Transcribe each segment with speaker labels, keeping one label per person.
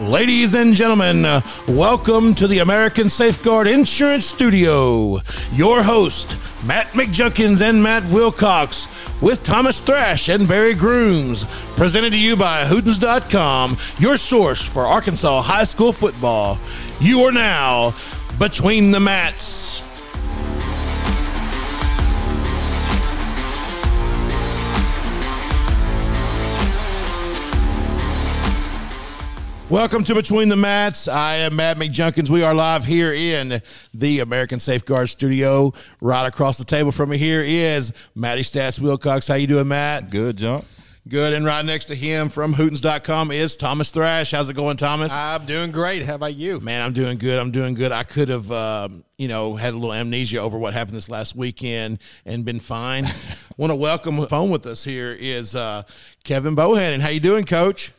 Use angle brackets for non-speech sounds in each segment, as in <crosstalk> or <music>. Speaker 1: Ladies and gentlemen, uh, welcome to the American Safeguard Insurance Studio. Your host, Matt McJunkins and Matt Wilcox, with Thomas Thrash and Barry Grooms, presented to you by Hootens.com, your source for Arkansas high school football. You are now between the mats. Welcome to Between the Mats. I am Matt McJunkins. We are live here in the American Safeguard Studio. Right across the table from me here is Matty Stats Wilcox. How you doing, Matt?
Speaker 2: Good jump.
Speaker 1: Good. And right next to him from Hootens.com is Thomas Thrash. How's it going, Thomas?
Speaker 3: I'm doing great. How about you?
Speaker 1: Man, I'm doing good. I'm doing good. I could have, um, you know, had a little amnesia over what happened this last weekend and been fine. Want to welcome phone with us here is uh, Kevin Bohannon. How you doing, Coach?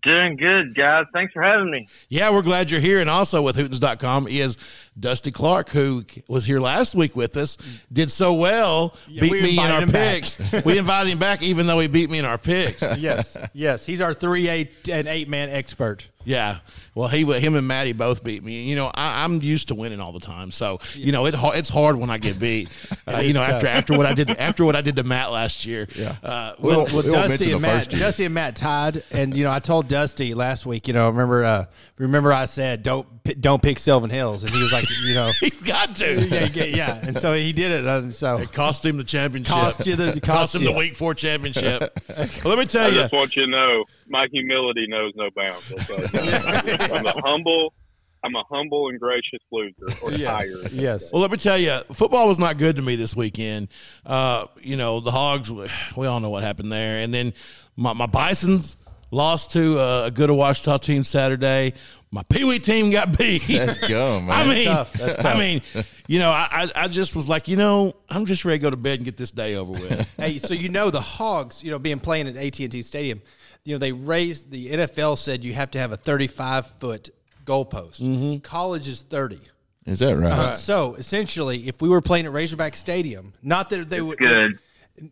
Speaker 4: Doing good, guys. Thanks for having me.
Speaker 1: Yeah, we're glad you're here. And also with Hootens.com is Dusty Clark, who was here last week with us, did so well,
Speaker 3: Yeah,
Speaker 1: beat
Speaker 3: we
Speaker 1: me in
Speaker 3: invited
Speaker 1: our
Speaker 3: him back.
Speaker 1: picks. we invited him back, even though he beat me in our
Speaker 3: <laughs>
Speaker 1: picks.
Speaker 3: Yes, yes. He's our three eight and eight man expert.
Speaker 1: Yeah. Well, he, him and Maddie both beat me. You know, I, I'm used to winning all the time, so you know it, har- it's hard when I get
Speaker 3: <laughs>
Speaker 1: beat. Uh, you know, after after what I did after what I did to Matt last year.
Speaker 2: Yeah.
Speaker 1: Uh,
Speaker 2: We
Speaker 1: well,
Speaker 2: won't-
Speaker 3: Well,
Speaker 1: <laughs>
Speaker 2: we won't mention
Speaker 3: Dusty and
Speaker 2: the
Speaker 3: Matt,
Speaker 2: first year.
Speaker 3: Dusty and Matt tied, and you know I told Dusty last week. You know, remember, uh, remember I said don't p- don't pick Sylvan Hills, and he was like, you know, <laughs>
Speaker 1: he's got to.
Speaker 3: yeah, yeah, yeah. And so he did it. And so
Speaker 1: It cost him the championship.
Speaker 3: Cost you the-
Speaker 1: cost,
Speaker 3: cost
Speaker 1: him
Speaker 3: you.
Speaker 1: the week four championship.
Speaker 3: <laughs>
Speaker 1: Well, let me
Speaker 5: I
Speaker 1: tell you,
Speaker 5: just want you to know my humility knows no bounds. I'll
Speaker 3: <laughs>
Speaker 5: tell you that. I'm a humble, I'm a humble and gracious loser or
Speaker 3: yes,
Speaker 5: tired.
Speaker 3: yes.
Speaker 1: Well, let me tell you, football was not good to me this weekend. Uh, you know, the Hogs, we all know what happened there. And then my, my Bisons lost to uh, a good Washita team Saturday. My Pee Wee team got beat.
Speaker 2: Let's
Speaker 1: <laughs>
Speaker 2: go, man.
Speaker 1: I mean,
Speaker 3: tough. That's
Speaker 1: I mean, you know, I, I I just was like, you know, I'm just ready to go to bed and get this day over <laughs> with.
Speaker 3: <laughs> hey, so you know the Hogs, you know, being playing at AT and T Stadium, you know they raised the NFL said you have to have a thirty five foot goalpost. College is thirty.
Speaker 2: Mm-hmm.
Speaker 3: Uh-huh.
Speaker 2: Is that right?
Speaker 3: So essentially, if we were playing at Razorback Stadium, not that they would
Speaker 4: good.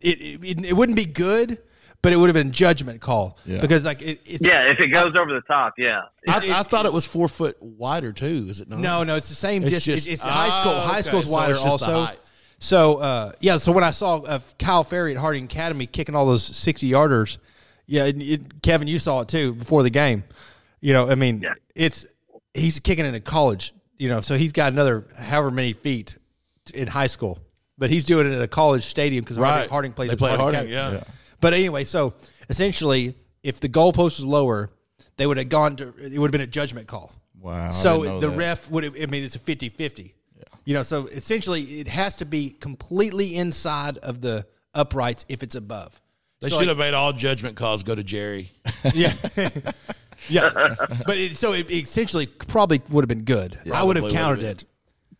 Speaker 3: It, it, it, it wouldn't be good, but it would have been a judgment call
Speaker 2: Yeah.
Speaker 3: because like it, it's
Speaker 4: Yeah, if it goes over the top, yeah.
Speaker 1: I, I thought it was four foot wider too. Is it not?
Speaker 3: No, no, it's the same.
Speaker 1: It's
Speaker 3: It's
Speaker 1: just-
Speaker 3: it's high school.
Speaker 1: Oh,
Speaker 3: High
Speaker 1: okay.
Speaker 3: school's
Speaker 1: So
Speaker 3: wider
Speaker 1: it's just the
Speaker 3: also.
Speaker 1: height.
Speaker 3: So uh, yeah, so when I saw uh, Kyle Ferry at Harding Academy kicking all those sixty yarders, yeah, it, it- Kevin, you saw it too before the game. You know, I mean,
Speaker 4: Yeah.
Speaker 3: it's he's kicking into college. You know, so he's got another however many feet t- in high school, but he's doing it at a college stadium because
Speaker 1: right?
Speaker 3: Harding plays.
Speaker 1: They
Speaker 3: at
Speaker 1: played Harding,
Speaker 3: Academy.
Speaker 1: yeah.
Speaker 3: But anyway, so essentially, if the goalpost was lower, they would have gone to it would have been a judgment call.
Speaker 2: Wow, I didn't
Speaker 3: So
Speaker 2: know
Speaker 3: the
Speaker 2: that.
Speaker 3: ref would have, I mean, it's a 50 50. You know, so essentially it has to be completely inside of the uprights if it's above.
Speaker 1: They
Speaker 3: So,
Speaker 1: should have
Speaker 3: like,
Speaker 1: made all judgment calls go to Jerry.
Speaker 3: <laughs> Yeah. yeah. But it, so it essentially probably would have been good. I would have
Speaker 1: Probably
Speaker 3: counted
Speaker 1: would've
Speaker 3: it.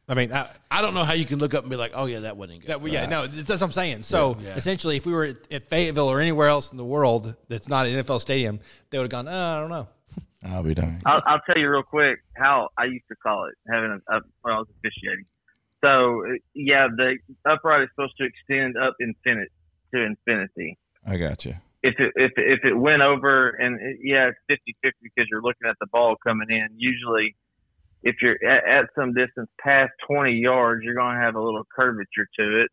Speaker 3: I mean, I,
Speaker 1: I don't know how you can look up and be like, oh yeah, that wasn't good.
Speaker 3: that, yeah, no, that's what I'm saying. So essentially, if we were at, at Fayetteville or anywhere else in the world that's not an NFL stadium, they would have gone, oh, I don't know.
Speaker 2: I'll be done.
Speaker 4: I'll, I'll tell you real quick how I used to call it having a, up when I was officiating. So uh, yeah, the upright is supposed to extend up infinite to infinity.
Speaker 2: I got you.
Speaker 4: If it if it- if it went over and it, yeah, it's 50-50 because you're looking at the ball coming in. Usually, if you're at, at some distance past twenty yards, you're going to have a little curvature to it.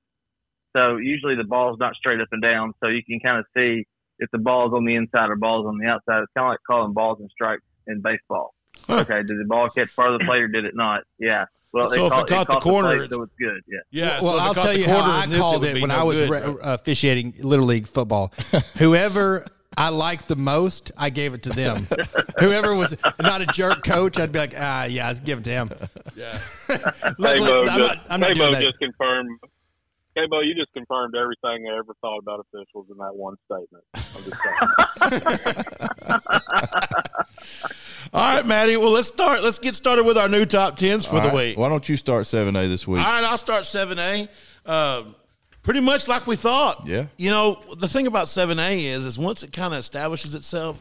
Speaker 4: So usually the ball's not straight up and down, so you can kind of see if the ball's on the inside or ball's on the outside. It's kind of like calling balls and strikes in baseball. Okay, did the ball catch part of the play or did it not? Yeah. Well,
Speaker 1: So if it
Speaker 4: call-
Speaker 1: caught the
Speaker 4: caught
Speaker 1: corner,
Speaker 4: play,
Speaker 1: it's-
Speaker 4: so it's good. Yeah.
Speaker 1: Yeah. so
Speaker 3: well,
Speaker 1: if it
Speaker 3: I'll
Speaker 1: caught
Speaker 3: tell
Speaker 1: the
Speaker 3: you how
Speaker 1: corner
Speaker 3: I
Speaker 1: in this,
Speaker 3: called
Speaker 1: would
Speaker 3: it
Speaker 1: be
Speaker 3: when
Speaker 1: no
Speaker 3: I was
Speaker 1: good,
Speaker 3: re- uh,
Speaker 1: right?
Speaker 3: officiating Little League football. <laughs> Whoever I liked the most, I gave it to them. Whoever was not a jerk coach, I'd be like, ah, yeah, I'd give it to him.
Speaker 1: Yeah.
Speaker 5: Hey,
Speaker 3: Luckily,
Speaker 5: Bo,
Speaker 3: I'm
Speaker 5: just,
Speaker 3: not, I'm not
Speaker 5: hey, Bo
Speaker 3: doing that.
Speaker 5: just confirmed. Hey, Bo, you just confirmed everything I ever thought about officials in that one statement. I'm just saying.
Speaker 3: <laughs>
Speaker 1: All right, Maddie. Well, let's start. Let's get started with our new top tens for
Speaker 2: All
Speaker 1: the
Speaker 2: right,
Speaker 1: week.
Speaker 2: Why don't you start seven A this week?
Speaker 1: All right, I'll start seven A. Um, pretty much like we thought.
Speaker 2: Yeah.
Speaker 1: You know, the thing about seven A is, is once it kind of establishes itself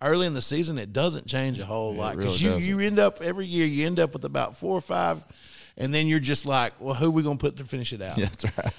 Speaker 1: early in the season, it doesn't change a whole lot because
Speaker 2: really doesn't.
Speaker 1: you you end up every year you end up with about four or five, and then you're just like, well, who we gonna put to finish it out?
Speaker 2: <laughs> That's right.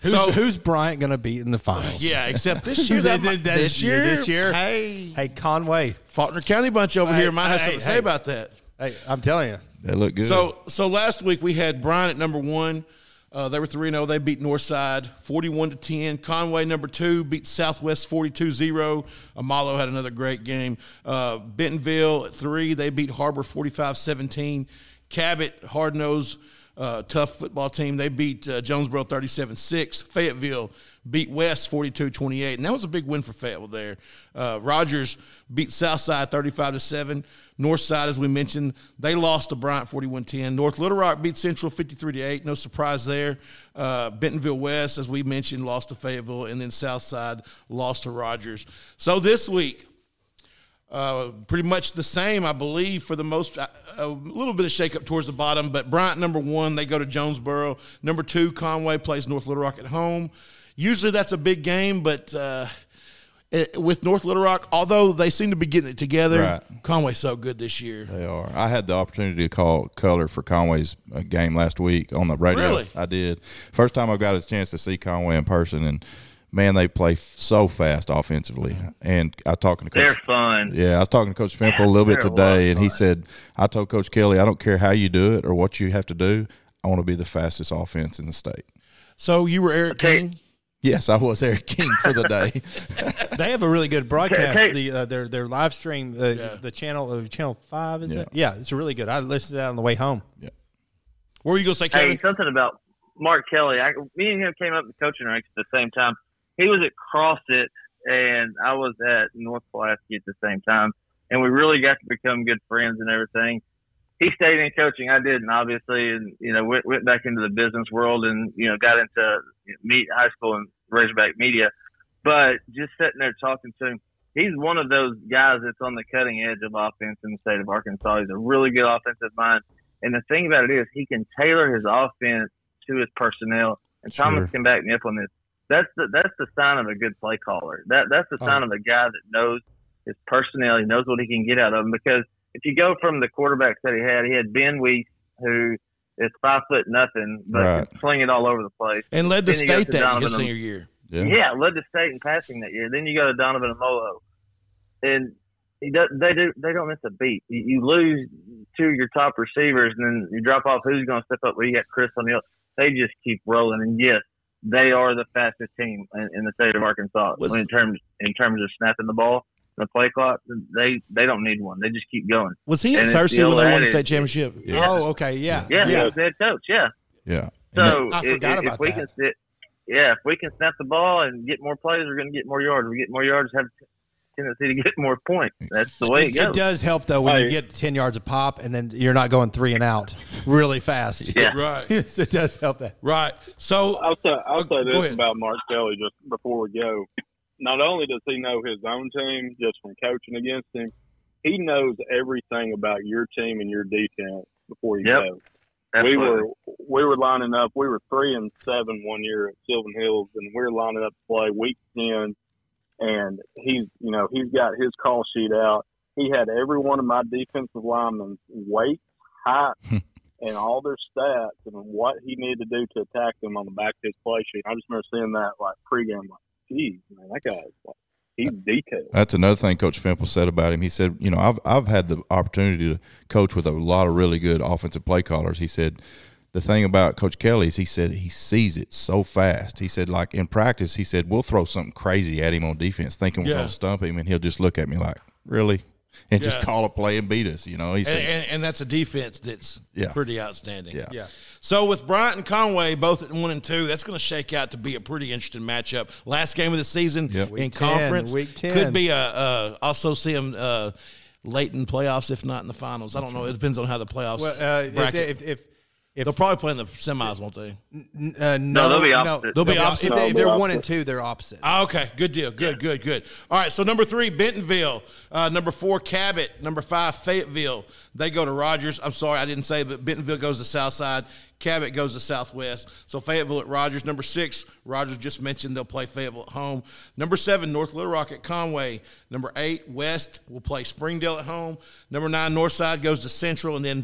Speaker 3: Who's,
Speaker 1: So-
Speaker 3: who's Bryant going to beat in the finals?
Speaker 1: Yeah, except this year.
Speaker 3: They
Speaker 1: that might-
Speaker 3: did that
Speaker 1: this year,
Speaker 3: This year.
Speaker 1: Hey,
Speaker 3: Hey, Conway.
Speaker 1: Faulkner County bunch over
Speaker 3: Hey,
Speaker 1: here might have something
Speaker 3: hey,
Speaker 1: to say
Speaker 3: hey.
Speaker 1: about that.
Speaker 3: Hey, I'm telling you.
Speaker 2: They look good.
Speaker 1: So, so last week we had Bryan at number one. Uh, they were 3 0. They beat Northside 41 to 10. Conway, number two, beat Southwest 42 0. Amalo had another great game. Uh, Bentonville at three, they beat Harbor 45 17. Cabot, hard nosed, uh, tough football team, they beat uh, Jonesboro 37 6. Fayetteville beat West 42 28. And that was a big win for Fayetteville there. Uh, Rogers beat Southside 35 to 7. Northside, as we mentioned, they lost to Bryant 41 10. North Little Rock beat Central 53 to 8. No surprise there. Uh, Bentonville West, as we mentioned, lost to Fayetteville. And then Southside lost to Rogers. So this week, uh, pretty much the same, I believe, for the most. Uh, a little bit of shakeup towards the bottom, but Bryant number one, they go to Jonesboro. Number two, Conway plays North Little Rock at home. Usually that's a big game, but uh, it, with North Little Rock, although they seem to be getting it together,
Speaker 2: Right.
Speaker 1: Conway's so good this year.
Speaker 2: They are. I had the opportunity to call color for Conway's uh, game last week on the radio.
Speaker 1: Really?
Speaker 2: I did. First time I've got a chance to see Conway in person, and man, they play f- so fast offensively. And I talking to
Speaker 4: They're
Speaker 2: Coach.
Speaker 4: fun.
Speaker 2: Yeah, I was talking to Coach Fimple a little
Speaker 4: They're
Speaker 2: bit
Speaker 4: a lot
Speaker 2: today,
Speaker 4: of
Speaker 2: and he
Speaker 4: fun.
Speaker 2: said, "I told Coach Kelly, I don't care how you do it or what you have to do. I want to be the fastest offense in the state."
Speaker 1: So you were Eric
Speaker 4: Okay.
Speaker 1: King.
Speaker 2: Yes, I was Eric King for the day.
Speaker 3: They have a really good broadcast.
Speaker 4: Okay.
Speaker 3: The uh, their their live stream, uh, the channel uh, channel five is it? Yeah, it's really good. I listened to that on the way home.
Speaker 1: Where were you going to say,
Speaker 4: Hey,
Speaker 1: Kevin?
Speaker 4: something about Mark Kelly. I, me and him came up the coaching ranks at the same time. He was at CrossFit and I was at North Pulaski at the same time, and we really got to become good friends and everything. He stayed in coaching. I didn't, obviously, and you know went, went back into the business world and you know got into meet high school and Razorback media. But just sitting there talking to him, he's one of those guys that's on the cutting edge of offense in the state of Arkansas. He's a really good offensive mind. And the thing about it is, he can tailor his offense to his personnel. And Thomas
Speaker 2: Sure.
Speaker 4: can back me up on this. That's the that's the sign of a good play caller. That that's
Speaker 2: Oh.
Speaker 4: the sign of a guy that knows his personnel. He knows what he can get out of him. Because if you go from the quarterbacks that he had, he had Ben Weiss, who is five foot nothing, but
Speaker 2: Right.
Speaker 4: could sling it all over the place.
Speaker 1: And led the
Speaker 4: then you go
Speaker 1: state
Speaker 4: to
Speaker 1: that his
Speaker 4: Donovan.
Speaker 1: senior year.
Speaker 4: <laughs> Yeah, led the state in passing that year. Then you go to Donovan Amolo, and he do, they do they don't miss a beat. You, you lose two of your top receivers, and then you drop off. Who's going to step up? Well, you got Chris on the other. They just keep rolling, and yes, they are the fastest team in, in the state of Arkansas
Speaker 1: Was-
Speaker 4: in terms in terms of snapping the ball. The play clock, they they don't need one. They just keep going.
Speaker 1: Was he
Speaker 4: at
Speaker 1: at
Speaker 4: And it's Searcy the
Speaker 1: Searcy when
Speaker 4: when they
Speaker 1: they won
Speaker 4: old
Speaker 1: the
Speaker 4: adage.
Speaker 1: state
Speaker 4: state
Speaker 1: championship?
Speaker 2: Yeah.
Speaker 3: Oh, okay, yeah,
Speaker 4: Yeah, he was head coach. Yeah.
Speaker 2: yeah. And
Speaker 4: So
Speaker 3: I
Speaker 4: if-
Speaker 3: forgot
Speaker 4: if,
Speaker 3: about
Speaker 4: if we
Speaker 3: that.
Speaker 4: Can, sit- yeah, if we can snap the ball and get more plays, we're going to get more yards. We get more yards, have a tendency to get more points. That's the way it,
Speaker 3: It, it
Speaker 4: goes.
Speaker 3: does help though when you
Speaker 5: Hey.
Speaker 3: get ten yards of pop, and then you're not going three and out really fast.
Speaker 4: Yeah.
Speaker 1: Right,
Speaker 3: <laughs> Yes, it does help that.
Speaker 1: right. So
Speaker 5: I'll say, I'll
Speaker 1: Okay,
Speaker 5: say
Speaker 1: go
Speaker 5: this
Speaker 1: ahead.
Speaker 5: about Mark Kelly just before we go. Not only does he know his own team just from coaching against him, he knows everything about your team and your defense before you
Speaker 4: Yep,
Speaker 5: go. We were we were lining up. We were three and seven one year at Sylvan Hills, and we were lining up to play week ten. And he's you know he's got his call sheet out. He had every one of my defensive linemen's weight, height, and all their stats and what he needed to do to attack them on the back of his play sheet. I just remember seeing that like pregame, like, geez, man, that guy's like he's detailed.
Speaker 2: That's another thing Coach Fimple said about him. He said, you know, I've I've had the opportunity to coach with a lot of really good offensive play callers. He said the thing about Coach Kelly is he said he sees it so fast. He said, like in practice, he said, We'll throw something crazy at him on defense, thinking we're
Speaker 1: Yeah.
Speaker 2: gonna stump him and he'll just look at me like, Really? And just
Speaker 1: Yeah.
Speaker 2: call a play and beat us, you know. He
Speaker 1: and,
Speaker 2: said
Speaker 1: and, and that's a defense that's
Speaker 2: Yeah.
Speaker 1: pretty outstanding.
Speaker 2: Yeah.
Speaker 3: Yeah.
Speaker 1: So with Bryant and Conway both at one and two, that's going to shake out to be a pretty interesting matchup. Last game of the season
Speaker 2: Yep.
Speaker 1: in
Speaker 2: Week
Speaker 3: 10,
Speaker 1: conference
Speaker 3: week 10.
Speaker 1: could be a, a also see them uh, late in playoffs, if not in the finals. I don't know. It depends on how the playoffs.
Speaker 3: Well, uh, if,
Speaker 1: bracket.
Speaker 3: if, if,
Speaker 1: They'll probably play in the semis, won't they?
Speaker 3: if uh, no,
Speaker 4: they'll be
Speaker 3: no,
Speaker 4: opposite.
Speaker 1: They'll be
Speaker 3: op-
Speaker 1: opposite.
Speaker 3: If, they,
Speaker 5: No,
Speaker 3: are
Speaker 5: they're
Speaker 3: one and
Speaker 5: opposite.
Speaker 3: two, they're opposite.
Speaker 1: Ah, okay, good deal. Good, good, good, good. All right, so number three, Bentonville. Uh, number four, Cabot. Number five, Fayetteville. They go to Rogers. I'm sorry, I didn't say, but Bentonville goes to Southside. Cabot goes to Southwest. So Fayetteville at Rogers. Number six, Rogers just mentioned they'll play Fayetteville at home. Number seven, North Little Rock at Conway. Number eight, West will play Springdale at home. Number nine, Northside goes to Central, and then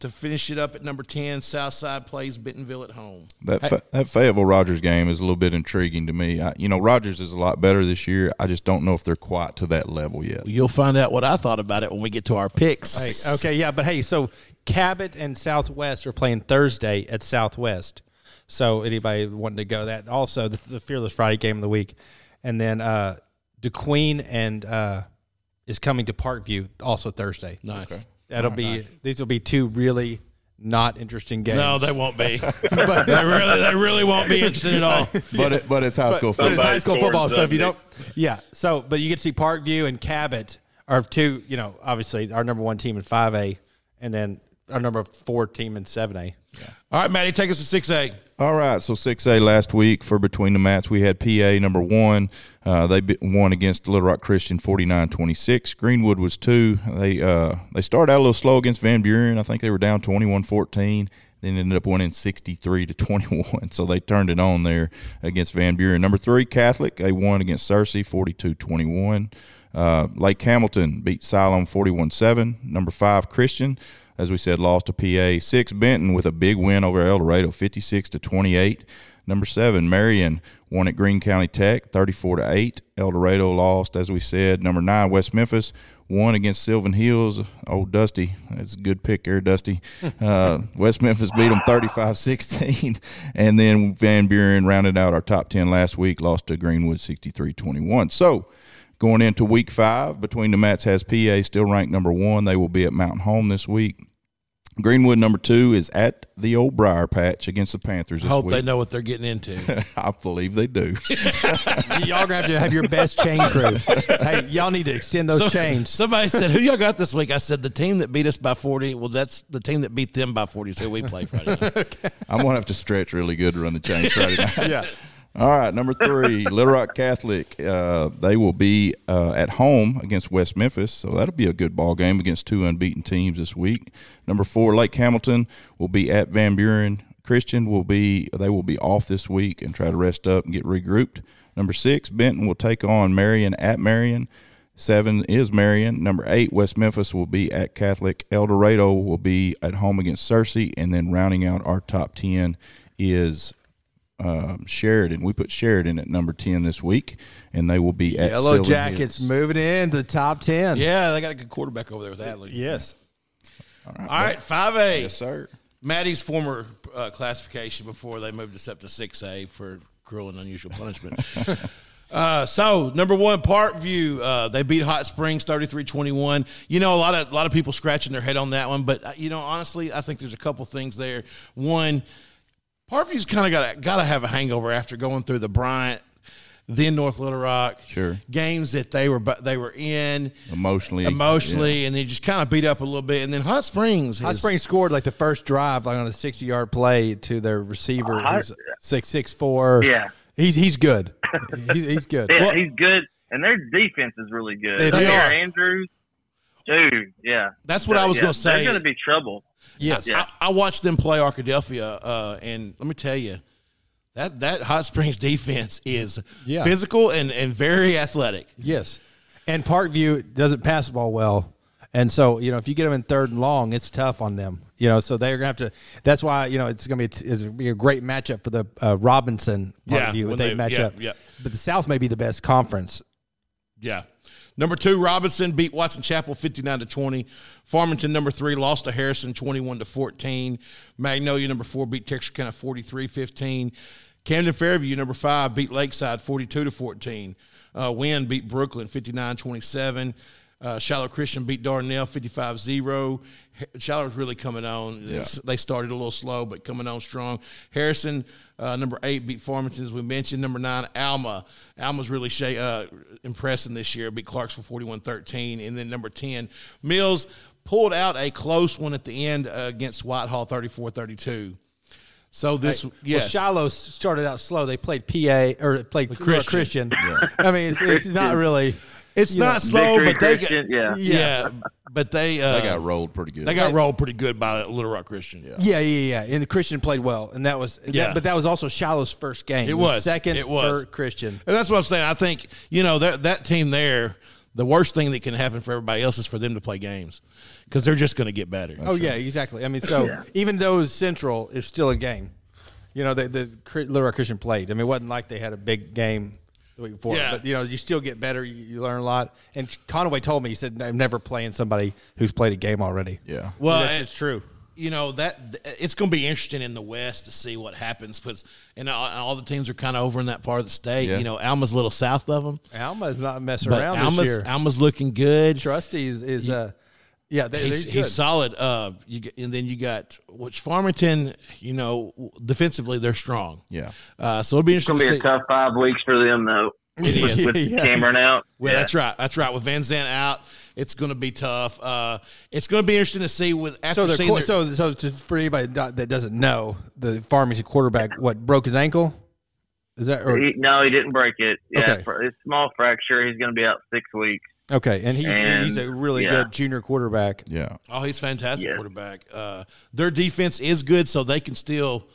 Speaker 1: to finish it up at number ten, Southside plays Bentonville at home.
Speaker 2: That Fa- that Fayetteville Rogers game is a little bit intriguing to me. I, you know, Rogers is a lot better this year. I just don't know if they're quite to that level yet.
Speaker 1: You'll find out what I thought about it when we get to our picks.
Speaker 3: Hey, okay, yeah, but hey, so Cabot and Southwest are playing Thursday at Southwest. So anybody wanting to go that also the, the Fearless Friday game of the week, and then uh, DeQueen and uh, is coming to Parkview also Thursday.
Speaker 1: Nice. Okay.
Speaker 3: That'll be these will be two really not interesting games.
Speaker 1: No, they won't
Speaker 2: <laughs>
Speaker 1: be. they really, they really won't be interested at all.
Speaker 2: But it, but it's high school
Speaker 3: but it's
Speaker 2: football.
Speaker 3: high school
Speaker 5: Somebody
Speaker 3: football, so if you don't,
Speaker 5: scored
Speaker 3: yeah. So, but you get to see Parkview and Cabot are two. You know, obviously our number one team in five A, and then our number four team in seven A.
Speaker 1: All right, Maddie, take us to six A.
Speaker 2: All right, so 6A last week for Between the Mats, we had PA number one. Uh, they bit- won against Little Rock Christian 49 26. Greenwood was two. They uh, they started out a little slow against Van Buren. I think they were down 21 14, then ended up winning 63 to 21. <laughs> So they turned it on there against Van Buren. Number three, Catholic, they won against Searcy 42 21. Uh, Lake Hamilton beat Siloam 41 7. Number five, Christian as we said, lost to PA. Six Benton with a big win over El Dorado, fifty-six to twenty-eight. Number seven Marion won at Greene County Tech, thirty-four to eight. El Dorado lost, as we said. Number nine West Memphis won against Sylvan Hills. Old Dusty, that's a good pick there, Dusty. Uh, West Memphis beat them 35-16. and then Van Buren rounded out our top ten last week, lost to Greenwood 63-21. So. Going into week five, between the Mats has PA still ranked number one. They will be at Mountain Home this week. Greenwood number two is at the old Briar Patch against the Panthers. This
Speaker 1: Hope
Speaker 2: week.
Speaker 1: they know what they're getting into.
Speaker 2: <laughs> I believe they do.
Speaker 3: y'all gonna have to have your best chain crew. hey, y'all need to extend those chains.
Speaker 1: Somebody said, "Who y'all got this week?" I said, "The team that beat us by 40." Well, that's the team that beat them by 40 is who we
Speaker 2: <laughs>
Speaker 1: play Friday. night.
Speaker 2: I'm gonna have to stretch really good to run the change Friday night.
Speaker 3: Yeah.
Speaker 2: All right, number three, Little Rock Catholic. Uh, they will be uh, at home against West Memphis, so that'll be a good ball game against two unbeaten teams this week. Number four, Lake Hamilton will be at Van Buren. Christian will be they will be off this week and try to rest up and get regrouped. Number six, Benton will take on Marion at Marion. Seven is Marion. Number eight, West Memphis will be at Catholic. El Dorado will be at home against Searcy, and then rounding out our top ten is um, Sheridan. We put Sheridan at number ten this week, and they will be at
Speaker 3: Yellow
Speaker 2: Sylvan
Speaker 3: Jackets
Speaker 2: Hills.
Speaker 3: moving in to the top ten.
Speaker 1: yeah, they got a good quarterback over there with Adley.
Speaker 3: Yes.
Speaker 1: All right, five A.
Speaker 2: Yes, sir.
Speaker 1: Maddie's former uh, classification before they moved us up to 6A for cruel and unusual
Speaker 2: <laughs>
Speaker 1: punishment. uh, so, number one, Parkview. Uh, they beat Hot Springs 33 21. You know, a lot, of, a lot of people scratching their head on that one, but, uh, you know, honestly, I think there's a couple things there. One, Parkview's kind of got got to have a hangover after going through the Bryant, then North Little Rock.
Speaker 2: Sure.
Speaker 1: Games that they were bu- they were in
Speaker 2: Emotionally,
Speaker 1: emotionally, and they just kind of beat up a little bit. And then Hot Springs.
Speaker 3: Hot
Speaker 1: is-
Speaker 3: Springs scored like the first drive, like on a sixty-yard play to their receiver,
Speaker 4: Uh,
Speaker 3: who's six six four.
Speaker 4: Yeah.
Speaker 3: he's he's good. he's, he's good.
Speaker 4: Yeah,
Speaker 1: Well-
Speaker 4: he's good, and their defense is really good.
Speaker 1: They- they
Speaker 4: Amir
Speaker 1: are.
Speaker 4: Andrews, dude, yeah.
Speaker 1: That's what I was
Speaker 4: Yeah,
Speaker 1: going to say.
Speaker 4: They're going to be trouble.
Speaker 3: Yes.
Speaker 4: Yeah.
Speaker 1: I, I watched them play Arkadelphia, uh, and let me tell you, that that Hot Springs <laughs> defense is
Speaker 3: Yeah.
Speaker 1: physical and, and very athletic.
Speaker 3: Yes. And Parkview doesn't pass the ball well. And so, you know, if you get them in third and long, it's tough on them. You know, so they're going to have to. That's why, you know, it's going to be it's, gonna be a great matchup for the uh, Robinson
Speaker 1: Yeah,
Speaker 3: Parkview if
Speaker 1: when
Speaker 3: they,
Speaker 1: they-
Speaker 3: match
Speaker 1: yeah,
Speaker 3: up.
Speaker 1: yeah.
Speaker 3: But the South may be the best conference.
Speaker 1: Yeah. Number two, Robinson beat Watson Chapel 59 to 20. Farmington, number three, lost to Harrison 21 to 14. Magnolia, number four, beat Texarkana 43 15. Camden Fairview, number five, beat Lakeside 42 to 14. Uh, Wynn beat Brooklyn 59 27. Uh, Shallow Christian beat Darnell 55 0. Shallow's really coming on. It's- They started a little slow, but coming on strong. Harrison, uh, number eight, beat Farmington, as we mentioned. Number nine, Alma. Alma's really sha- uh, impressing this year, beat Clarksville 41 13. And then number 10, Mills pulled out a close one at the end uh, against Whitehall 34 32. So this,
Speaker 3: Well,
Speaker 1: yes.
Speaker 3: Shiloh s- started out slow. They played PA or played Christian.
Speaker 1: Christian.
Speaker 3: I mean, it's, it's not really.
Speaker 1: It's
Speaker 3: You know,
Speaker 1: not slow,
Speaker 4: Victory
Speaker 1: but they
Speaker 4: Christian,
Speaker 1: got,
Speaker 4: yeah.
Speaker 1: yeah, but they uh,
Speaker 2: They got rolled pretty good.
Speaker 1: they got rolled pretty good by Little Rock Christian. Yeah.
Speaker 3: Yeah, yeah, yeah. And Christian played well, and that was yeah.
Speaker 1: Yeah.
Speaker 3: but that was also Shiloh's first game. The
Speaker 1: was.
Speaker 3: second.
Speaker 1: It was.
Speaker 3: for Christian.
Speaker 1: And that's what I'm saying. I think you know that that team there. The worst thing that can happen for everybody else is for them to play games because they're just going to get better.
Speaker 3: oh yeah, exactly. I mean, so even though it was Central, it's still a game. You know, the, the Cri- Little Rock Christian played. I mean, it wasn't like they had a big game the week before.
Speaker 1: Yeah.
Speaker 3: But you know, you still get better. You, you learn a lot. And Conway told me he said, "I'm never playing somebody who's played a game already."
Speaker 2: yeah.
Speaker 1: Well,
Speaker 3: That's-
Speaker 1: and-
Speaker 3: it's true.
Speaker 1: you know that th- it's going to be interesting in the West to see what happens because and all, all the teams are kind of over in that part of the state.
Speaker 2: Yeah.
Speaker 1: You know, Alma's a little south of them,
Speaker 3: Alma's not messing
Speaker 1: but
Speaker 3: around
Speaker 1: Alma's
Speaker 3: this year.
Speaker 1: Alma's looking good.
Speaker 3: Trusty is, is uh, yeah, they,
Speaker 1: He's,
Speaker 3: they're
Speaker 1: he's
Speaker 3: good.
Speaker 1: solid. Uh, you, g- and then you got which Farmington. You know, w- defensively they're strong.
Speaker 2: Yeah.
Speaker 1: Uh, so it'll be
Speaker 4: It's
Speaker 1: interesting.
Speaker 4: gonna be
Speaker 1: to
Speaker 4: a
Speaker 1: see.
Speaker 4: tough five weeks for them though.
Speaker 1: It
Speaker 4: With, with Cameron out.
Speaker 1: Well, that's right. That's right. With Van Zant out, it's going to be tough. Uh, it's going to be interesting to see with after
Speaker 3: So the
Speaker 1: seeing
Speaker 3: qu-
Speaker 1: their-
Speaker 3: so so to, for anybody not- that doesn't know, the Farmington quarterback what broke his ankle? Is that or,
Speaker 4: He, no, he didn't break it. Yeah,
Speaker 3: Okay.
Speaker 4: fr- it's a small fracture. He's gonna be out six weeks.
Speaker 3: okay? And he's
Speaker 4: And,
Speaker 3: he's a really
Speaker 4: yeah.
Speaker 3: good junior quarterback.
Speaker 2: Yeah.
Speaker 1: Oh, he's fantastic
Speaker 4: Yeah.
Speaker 1: quarterback. Uh, their defense is good, so they can still,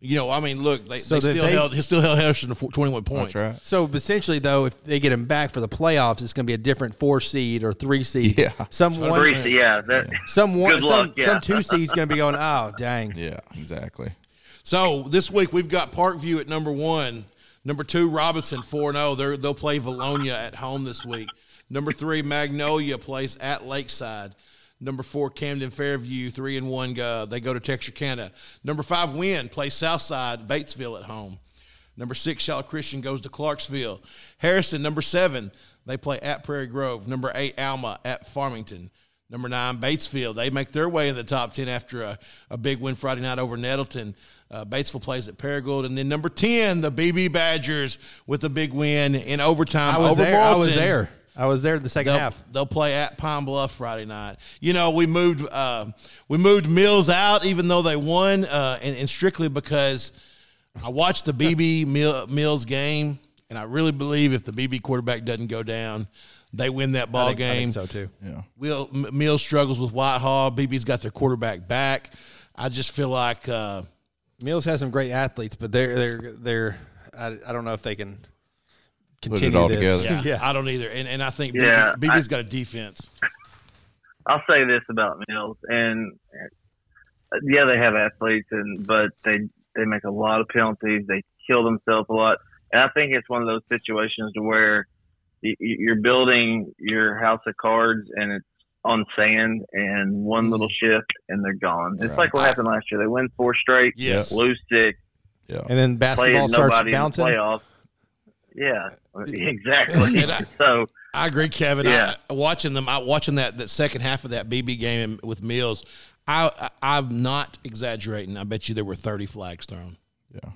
Speaker 1: you know, I mean, look, they,
Speaker 3: So
Speaker 1: they
Speaker 3: that
Speaker 1: still
Speaker 3: they-
Speaker 1: held, he still held Harrison to four- twenty-one points.
Speaker 2: That's right.
Speaker 3: So essentially, though, if they get him back for the playoffs, it's going to be a different four seed or three seed.
Speaker 2: Yeah.
Speaker 3: some one,
Speaker 4: Three, yeah, that,
Speaker 3: some one,
Speaker 4: <laughs> Good
Speaker 3: some,
Speaker 4: luck, yeah.
Speaker 3: some two seed's going to be going. Oh, dang!
Speaker 2: Yeah. Exactly.
Speaker 1: So this week we've got Parkview at number one, number two Robinson four zero. They they'll play Valonia at home this week. Number three Magnolia plays at Lakeside. Number four Camden Fairview three and one. Uh, they go to Texarkana. Number five Wynn plays Southside Batesville at home. Number six, Shaw Christian goes to Clarksville. Harrison, number seven, they play at Prairie Grove. Number eight, Alma at Farmington. Number nine, Batesville. They make their way in the top 10 after a, a big win Friday night over Nettleton. Uh, Batesville plays at Paragould. And then number 10, the BB Badgers with a big win in overtime
Speaker 3: I was
Speaker 1: over
Speaker 3: there. I was
Speaker 1: Marlton.
Speaker 3: there. I was there the 2nd
Speaker 1: They'll,
Speaker 3: half.
Speaker 1: they'll play at Pine Bluff Friday night. You know, we moved uh, we moved Mills out, even though they won, uh, and, and strictly because I watched the
Speaker 3: <laughs>
Speaker 1: BB Mil- Mills game, and I really believe if the BB quarterback doesn't go down, they win that ball
Speaker 3: I think- I
Speaker 1: game.
Speaker 3: think so too.
Speaker 2: Yeah.
Speaker 1: Will M- Mills struggles with Whitehall. BB's got their quarterback back. I just feel like uh,
Speaker 3: Mills has some great athletes, but they're they're they're I, I don't know if they can
Speaker 2: it
Speaker 3: continue
Speaker 2: all
Speaker 3: this. <laughs>
Speaker 2: together.
Speaker 1: yeah, I don't either, and and I think
Speaker 4: Yeah,
Speaker 1: BB, BB's got a defense.
Speaker 4: I'll say this about Mills, and uh, yeah, they have athletes, and but they they make a lot of penalties. They kill themselves a lot, and I think it's one of those situations to where y- y- you're building your house of cards, and it's on sand, and one little shift, and they're gone. It's
Speaker 2: Right.
Speaker 4: like what happened last year. They win four straight,
Speaker 1: Yes.
Speaker 4: lose six,
Speaker 2: Yeah.
Speaker 3: And then
Speaker 4: played
Speaker 3: basketball starts
Speaker 4: nobody
Speaker 3: bouncing.
Speaker 4: in the playoffs. Yeah, exactly.
Speaker 1: And I-
Speaker 4: so
Speaker 1: I agree, Kevin.
Speaker 4: Yeah.
Speaker 1: I, watching them, I, watching that that second half of that BB game with Mills, I, I I'm not exaggerating. I bet you there were 30 flags thrown.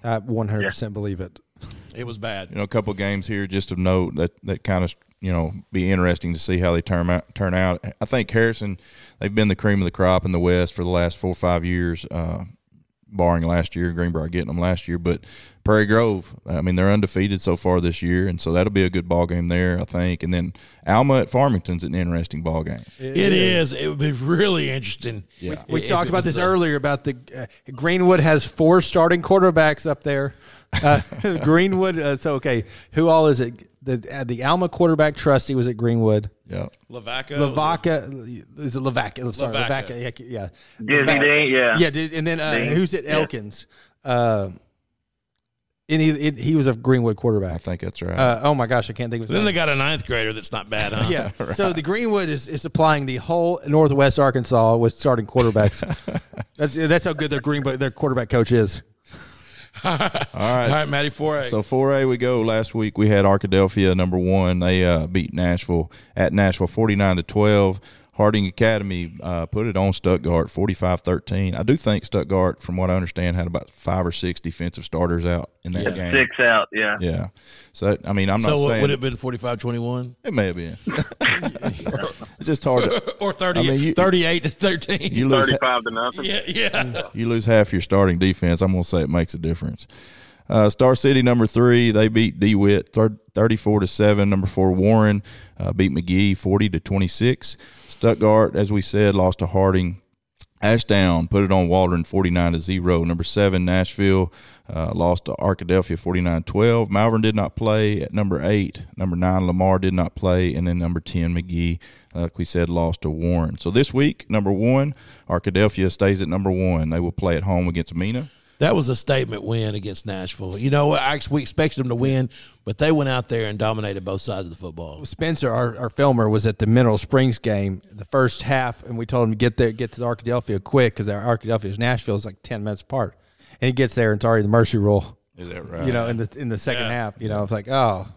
Speaker 3: I 100% believe it.
Speaker 1: It was bad.
Speaker 2: You know, a couple games here just of note that that kind of you know be interesting to see how they turn out. Turn out. I think Harrison, they've been the cream of the crop in the West for the last four or five years. Uh, barring last year, Greenbrier getting them last year, but Prairie Grove, I mean, they're undefeated so far this year, and so that'll be a good ball game there, I think. And then Alma at Farmington's an interesting ball game.
Speaker 1: it is. It would be really interesting.
Speaker 2: Yeah.
Speaker 3: We
Speaker 1: if
Speaker 3: talked
Speaker 1: it
Speaker 3: about
Speaker 1: was
Speaker 3: this
Speaker 1: the-
Speaker 3: earlier about the uh, Greenwood has four starting quarterbacks up there. Uh, <laughs> Greenwood, uh, so okay, who all is it? The uh, the Alma quarterback trustee was at Greenwood.
Speaker 2: Yeah,
Speaker 1: Lavaca.
Speaker 3: Lavaca is it Lavaca? Sorry,
Speaker 1: Lavaca.
Speaker 3: Lavaca. Yeah, yeah.
Speaker 4: Disney, Day, yeah,
Speaker 3: yeah. Did, and then uh,
Speaker 4: Dang.
Speaker 3: who's at
Speaker 4: Yeah.
Speaker 3: Elkins? Um and he it, he was a Greenwood quarterback.
Speaker 2: I think that's right.
Speaker 3: Uh, oh my gosh, I can't think of. His
Speaker 1: Then they
Speaker 3: name.
Speaker 1: got a ninth grader that's not bad, huh? <laughs>
Speaker 3: yeah. So the Greenwood is, is supplying the whole Northwest Arkansas with
Speaker 1: <laughs>
Speaker 3: starting quarterbacks. that's that's how good their Greenwood their quarterback coach is.
Speaker 2: All right,
Speaker 1: All right, Matty Foray.
Speaker 2: So four A we go. Last week we had Arkadelphia number one. They uh, beat Nashville at Nashville forty nine to twelve. Harding Academy uh, put it on Stuttgart 45-13. I do think Stuttgart, from what I understand, had about five or six defensive starters out in that game.
Speaker 4: six out, yeah.
Speaker 2: Yeah. So I mean, I'm
Speaker 1: so
Speaker 2: not
Speaker 1: what
Speaker 2: saying
Speaker 1: would it have been 45 21
Speaker 2: it may have been.
Speaker 1: <laughs>
Speaker 2: it's just hard. To,
Speaker 1: or 30,
Speaker 2: I mean, you-
Speaker 1: 38 to 13?
Speaker 2: you lose
Speaker 6: Thirty-five to nothing.
Speaker 1: <laughs> yeah, yeah.
Speaker 2: you lose half your starting defense. I'm gonna say it makes a difference. Uh, Star City number three, they beat DeWitt thir- 34 to seven. Number four, Warren uh, beat McGee 40 to 26. Stuttgart, as we said, lost to Harding Ashdown put it on Waldron 49 to 0. Number 7, Nashville uh, lost to Arkadelphia 49 12. Malvern did not play at number 8. Number 9, Lamar did not play. And then number 10, McGee, uh, like we said, lost to Warren. So this week, number 1, Arkadelphia stays at number 1. They will play at home against Mina.
Speaker 1: That was a statement win against Nashville. You know, I, ex- we expected them to win, but they went out there and dominated both sides of the football.
Speaker 3: Spencer, our, our filmer, was at the Mineral Springs game the first half, and we told him to get there, get to the Arkadelphia quick because Arkadelphia is Nashville is like ten minutes apart, and he gets there and it's already the mercy rule,
Speaker 2: Is that right?
Speaker 3: you know, in the in the second half, you know, it's like oh,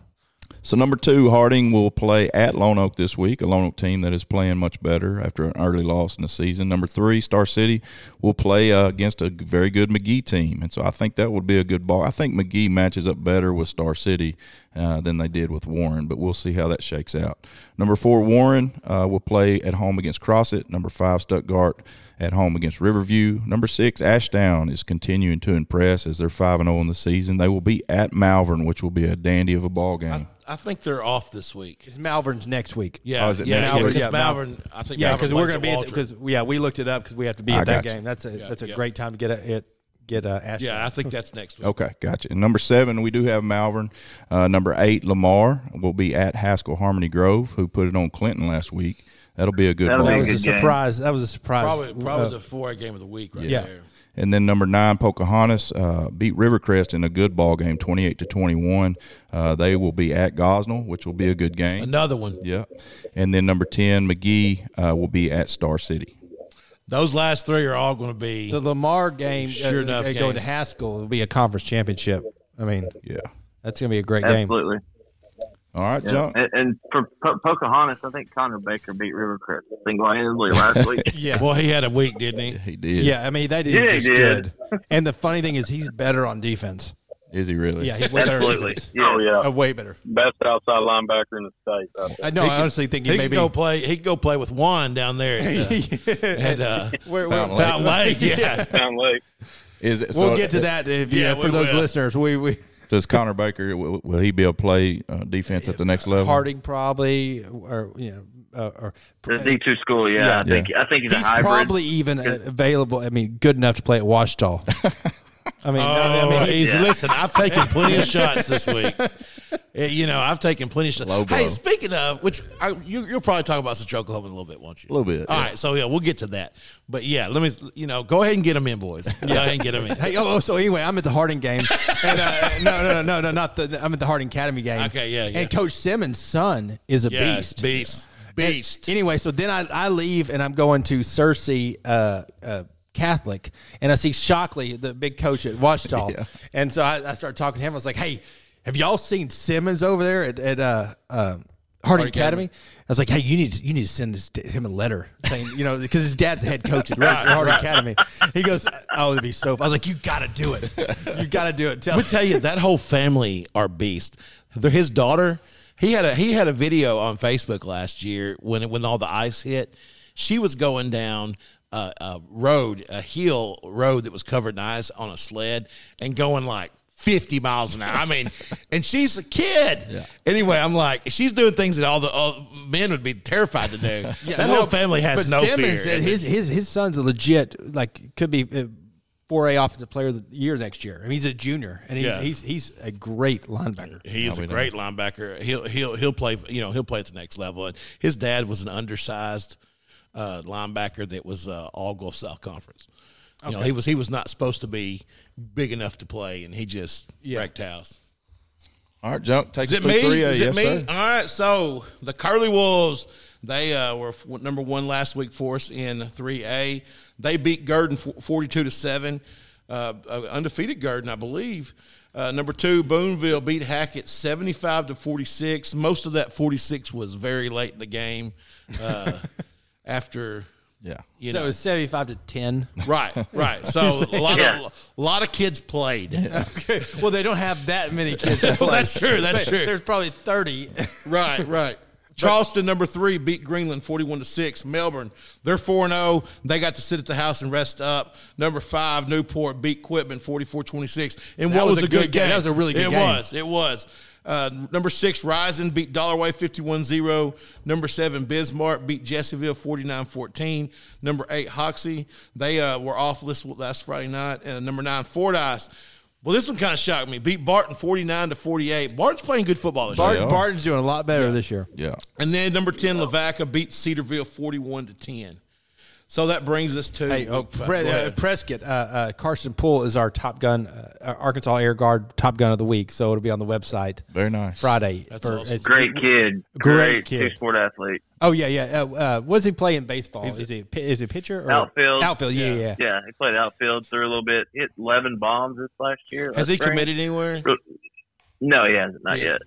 Speaker 2: So number two, Harding will play at Lone Oak this week, a Lone Oak team that is playing much better after an early loss in the season. Number three, Star City will play uh, against a very good McGee team, and so I think that would be a good ball. I think McGee matches up better with Star City uh, than they did with Warren, but we'll see how that shakes out. Number four, Warren uh, will play at home against Crossit. Number five, Stuttgart at home against Riverview. Number six, Ashdown is continuing to impress as they're five and zero in the season. They will be at Malvern, which will be a dandy of a ball game.
Speaker 1: I think they're off this week.
Speaker 3: it's Malvern's next week,
Speaker 1: Yeah,
Speaker 2: Oh, is it
Speaker 1: yeah,
Speaker 2: next
Speaker 1: yeah,
Speaker 2: week?
Speaker 1: because
Speaker 3: Yeah,
Speaker 1: Malvern, I think
Speaker 3: yeah,
Speaker 1: Malvern
Speaker 3: because we're
Speaker 1: plays
Speaker 3: gonna be
Speaker 1: at
Speaker 3: at
Speaker 1: Waltrip.
Speaker 3: because yeah, we looked it up because we have to be at
Speaker 2: I
Speaker 3: that
Speaker 2: got you.
Speaker 3: game. That's a that's a
Speaker 1: yeah.
Speaker 3: great time to get a it get uh, a Ashton.
Speaker 1: yeah, I think that's next week.
Speaker 2: Okay, gotcha. And number seven, we do have Malvern. Uh, number eight, Lamar will be at Haskell Harmony Grove, who put it on Clinton last week. That'll be a good
Speaker 4: That'll
Speaker 2: ball.
Speaker 4: be
Speaker 3: That was
Speaker 4: good
Speaker 3: a
Speaker 4: game.
Speaker 3: surprise. That was a surprise.
Speaker 1: Probably, probably
Speaker 3: Uh,
Speaker 1: the four game of the week right
Speaker 3: Yeah.
Speaker 1: there.
Speaker 2: And then number nine, Pocahontas uh, beat Rivercrest in a good ball game, twenty-eight to twenty-one. Uh, they will be at Gosnell, which will be a good game.
Speaker 1: Another one.
Speaker 2: Yeah. And then number ten, McGee uh, will be at Star City.
Speaker 1: Those last three are all going to be.
Speaker 3: The Lamar game,
Speaker 1: Sure
Speaker 3: uh,
Speaker 1: enough
Speaker 3: uh, going to
Speaker 1: games.
Speaker 3: Haskell will be a conference championship. I mean,
Speaker 2: Yeah.
Speaker 3: that's going to be a great game.
Speaker 4: Absolutely.
Speaker 2: All right,
Speaker 4: Yeah.
Speaker 2: John.
Speaker 4: And, and for po- Pocahontas, I think Connor Baker beat Rivercrest single handedly last week.
Speaker 3: Yeah.
Speaker 1: Boy, he had a week, didn't he?
Speaker 2: He did.
Speaker 3: yeah, I mean they did
Speaker 4: Yeah, he
Speaker 3: just
Speaker 4: did. <laughs>
Speaker 3: good. And the funny thing is, he's better on defense.
Speaker 2: Is he really?
Speaker 3: Yeah, he's way better. On
Speaker 4: Absolutely.
Speaker 3: defense.
Speaker 5: Oh
Speaker 4: Yeah.
Speaker 5: yeah,
Speaker 3: Uh, way better.
Speaker 5: best outside linebacker in the state. I think.
Speaker 3: I know. I honestly think he,
Speaker 1: He
Speaker 3: may
Speaker 1: could
Speaker 3: be. uh,
Speaker 1: go play. He could go play with Juan down there at, uh, <laughs>
Speaker 3: <laughs>
Speaker 1: at uh,
Speaker 3: We're- we're-
Speaker 2: Fountain Lake.
Speaker 1: Fountain Lake.
Speaker 3: <laughs>
Speaker 1: Yeah,
Speaker 5: Sound like
Speaker 2: Is it,
Speaker 3: we'll
Speaker 2: so-
Speaker 3: get to that uh, if,
Speaker 1: Yeah,
Speaker 3: yeah,
Speaker 1: we
Speaker 3: for those
Speaker 1: will.
Speaker 3: listeners. We we
Speaker 2: Does Connor Baker will, will he be able to play uh, defense at the next
Speaker 4: Um,
Speaker 2: level?
Speaker 3: Harding probably or you know uh, or
Speaker 4: The D two school, yeah, I think I think he's,
Speaker 3: he's
Speaker 4: a hybrid.
Speaker 3: probably even uh, available. I mean, good enough to play at Washita. <laughs> I mean, I mean,
Speaker 1: Oh,
Speaker 3: he-
Speaker 1: he's, listen, I've taken plenty of shots this
Speaker 2: <laughs>
Speaker 1: week. Eh, You know, I've taken plenty of shots.
Speaker 2: Low blow.
Speaker 1: Hey, speaking of which, I, you, you'll probably talk about Central Oklahoma in a little bit, won't you?
Speaker 2: A little bit,
Speaker 1: All right,
Speaker 2: yeah.
Speaker 1: so yeah, we'll get to that. But yeah, let me. You know, go ahead and get them in, boys. Go ahead and get them in.
Speaker 3: Hey, oh, oh, so anyway, I'm at the Harding <laughs> game. And, uh, no, no, no, no, no, not the. I'm at the Harding Academy game.
Speaker 1: Okay, yeah, yeah.
Speaker 3: And Coach Simmons' son is a
Speaker 1: yes,
Speaker 3: beast.
Speaker 1: beast, beast.
Speaker 3: Anyway, so then I, I leave and I'm going to Cersei uh, uh, Catholic, and I see Shockley, the big coach at <laughs> Washita,
Speaker 2: Yeah.
Speaker 3: and so I, I started talking to him. I was like, "Hey, have y'all seen Simmons over there at, at uh, uh, Harding Academy? I was like, "Hey, you need to, you need to send this, him a letter saying you know because his dad's the head <laughs> coach at Harding Academy." He goes, "Oh, it'd be so." Fun. I was like, "You got to do it. You got to do it." Tell
Speaker 1: I'm gonna tell you that whole family are beast. They're his daughter. He had a he had a video on Facebook last year when when all the ice hit. She was going down a, a road, a hill road that was covered in ice on a sled, and going like. 50 miles an hour. I
Speaker 3: <laughs>
Speaker 1: mean, and she's a kid. Anyway, I'm like, she's doing things that all the all men would be terrified to do. that
Speaker 3: no,
Speaker 1: whole family has
Speaker 3: but
Speaker 1: no
Speaker 3: Simmons
Speaker 1: fear.
Speaker 3: said his his his son's a legit like could be a four A offensive player of the year next year. I mean, he's a junior and he's
Speaker 1: Yeah.
Speaker 3: he's, he's a great linebacker.
Speaker 1: He is a great linebacker. He'll he'll he'll play. You know, he'll play at the next level. And his dad was an undersized uh, linebacker that was uh, all Gulf South Conference. You know, he was he was not supposed to be big enough to play, and he just wrecked house.
Speaker 2: All right, Junk takes
Speaker 1: Is it
Speaker 2: us to
Speaker 1: me?
Speaker 2: three A.
Speaker 1: Is
Speaker 2: yes,
Speaker 1: it me? Uh,
Speaker 2: sir.
Speaker 1: All right. So the Curly Wolves, they uh, were f- number one last week for us in three A. They beat Gurdon f- forty-two to seven, uh, uh, undefeated Gurdon, I believe. Uh, number two, Boonville beat Hackett seventy-five to forty-six. Most of that forty-six was very late in the game. Uh, <laughs> after
Speaker 2: Yeah.
Speaker 1: you
Speaker 3: So
Speaker 1: know,
Speaker 3: it's seventy five to ten.
Speaker 1: right, right. So a lot of
Speaker 4: Yeah.
Speaker 1: a lot of kids played.
Speaker 3: <laughs> well, <laughs> they don't have that many kids.
Speaker 1: well, that's true. That's true.
Speaker 3: <laughs> There's probably thirty.
Speaker 1: Right, right. <laughs> Charleston number three beat Greenland forty-one to six. Melbourne they're four and zero. They got to sit at the house and rest up. Number five Newport beat Quitman 44-26. And what
Speaker 7: was
Speaker 1: was,
Speaker 7: a
Speaker 1: a good,
Speaker 7: good game.
Speaker 1: game?
Speaker 7: That was a really good
Speaker 1: it
Speaker 7: game.
Speaker 1: was. It was. Uh, number six, Rising beat Dollarway 51-0. Number seven, Bismarck beat Jesseville 49-14. Number eight, Hoxie. They uh, were off this last Friday night. And number nine, Fordyce. Well, this one kind of shocked me. Beat Barton 49 to 48. Barton's playing good football this year.
Speaker 7: Barton,
Speaker 2: are.
Speaker 7: Barton's doing a lot better this year.
Speaker 2: Yeah.
Speaker 1: And then number 10, Lavaca beats Cedarville 41 to 10. So that brings us to.
Speaker 3: Hey, oh,
Speaker 1: Go
Speaker 3: Pre- uh,
Speaker 1: ahead.
Speaker 3: Prescott, uh, uh, Carson Poole is our top gun, uh, Arkansas Air Guard top gun of the week. So it'll be on the website
Speaker 2: Very nice.
Speaker 3: Friday.
Speaker 1: That's awesome.
Speaker 3: it's-
Speaker 4: Great kid.
Speaker 3: Great
Speaker 4: Great,
Speaker 3: kid.
Speaker 4: two sport athlete.
Speaker 3: Oh yeah, yeah. Uh, uh, what does he play in baseball? Is he pi- is he pitcher or
Speaker 4: Outfield.
Speaker 3: Outfield, yeah, yeah.
Speaker 4: Yeah, he played outfield, threw a little bit, hit 11 bombs this last year.
Speaker 1: Has
Speaker 4: last
Speaker 1: he
Speaker 4: spring.
Speaker 1: committed anywhere?
Speaker 4: No, he hasn't. Not
Speaker 1: Yeah.
Speaker 4: yet.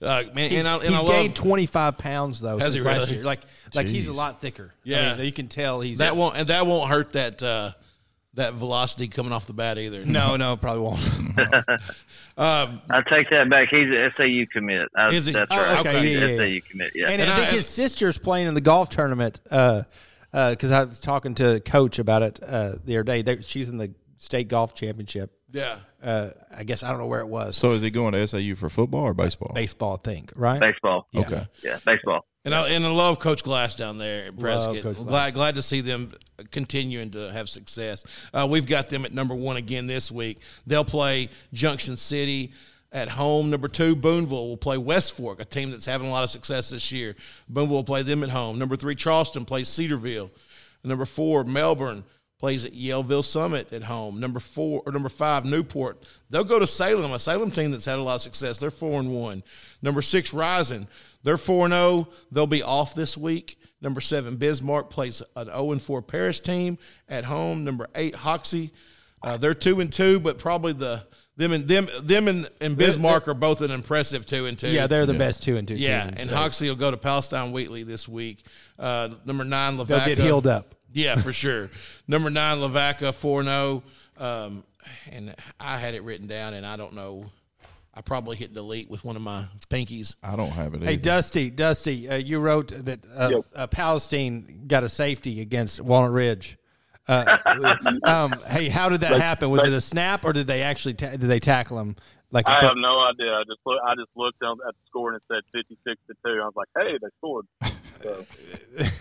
Speaker 1: Uh, man,
Speaker 3: He's,
Speaker 1: and I, and
Speaker 3: he's
Speaker 1: I love
Speaker 3: gained twenty five pounds though.
Speaker 1: Has
Speaker 3: since
Speaker 1: he
Speaker 3: Last
Speaker 1: really?
Speaker 3: year. Like like he's a
Speaker 2: Jeez.
Speaker 3: lot thicker. I
Speaker 1: Yeah.
Speaker 3: mean, you can tell he's
Speaker 1: that won't and that won't hurt that uh, that velocity coming off the bat either.
Speaker 7: No, no, probably won't.
Speaker 1: Um,
Speaker 4: I take that back. He's an SAU commit. I,
Speaker 1: Is he?
Speaker 4: That's
Speaker 1: Oh,
Speaker 4: right.
Speaker 3: okay,
Speaker 4: He's
Speaker 3: yeah,
Speaker 4: an
Speaker 3: yeah, yeah.
Speaker 4: SAU commit. Yeah.
Speaker 3: And,
Speaker 1: And
Speaker 3: I think
Speaker 1: I-
Speaker 3: his sister's playing in the golf tournament. Because uh, 'cause I was talking to Coach about it uh, the other day. They, she's in the state golf championship.
Speaker 1: yeah,
Speaker 3: Uh, I guess I don't know where it was.
Speaker 2: So is he going to SAU for football or baseball?
Speaker 3: baseball, I think. Right?
Speaker 4: baseball.
Speaker 2: Okay.
Speaker 4: Yeah, baseball.
Speaker 1: and I and I love Coach Glass down there at Prescott.
Speaker 3: Coach Glass.
Speaker 1: Glad glad to see them continuing to have success. Uh, we've got them at number one again this week. They'll play Junction City. At home, number two, Boonville will play West Fork, a team that's having a lot of success this year. Boonville will play them at home. Number three, Charleston plays Cedarville. Number four, Melbourne plays at Yellville Summit at home. Number four or number five, Newport. They'll go to Salem, a Salem team that's had a lot of success. They're four and one. Number six, Rising. They're four and zero. They'll be off this week. Number seven, Bismarck plays an zero and four Paris team at home. Number eight, Hoxie. Uh, they're two and two, but probably the them and them them and, and Bismarck are both an impressive two and two.
Speaker 3: Yeah, they're the best two and two.
Speaker 1: yeah.
Speaker 3: teams.
Speaker 1: And
Speaker 3: So
Speaker 1: Hoxie will go to Palestine Wheatley this week. Uh, number nine, Lavaca.
Speaker 3: they'll get healed up.
Speaker 1: Yeah, for sure. <laughs> Number nine, Lavaca, 4 0. Um, and I had it written down, and I don't know. I probably hit delete with one of my pinkies.
Speaker 2: I don't have it.
Speaker 3: Hey,
Speaker 2: either.
Speaker 3: Dusty, Dusty, uh, you wrote that uh,
Speaker 5: Yep.
Speaker 3: uh, Palestine got a safety against Walnut Ridge. Uh,
Speaker 5: <laughs>
Speaker 3: um, hey, how did that happen? Was it a snap, or did they actually ta- did they tackle him? Like a
Speaker 5: I
Speaker 3: fo-
Speaker 5: have no idea. I just look, I just looked up at the score and it said fifty six to two. I was like, hey, they scored.
Speaker 1: <laughs>
Speaker 5: So, it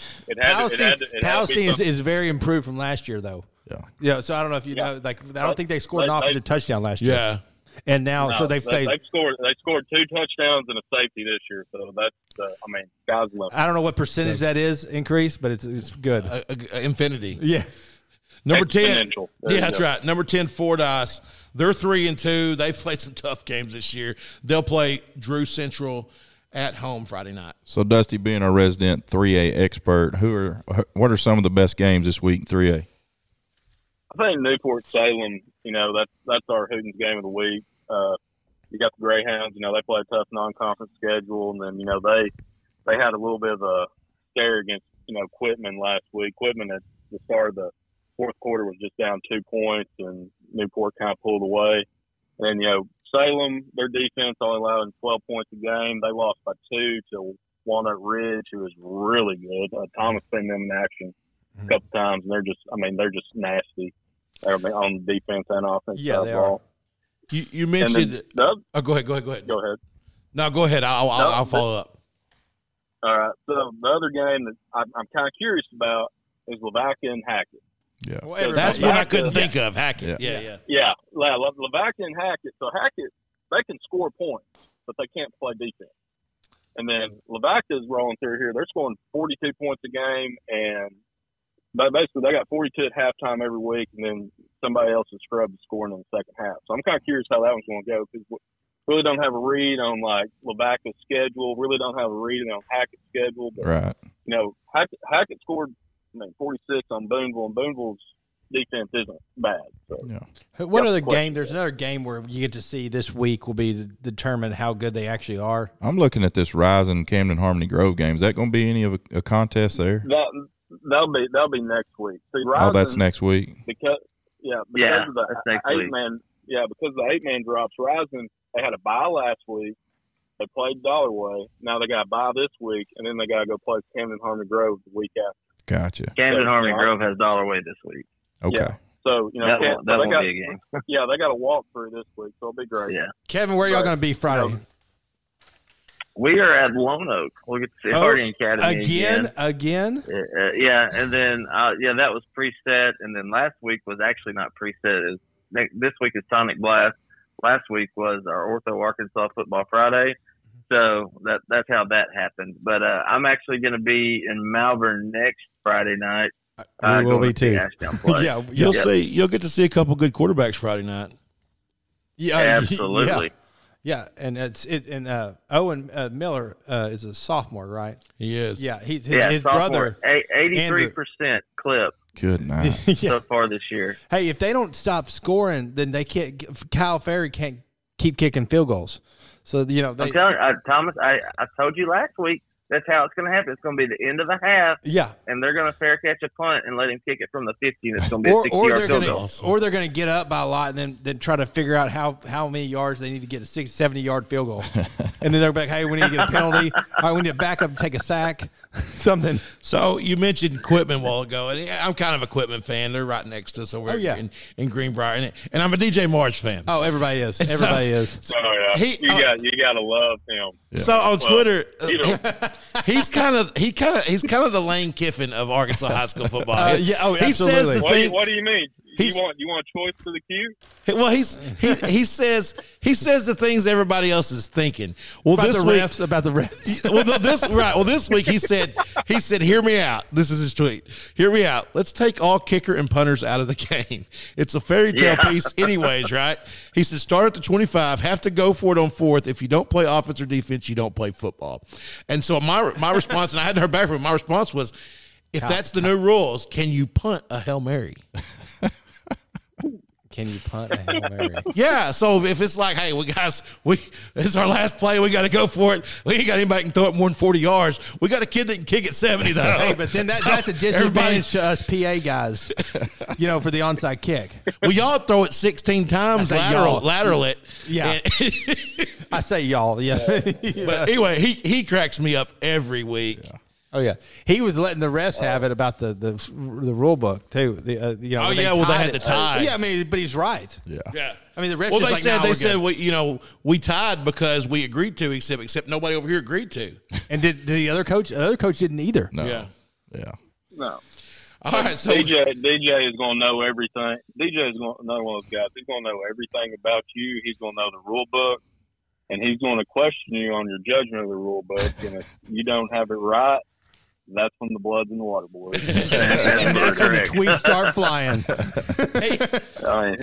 Speaker 5: had to- it
Speaker 3: Palestine,
Speaker 5: had to- it had to be
Speaker 3: Palestine is,
Speaker 5: something.
Speaker 3: is very improved from last year, though.
Speaker 2: Yeah.
Speaker 3: Yeah, so I don't know if you
Speaker 5: Yeah.
Speaker 3: know, like I don't
Speaker 5: They-
Speaker 3: think they scored an
Speaker 5: they-
Speaker 3: offensive
Speaker 5: they-
Speaker 3: touchdown last year. and now so
Speaker 5: No,
Speaker 3: they've
Speaker 5: they,
Speaker 3: played.
Speaker 5: they've scored they scored two touchdowns and a safety this year. So that's uh, I mean, guys love. it.
Speaker 3: I don't know what percentage that is increase, but it's it's good.
Speaker 1: Uh, uh, infinity.
Speaker 3: yeah,
Speaker 1: Number 10.
Speaker 5: Exponential. There
Speaker 1: Yeah,
Speaker 5: you
Speaker 1: that's
Speaker 5: go.
Speaker 1: right. Number 10, Fordyce. They're 3 and 2. They've played some tough games this year. They'll play Drew Central at home Friday night.
Speaker 2: So Dusty, being our resident 3A expert, who are what are some of the best games this week in 3A?
Speaker 5: I think Newport Salem, you know, that's that's our Hootens game of the week. Uh, you got the Greyhounds, you know, they play a tough non-conference schedule, and then you know they they had a little bit of a scare against you know Quitman last week. Quitman at the start of the fourth quarter was just down two points, and Newport kind of pulled away. And then you know Salem, their defense only allowed 12 points a game. They lost by two to Walnut Ridge, who was really good. Uh, Thomas seen them in action a
Speaker 3: Mm-hmm.
Speaker 5: couple times, and they're just I mean they're just nasty. I mean, on defense and offense.
Speaker 3: Yeah,
Speaker 5: side
Speaker 3: they
Speaker 5: of the ball.
Speaker 1: You, you
Speaker 5: And
Speaker 1: mentioned.
Speaker 5: then, the other-
Speaker 1: oh, go ahead. Go ahead. Go ahead.
Speaker 5: go ahead.
Speaker 1: No, go ahead. I'll, I'll,
Speaker 5: No,
Speaker 1: I'll follow up.
Speaker 5: All right. So the other game that I'm, I'm kind of curious about is Lavaca and Hackett.
Speaker 2: Yeah.
Speaker 3: Well, everybody-
Speaker 1: That's one I couldn't
Speaker 5: Yeah.
Speaker 1: think of. Hackett. Yeah, yeah.
Speaker 5: Yeah, La- La- Lavaca and Hackett. So Hackett, they can score points, but they can't play defense. And then Lavaca's rolling through here. They're scoring 42 points a game, and ba- basically they got 42 at halftime every week, and then somebody else is scrubbed and scoring in the second half. So I'm kind of curious how that one's going to go because really don't have a read on like Lavaca's schedule. Really don't have a read on Hackett's schedule. But
Speaker 2: Right.
Speaker 5: you know, Hackett, Hackett scored I mean, 46 on Boonville, and Boonville's defense isn't bad. So
Speaker 2: Yeah.
Speaker 3: What
Speaker 5: Yeah,
Speaker 3: other
Speaker 5: of course.
Speaker 3: game? There's another game where you get to see this week will be to determine how good they actually are.
Speaker 2: I'm looking at this Rising Camden Harmony Grove game. Is that going to be any of a, a contest there?
Speaker 5: that that'll be that'll be next week. See,
Speaker 2: Oh, that's
Speaker 5: Rising-
Speaker 2: next week.
Speaker 5: because yeah, because
Speaker 4: Yeah,
Speaker 5: of the
Speaker 4: that's next
Speaker 5: eight
Speaker 4: week.
Speaker 5: man, yeah, because the eight man drops. Rising, they had a bye last week, They played Dollarway. Now they got to buy this week, and then they got to go play Camden Harmon Grove the week after.
Speaker 2: Gotcha.
Speaker 4: Camden
Speaker 5: Yeah.
Speaker 4: Harmon Grove has dollar way this week.
Speaker 2: Okay.
Speaker 5: Yeah. So you know
Speaker 4: that
Speaker 5: Cam-
Speaker 4: won't, that
Speaker 5: they
Speaker 4: won't
Speaker 5: got,
Speaker 4: be a game.
Speaker 5: yeah, they got to walk through this week, so it'll be great.
Speaker 4: Yeah.
Speaker 3: Kevin, where y'all
Speaker 5: Right.
Speaker 3: going to be Friday?
Speaker 4: We are at Lone Oak. Look at the
Speaker 3: Oh,
Speaker 4: Guardian Academy
Speaker 3: Again, again.
Speaker 4: Uh, uh, yeah, and then uh, yeah, that was preset, and then last week was actually not preset. Is this week is Sonic Blast. Last week was our Ortho Arkansas Football Friday, so that that's how that happened. But uh, I'm actually going to be in Malvern next Friday night.
Speaker 3: Uh, we will
Speaker 4: going
Speaker 3: be
Speaker 4: to see
Speaker 3: too.
Speaker 4: Ashdown
Speaker 3: <laughs>
Speaker 4: play.
Speaker 3: yeah,
Speaker 4: Yep.
Speaker 3: yeah,
Speaker 8: You'll see. You'll get to see a couple good quarterbacks Friday night.
Speaker 3: yeah,
Speaker 4: absolutely.
Speaker 3: Yeah, yeah. and it's it, and uh, Owen uh, Miller uh, is a sophomore, right?
Speaker 8: He is.
Speaker 3: Yeah, he's his,
Speaker 4: Yeah,
Speaker 3: his
Speaker 4: sophomore,
Speaker 3: brother.
Speaker 4: eight- 83% clip
Speaker 2: Good night.
Speaker 1: <laughs>
Speaker 3: yeah.
Speaker 4: so far this year.
Speaker 3: Hey, if they don't stop scoring, then they can't. Kyle Ferry can't keep kicking field goals. So you know
Speaker 4: I'm
Speaker 3: they.
Speaker 4: telling you, uh, Thomas, I, I told you last week that's how it's going to happen. It's going to be the end of the half.
Speaker 3: Yeah,
Speaker 4: and they're going to fair catch a punt and let him kick it from the 50, and it's going to be a
Speaker 3: or,
Speaker 4: 60
Speaker 3: or
Speaker 4: yard
Speaker 3: they're
Speaker 4: field
Speaker 3: gonna
Speaker 4: goal.
Speaker 3: or they're gonna get up by a lot and then then try to figure out how how many yards they need to get a six seventy yard field
Speaker 1: <laughs>
Speaker 3: goal, and then they're like, hey, we need to get a penalty. All right, we need to back up and take a sack, <laughs> something.
Speaker 1: So you mentioned equipment a while ago, and yeah, I'm kind of an equipment fan. They're right next to us over
Speaker 3: Oh, yeah.
Speaker 1: in, in Greenbrier, and, and I'm a DJ March fan.
Speaker 3: Oh, everybody is.
Speaker 1: It's, uh,
Speaker 3: Everybody is.
Speaker 5: So, yeah,
Speaker 1: He-
Speaker 5: you
Speaker 1: uh,
Speaker 5: got you got to love him.
Speaker 2: Yeah.
Speaker 1: So on
Speaker 5: Well,
Speaker 1: Twitter, uh,
Speaker 5: you know.
Speaker 1: he's kind of he kind of he's kind of the Lane Kiffin of Arkansas high school football.
Speaker 3: <laughs> Uh, yeah, oh,
Speaker 1: he says the
Speaker 3: absolutely.
Speaker 5: What do, you,
Speaker 1: thing.
Speaker 5: what do you mean? You
Speaker 1: He's-
Speaker 5: want you want choice for the queue?
Speaker 1: Well, he's he, he says he says the things everybody else is thinking. Well,
Speaker 3: About
Speaker 1: this
Speaker 3: the
Speaker 1: week,
Speaker 3: refs, about
Speaker 1: <laughs>
Speaker 3: the refs.
Speaker 1: well, th- this right. Well, this week he said he said, "Hear me out." This is his tweet. Hear me out. Let's take all kicker and punters out of the <laughs> game. It's a fairy tale
Speaker 4: Yeah.
Speaker 1: piece, anyways, right? He said, "Start at the twenty-five. Have to go for it on fourth. If you don't play offense or defense, you don't play football." And so my my response, and I hadn't heard back from him. My response was, "If that's the new rules, can you punt a hail mary?"
Speaker 3: Can you punt? a Hail Mary?
Speaker 1: Yeah. So if it's like, hey, we guys, we it's our last play, we got to go for it. We ain't got anybody can throw it more than forty yards. We got a kid that can kick it seventy though.
Speaker 3: <laughs> Hey, but then that,
Speaker 1: So
Speaker 3: that's a
Speaker 1: everybody-
Speaker 3: disadvantage to us PA guys, you know, for the onside kick.
Speaker 1: Well, y'all throw it sixteen times
Speaker 3: I say
Speaker 1: lateral,
Speaker 3: y'all.
Speaker 1: lateral it.
Speaker 3: Yeah.
Speaker 1: And- <laughs>
Speaker 3: I say y'all, yeah.
Speaker 1: but anyway, he he cracks me up every week.
Speaker 3: Oh yeah, he was letting the refs have it about the the, the rule book too. The uh, you know,
Speaker 1: Oh,
Speaker 3: when they
Speaker 1: yeah, well, they
Speaker 3: tied
Speaker 1: had
Speaker 3: it.
Speaker 1: to tie.
Speaker 3: yeah, I mean, but he's right.
Speaker 2: Yeah.
Speaker 1: Yeah.
Speaker 3: I mean, the refs.
Speaker 1: Well,
Speaker 3: just
Speaker 1: they
Speaker 3: like,
Speaker 1: said
Speaker 3: "Nah,
Speaker 1: they
Speaker 3: we're
Speaker 1: said
Speaker 3: good."
Speaker 1: we you know we tied because we agreed to except except nobody over here agreed to.
Speaker 3: And did, did the other coach? The other coach didn't either.
Speaker 2: No.
Speaker 1: Yeah.
Speaker 2: Yeah.
Speaker 5: No.
Speaker 1: All right, so
Speaker 5: DJ DJ is gonna know everything. DJ is gonna know one of those guys. He's gonna know everything about you. He's gonna know the rule book, and he's gonna question you on your judgment of the rule book. And if you don't have it right, that's when the blood's in the water, boys.
Speaker 3: And that's when the
Speaker 4: Correct.
Speaker 3: tweets
Speaker 2: <laughs>
Speaker 3: start flying.
Speaker 5: I mean,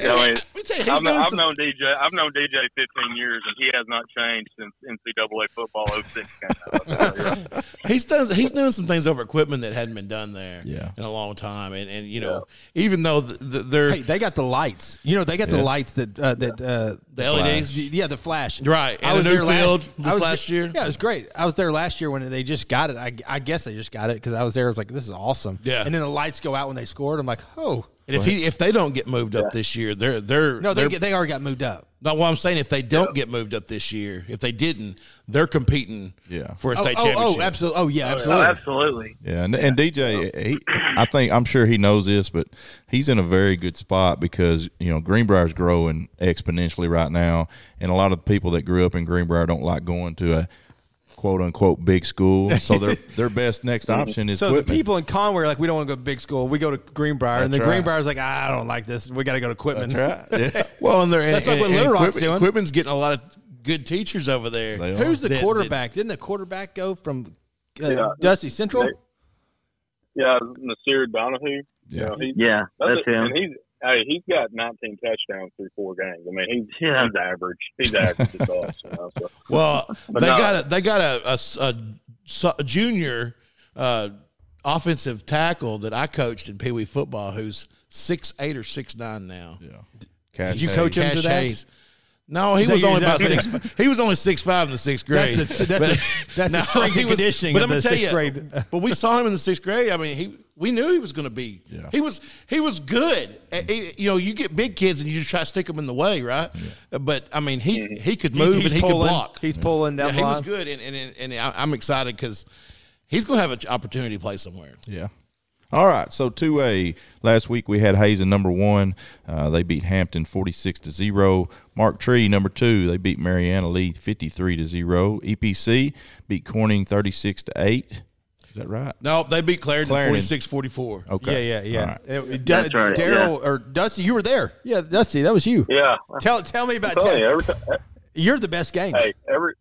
Speaker 5: I mean,
Speaker 1: let me tell you, he's
Speaker 5: I've,
Speaker 1: doing
Speaker 5: I've
Speaker 1: some-
Speaker 5: known DJ. I've known DJ 15 years, and he has not changed since NCAA football 06 came out. So, yeah.
Speaker 1: He's done. He's doing some things over equipment that hadn't been done there
Speaker 2: Yeah.
Speaker 1: in a long time, and and you know, even though the, the, they're
Speaker 3: hey, they got the lights. You know, they got the
Speaker 2: Yeah.
Speaker 3: lights that uh, that uh,
Speaker 1: the LEDs,
Speaker 3: Yeah, the flash.
Speaker 1: Right, and a new field this
Speaker 3: I was-
Speaker 1: last year.
Speaker 3: Yeah, it was great. I was there last year when they just got it. I, I guess they just got it because I was there. I was like, this is awesome.
Speaker 1: Yeah.
Speaker 3: And then the lights go out when they scored. I'm like, oh
Speaker 1: and if he if they don't get moved up this year, they're they're
Speaker 3: no, they
Speaker 1: they're-
Speaker 3: get, they already got moved up.
Speaker 1: no. What I'm saying, if they don't get moved up this year, if they didn't, they're competing
Speaker 2: Yeah.
Speaker 1: for a
Speaker 3: Oh,
Speaker 1: state
Speaker 3: oh,
Speaker 1: championship.
Speaker 3: oh, absolutely. Oh yeah,
Speaker 4: Oh,
Speaker 3: absolutely.
Speaker 4: absolutely.
Speaker 2: Yeah, and, and DJ, he, I think I'm sure he knows this, but he's in a very good spot because you know Greenbrier's growing exponentially right now, and a lot of the people that grew up in Greenbrier don't like going to a quote unquote big school, so
Speaker 3: <laughs>
Speaker 2: their their best next option is
Speaker 3: So the
Speaker 2: Quitman.
Speaker 3: people in Conway are like, we don't want to go to big school. We go to Greenbrier, and the
Speaker 2: That's right.
Speaker 3: Greenbrier's like, I don't like this. We got to go to Quitman. <laughs>
Speaker 2: That's right. Yeah.
Speaker 1: Well, and they're
Speaker 3: That's
Speaker 1: and,
Speaker 3: like what
Speaker 1: and
Speaker 3: Little Rock's
Speaker 1: Quip-
Speaker 3: doing.
Speaker 1: Quipman's getting a lot of good teachers over there.
Speaker 2: They are.
Speaker 3: Who's the
Speaker 1: That- that-
Speaker 3: quarterback? Didn't the quarterback go from uh,
Speaker 5: Yeah.
Speaker 3: Dusty Central?
Speaker 5: They- Yeah, Nasir Donahue.
Speaker 2: Yeah.
Speaker 5: he-
Speaker 4: Yeah, that's
Speaker 5: it.
Speaker 4: him.
Speaker 5: And he's hey, he's got 19 touchdowns through four games. I mean, he's
Speaker 4: Yeah.
Speaker 5: he's average. He's average at best. You know, so.
Speaker 2: <laughs>
Speaker 1: Well,
Speaker 5: But
Speaker 1: they
Speaker 5: no.
Speaker 1: got a they got a, a s- a s- a junior uh, offensive tackle that I coached in Pee Wee football, who's six eight or six nine now.
Speaker 2: yeah. Cash
Speaker 3: Did you
Speaker 2: Hayes.
Speaker 3: coach him to
Speaker 1: Cash
Speaker 3: that?
Speaker 1: Hayes. No, he
Speaker 3: Is that
Speaker 1: was
Speaker 3: your
Speaker 1: only about
Speaker 3: exact- <laughs>
Speaker 1: six. He was only six five in the sixth grade.
Speaker 3: That's the- that's the- <laughs> that's the strength and conditioning of
Speaker 1: I'ma
Speaker 3: the
Speaker 1: tell
Speaker 3: sixth <laughs> grade.
Speaker 1: <laughs> But we saw him in the sixth grade. I mean, he we knew he was going to be.
Speaker 2: Yeah.
Speaker 1: He was he was good. Eh, eh, you know, you get big kids and you just try to stick them in the way, right? But I mean, he
Speaker 5: Mm-hmm.
Speaker 1: he could move and he
Speaker 3: pulling,
Speaker 1: could block.
Speaker 3: He's pulling down
Speaker 1: Yeah,
Speaker 3: the
Speaker 1: he
Speaker 3: line.
Speaker 1: was good, and and, and, and I- I'm excited because he's going to have an opportunity to play somewhere.
Speaker 2: Yeah. All right. So two A last week we had Hayes in number one. Uh, they beat Hampton forty six to zero. Mark Tree number two. They beat Mariana Lee fifty three to zero. EPC beat Corning thirty six to eight. Is that right?
Speaker 1: No, they beat Clarendon,
Speaker 2: Clarendon.
Speaker 1: 46-44.
Speaker 2: Okay.
Speaker 3: Yeah, yeah,
Speaker 2: All
Speaker 3: yeah.
Speaker 2: right.
Speaker 3: It- it-
Speaker 4: That's
Speaker 3: Da-
Speaker 4: right,
Speaker 3: Daryl or Dusty, you were there. Yeah, Dusty, that was you.
Speaker 5: Yeah,
Speaker 3: Tell tell me about.
Speaker 5: I'm telling you,
Speaker 3: Tell,
Speaker 5: every time,
Speaker 3: you're the best game.
Speaker 5: hey, every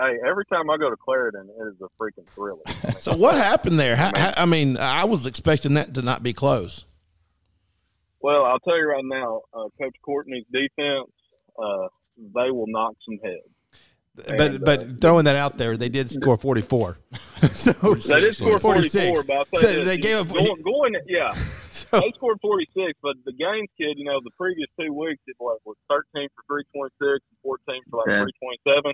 Speaker 5: hey, every time I go to Clarendon, it is a freaking thriller.
Speaker 4: <laughs>
Speaker 1: So what happened there? How, how, I mean, I was expecting that to not be close.
Speaker 5: well, I'll tell you right now, uh, Coach Courtney's defense, uh, they will knock some heads.
Speaker 3: but
Speaker 5: uh,
Speaker 3: but throwing that out there, they did score 44. <laughs> so
Speaker 5: They did score
Speaker 3: 46.
Speaker 5: 44, but I'll tell
Speaker 3: So
Speaker 5: you this,
Speaker 3: they gave up. <laughs>
Speaker 5: going, going, yeah.
Speaker 4: <laughs>
Speaker 5: They scored 46, but the Gaines kid, you know, the previous two weeks, it was, was 13 for 326 and 14 for like
Speaker 4: Yeah.
Speaker 5: 327,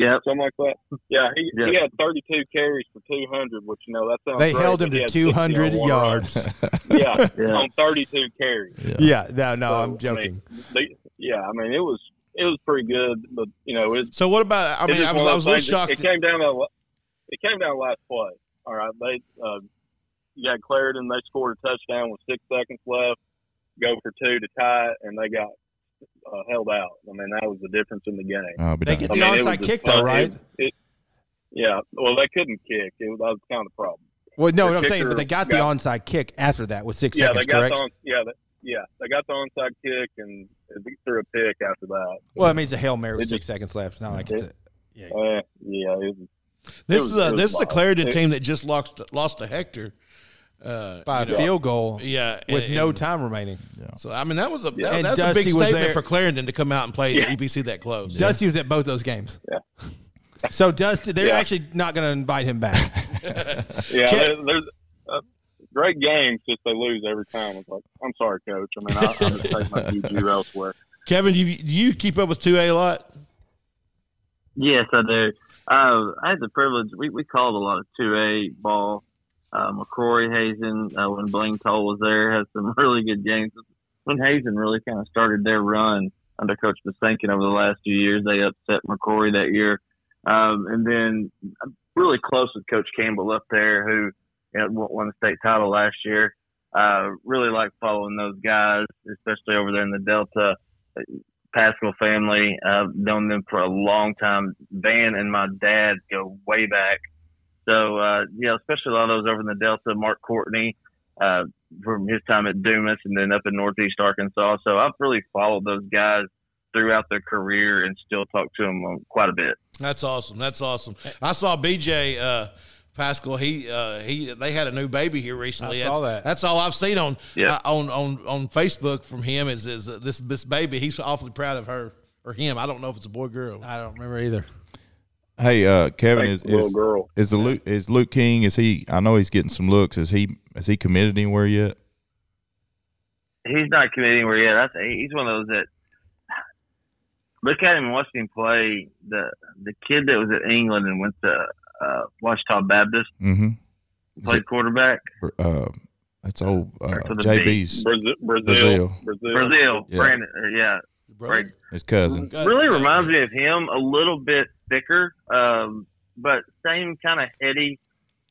Speaker 4: Yep.
Speaker 5: something like that. Yeah, he, he
Speaker 4: Yeah.
Speaker 5: had 32 carries for 200, which, you know, that sounds
Speaker 3: They
Speaker 5: great,
Speaker 3: held him
Speaker 5: but he
Speaker 3: to
Speaker 5: had 60 on
Speaker 3: 200
Speaker 5: one run.
Speaker 3: yards. <laughs>
Speaker 4: <laughs>
Speaker 5: Yeah,
Speaker 4: Yeah.
Speaker 5: on 32 carries.
Speaker 3: yeah, no, no,
Speaker 5: So,
Speaker 3: I'm joking.
Speaker 5: I mean, they, yeah, I mean, it was it was pretty good, but, you know, it,
Speaker 1: So what about? I
Speaker 5: it's
Speaker 1: mean,
Speaker 5: just
Speaker 1: I was,
Speaker 5: one
Speaker 1: I
Speaker 5: of
Speaker 1: was a
Speaker 5: those
Speaker 1: little
Speaker 5: things.
Speaker 1: shocked.
Speaker 5: It came down to it came down to last play. All right, they uh, you got Clarendon. They scored a touchdown with six seconds left. Go for two to tie it, and they got uh, held out. I mean, that was the difference in the game.
Speaker 2: I'll be
Speaker 3: They
Speaker 2: darned.
Speaker 3: get
Speaker 5: I
Speaker 3: the
Speaker 5: mean, it was
Speaker 3: onside
Speaker 5: just
Speaker 3: kick, though,
Speaker 5: fun.
Speaker 3: right?
Speaker 5: It- it- yeah. Well, they couldn't kick. It was, that was kind of the problem.
Speaker 3: Well, no,
Speaker 5: the
Speaker 3: no, I'm saying, but they got the
Speaker 5: kicker
Speaker 3: onside kick after that with six
Speaker 5: yeah,
Speaker 3: seconds,
Speaker 5: they got
Speaker 3: correct?
Speaker 5: the on, yeah, they, yeah, they got the onside kick and they threw a pick after that.
Speaker 3: well, I mean, it's a hail mary with
Speaker 5: It
Speaker 3: six seconds left. It's not like it's a, yeah.
Speaker 5: Uh, yeah, it was,
Speaker 1: this
Speaker 5: it
Speaker 1: is
Speaker 5: was-
Speaker 1: a
Speaker 5: it
Speaker 1: this is
Speaker 5: was
Speaker 1: a
Speaker 5: wild.
Speaker 1: Clarendon
Speaker 5: It-
Speaker 1: team that just lost lost to Hector. Uh,
Speaker 3: by a
Speaker 1: you know,
Speaker 3: field goal
Speaker 1: yeah,
Speaker 3: with
Speaker 1: and-
Speaker 3: no
Speaker 1: and-
Speaker 3: time remaining.
Speaker 1: So I mean, that was a that-
Speaker 3: And
Speaker 1: that's a
Speaker 3: Dusty
Speaker 1: big
Speaker 3: was
Speaker 1: statement
Speaker 3: there.
Speaker 1: for Clarendon to come out and play
Speaker 5: Yeah.
Speaker 1: EPC that close.
Speaker 3: Dusty was at both those games.
Speaker 5: Yeah.
Speaker 3: So Dusty, they're
Speaker 5: Yeah.
Speaker 3: actually not going to invite him back.
Speaker 5: Yeah,
Speaker 1: Can-
Speaker 5: there- there's uh, great games, just they lose every time. It's like, I'm sorry, coach. I mean, I, I'm just taking my juju elsewhere.
Speaker 1: Kevin, you you keep up with two A a lot.
Speaker 4: Yes, I do. Uh, I had the privilege. We, we called a lot of two A ball. Uh, McCrory Hazen uh, when Blaine Toll was there had some <laughs> really good games. When Hazen really kind of started their run under Coach Basinkin over the last few years, they upset McCrory that year, um, and then I'm really close with Coach Campbell up there, who you know, won won the state title last year. Uh, really like following those guys, especially over there in the Delta. Pascal family. I've known them for a long time. Van and my dad go way back. So, uh, you know, especially a lot of those over in the Delta, Mark Courtney, uh, from his time at Dumas and then up in Northeast Arkansas. So I've really followed those guys throughout their career and still talk to them quite a bit.
Speaker 1: That's awesome. That's awesome. I saw BJ uh, Pascal. He uh, he. They had a new baby here recently.
Speaker 3: I saw
Speaker 1: that's,
Speaker 3: that.
Speaker 1: That's all I've seen on
Speaker 4: Yeah.
Speaker 1: uh, on on on Facebook from him is is uh, this this baby. He's awfully proud of her or him. I don't know if it's a boy or girl.
Speaker 3: I don't remember either.
Speaker 2: Hey, uh, Kevin is,
Speaker 5: little
Speaker 2: is
Speaker 5: girl.
Speaker 2: is the Luke is Luke King? Is he? I know he's getting some looks. Is he? Is he committed anywhere yet?
Speaker 4: He's not committed anywhere yet. That's, he's one of those that <sighs> look at him and watch him play. The the kid that was at England and went to uh, Washita Baptist
Speaker 2: Mm-hmm.
Speaker 4: played quarterback.
Speaker 2: Uh, that's old uh,
Speaker 4: Back to the
Speaker 2: JB's
Speaker 5: Brazil, Brazil,
Speaker 2: Brazil.
Speaker 5: Brazil.
Speaker 4: Brazil,
Speaker 2: Yeah.
Speaker 4: Brandon, uh, yeah, Right. <laughs>
Speaker 2: his cousin.
Speaker 4: really reminds me of him a little bit thicker, um, but same kind of heady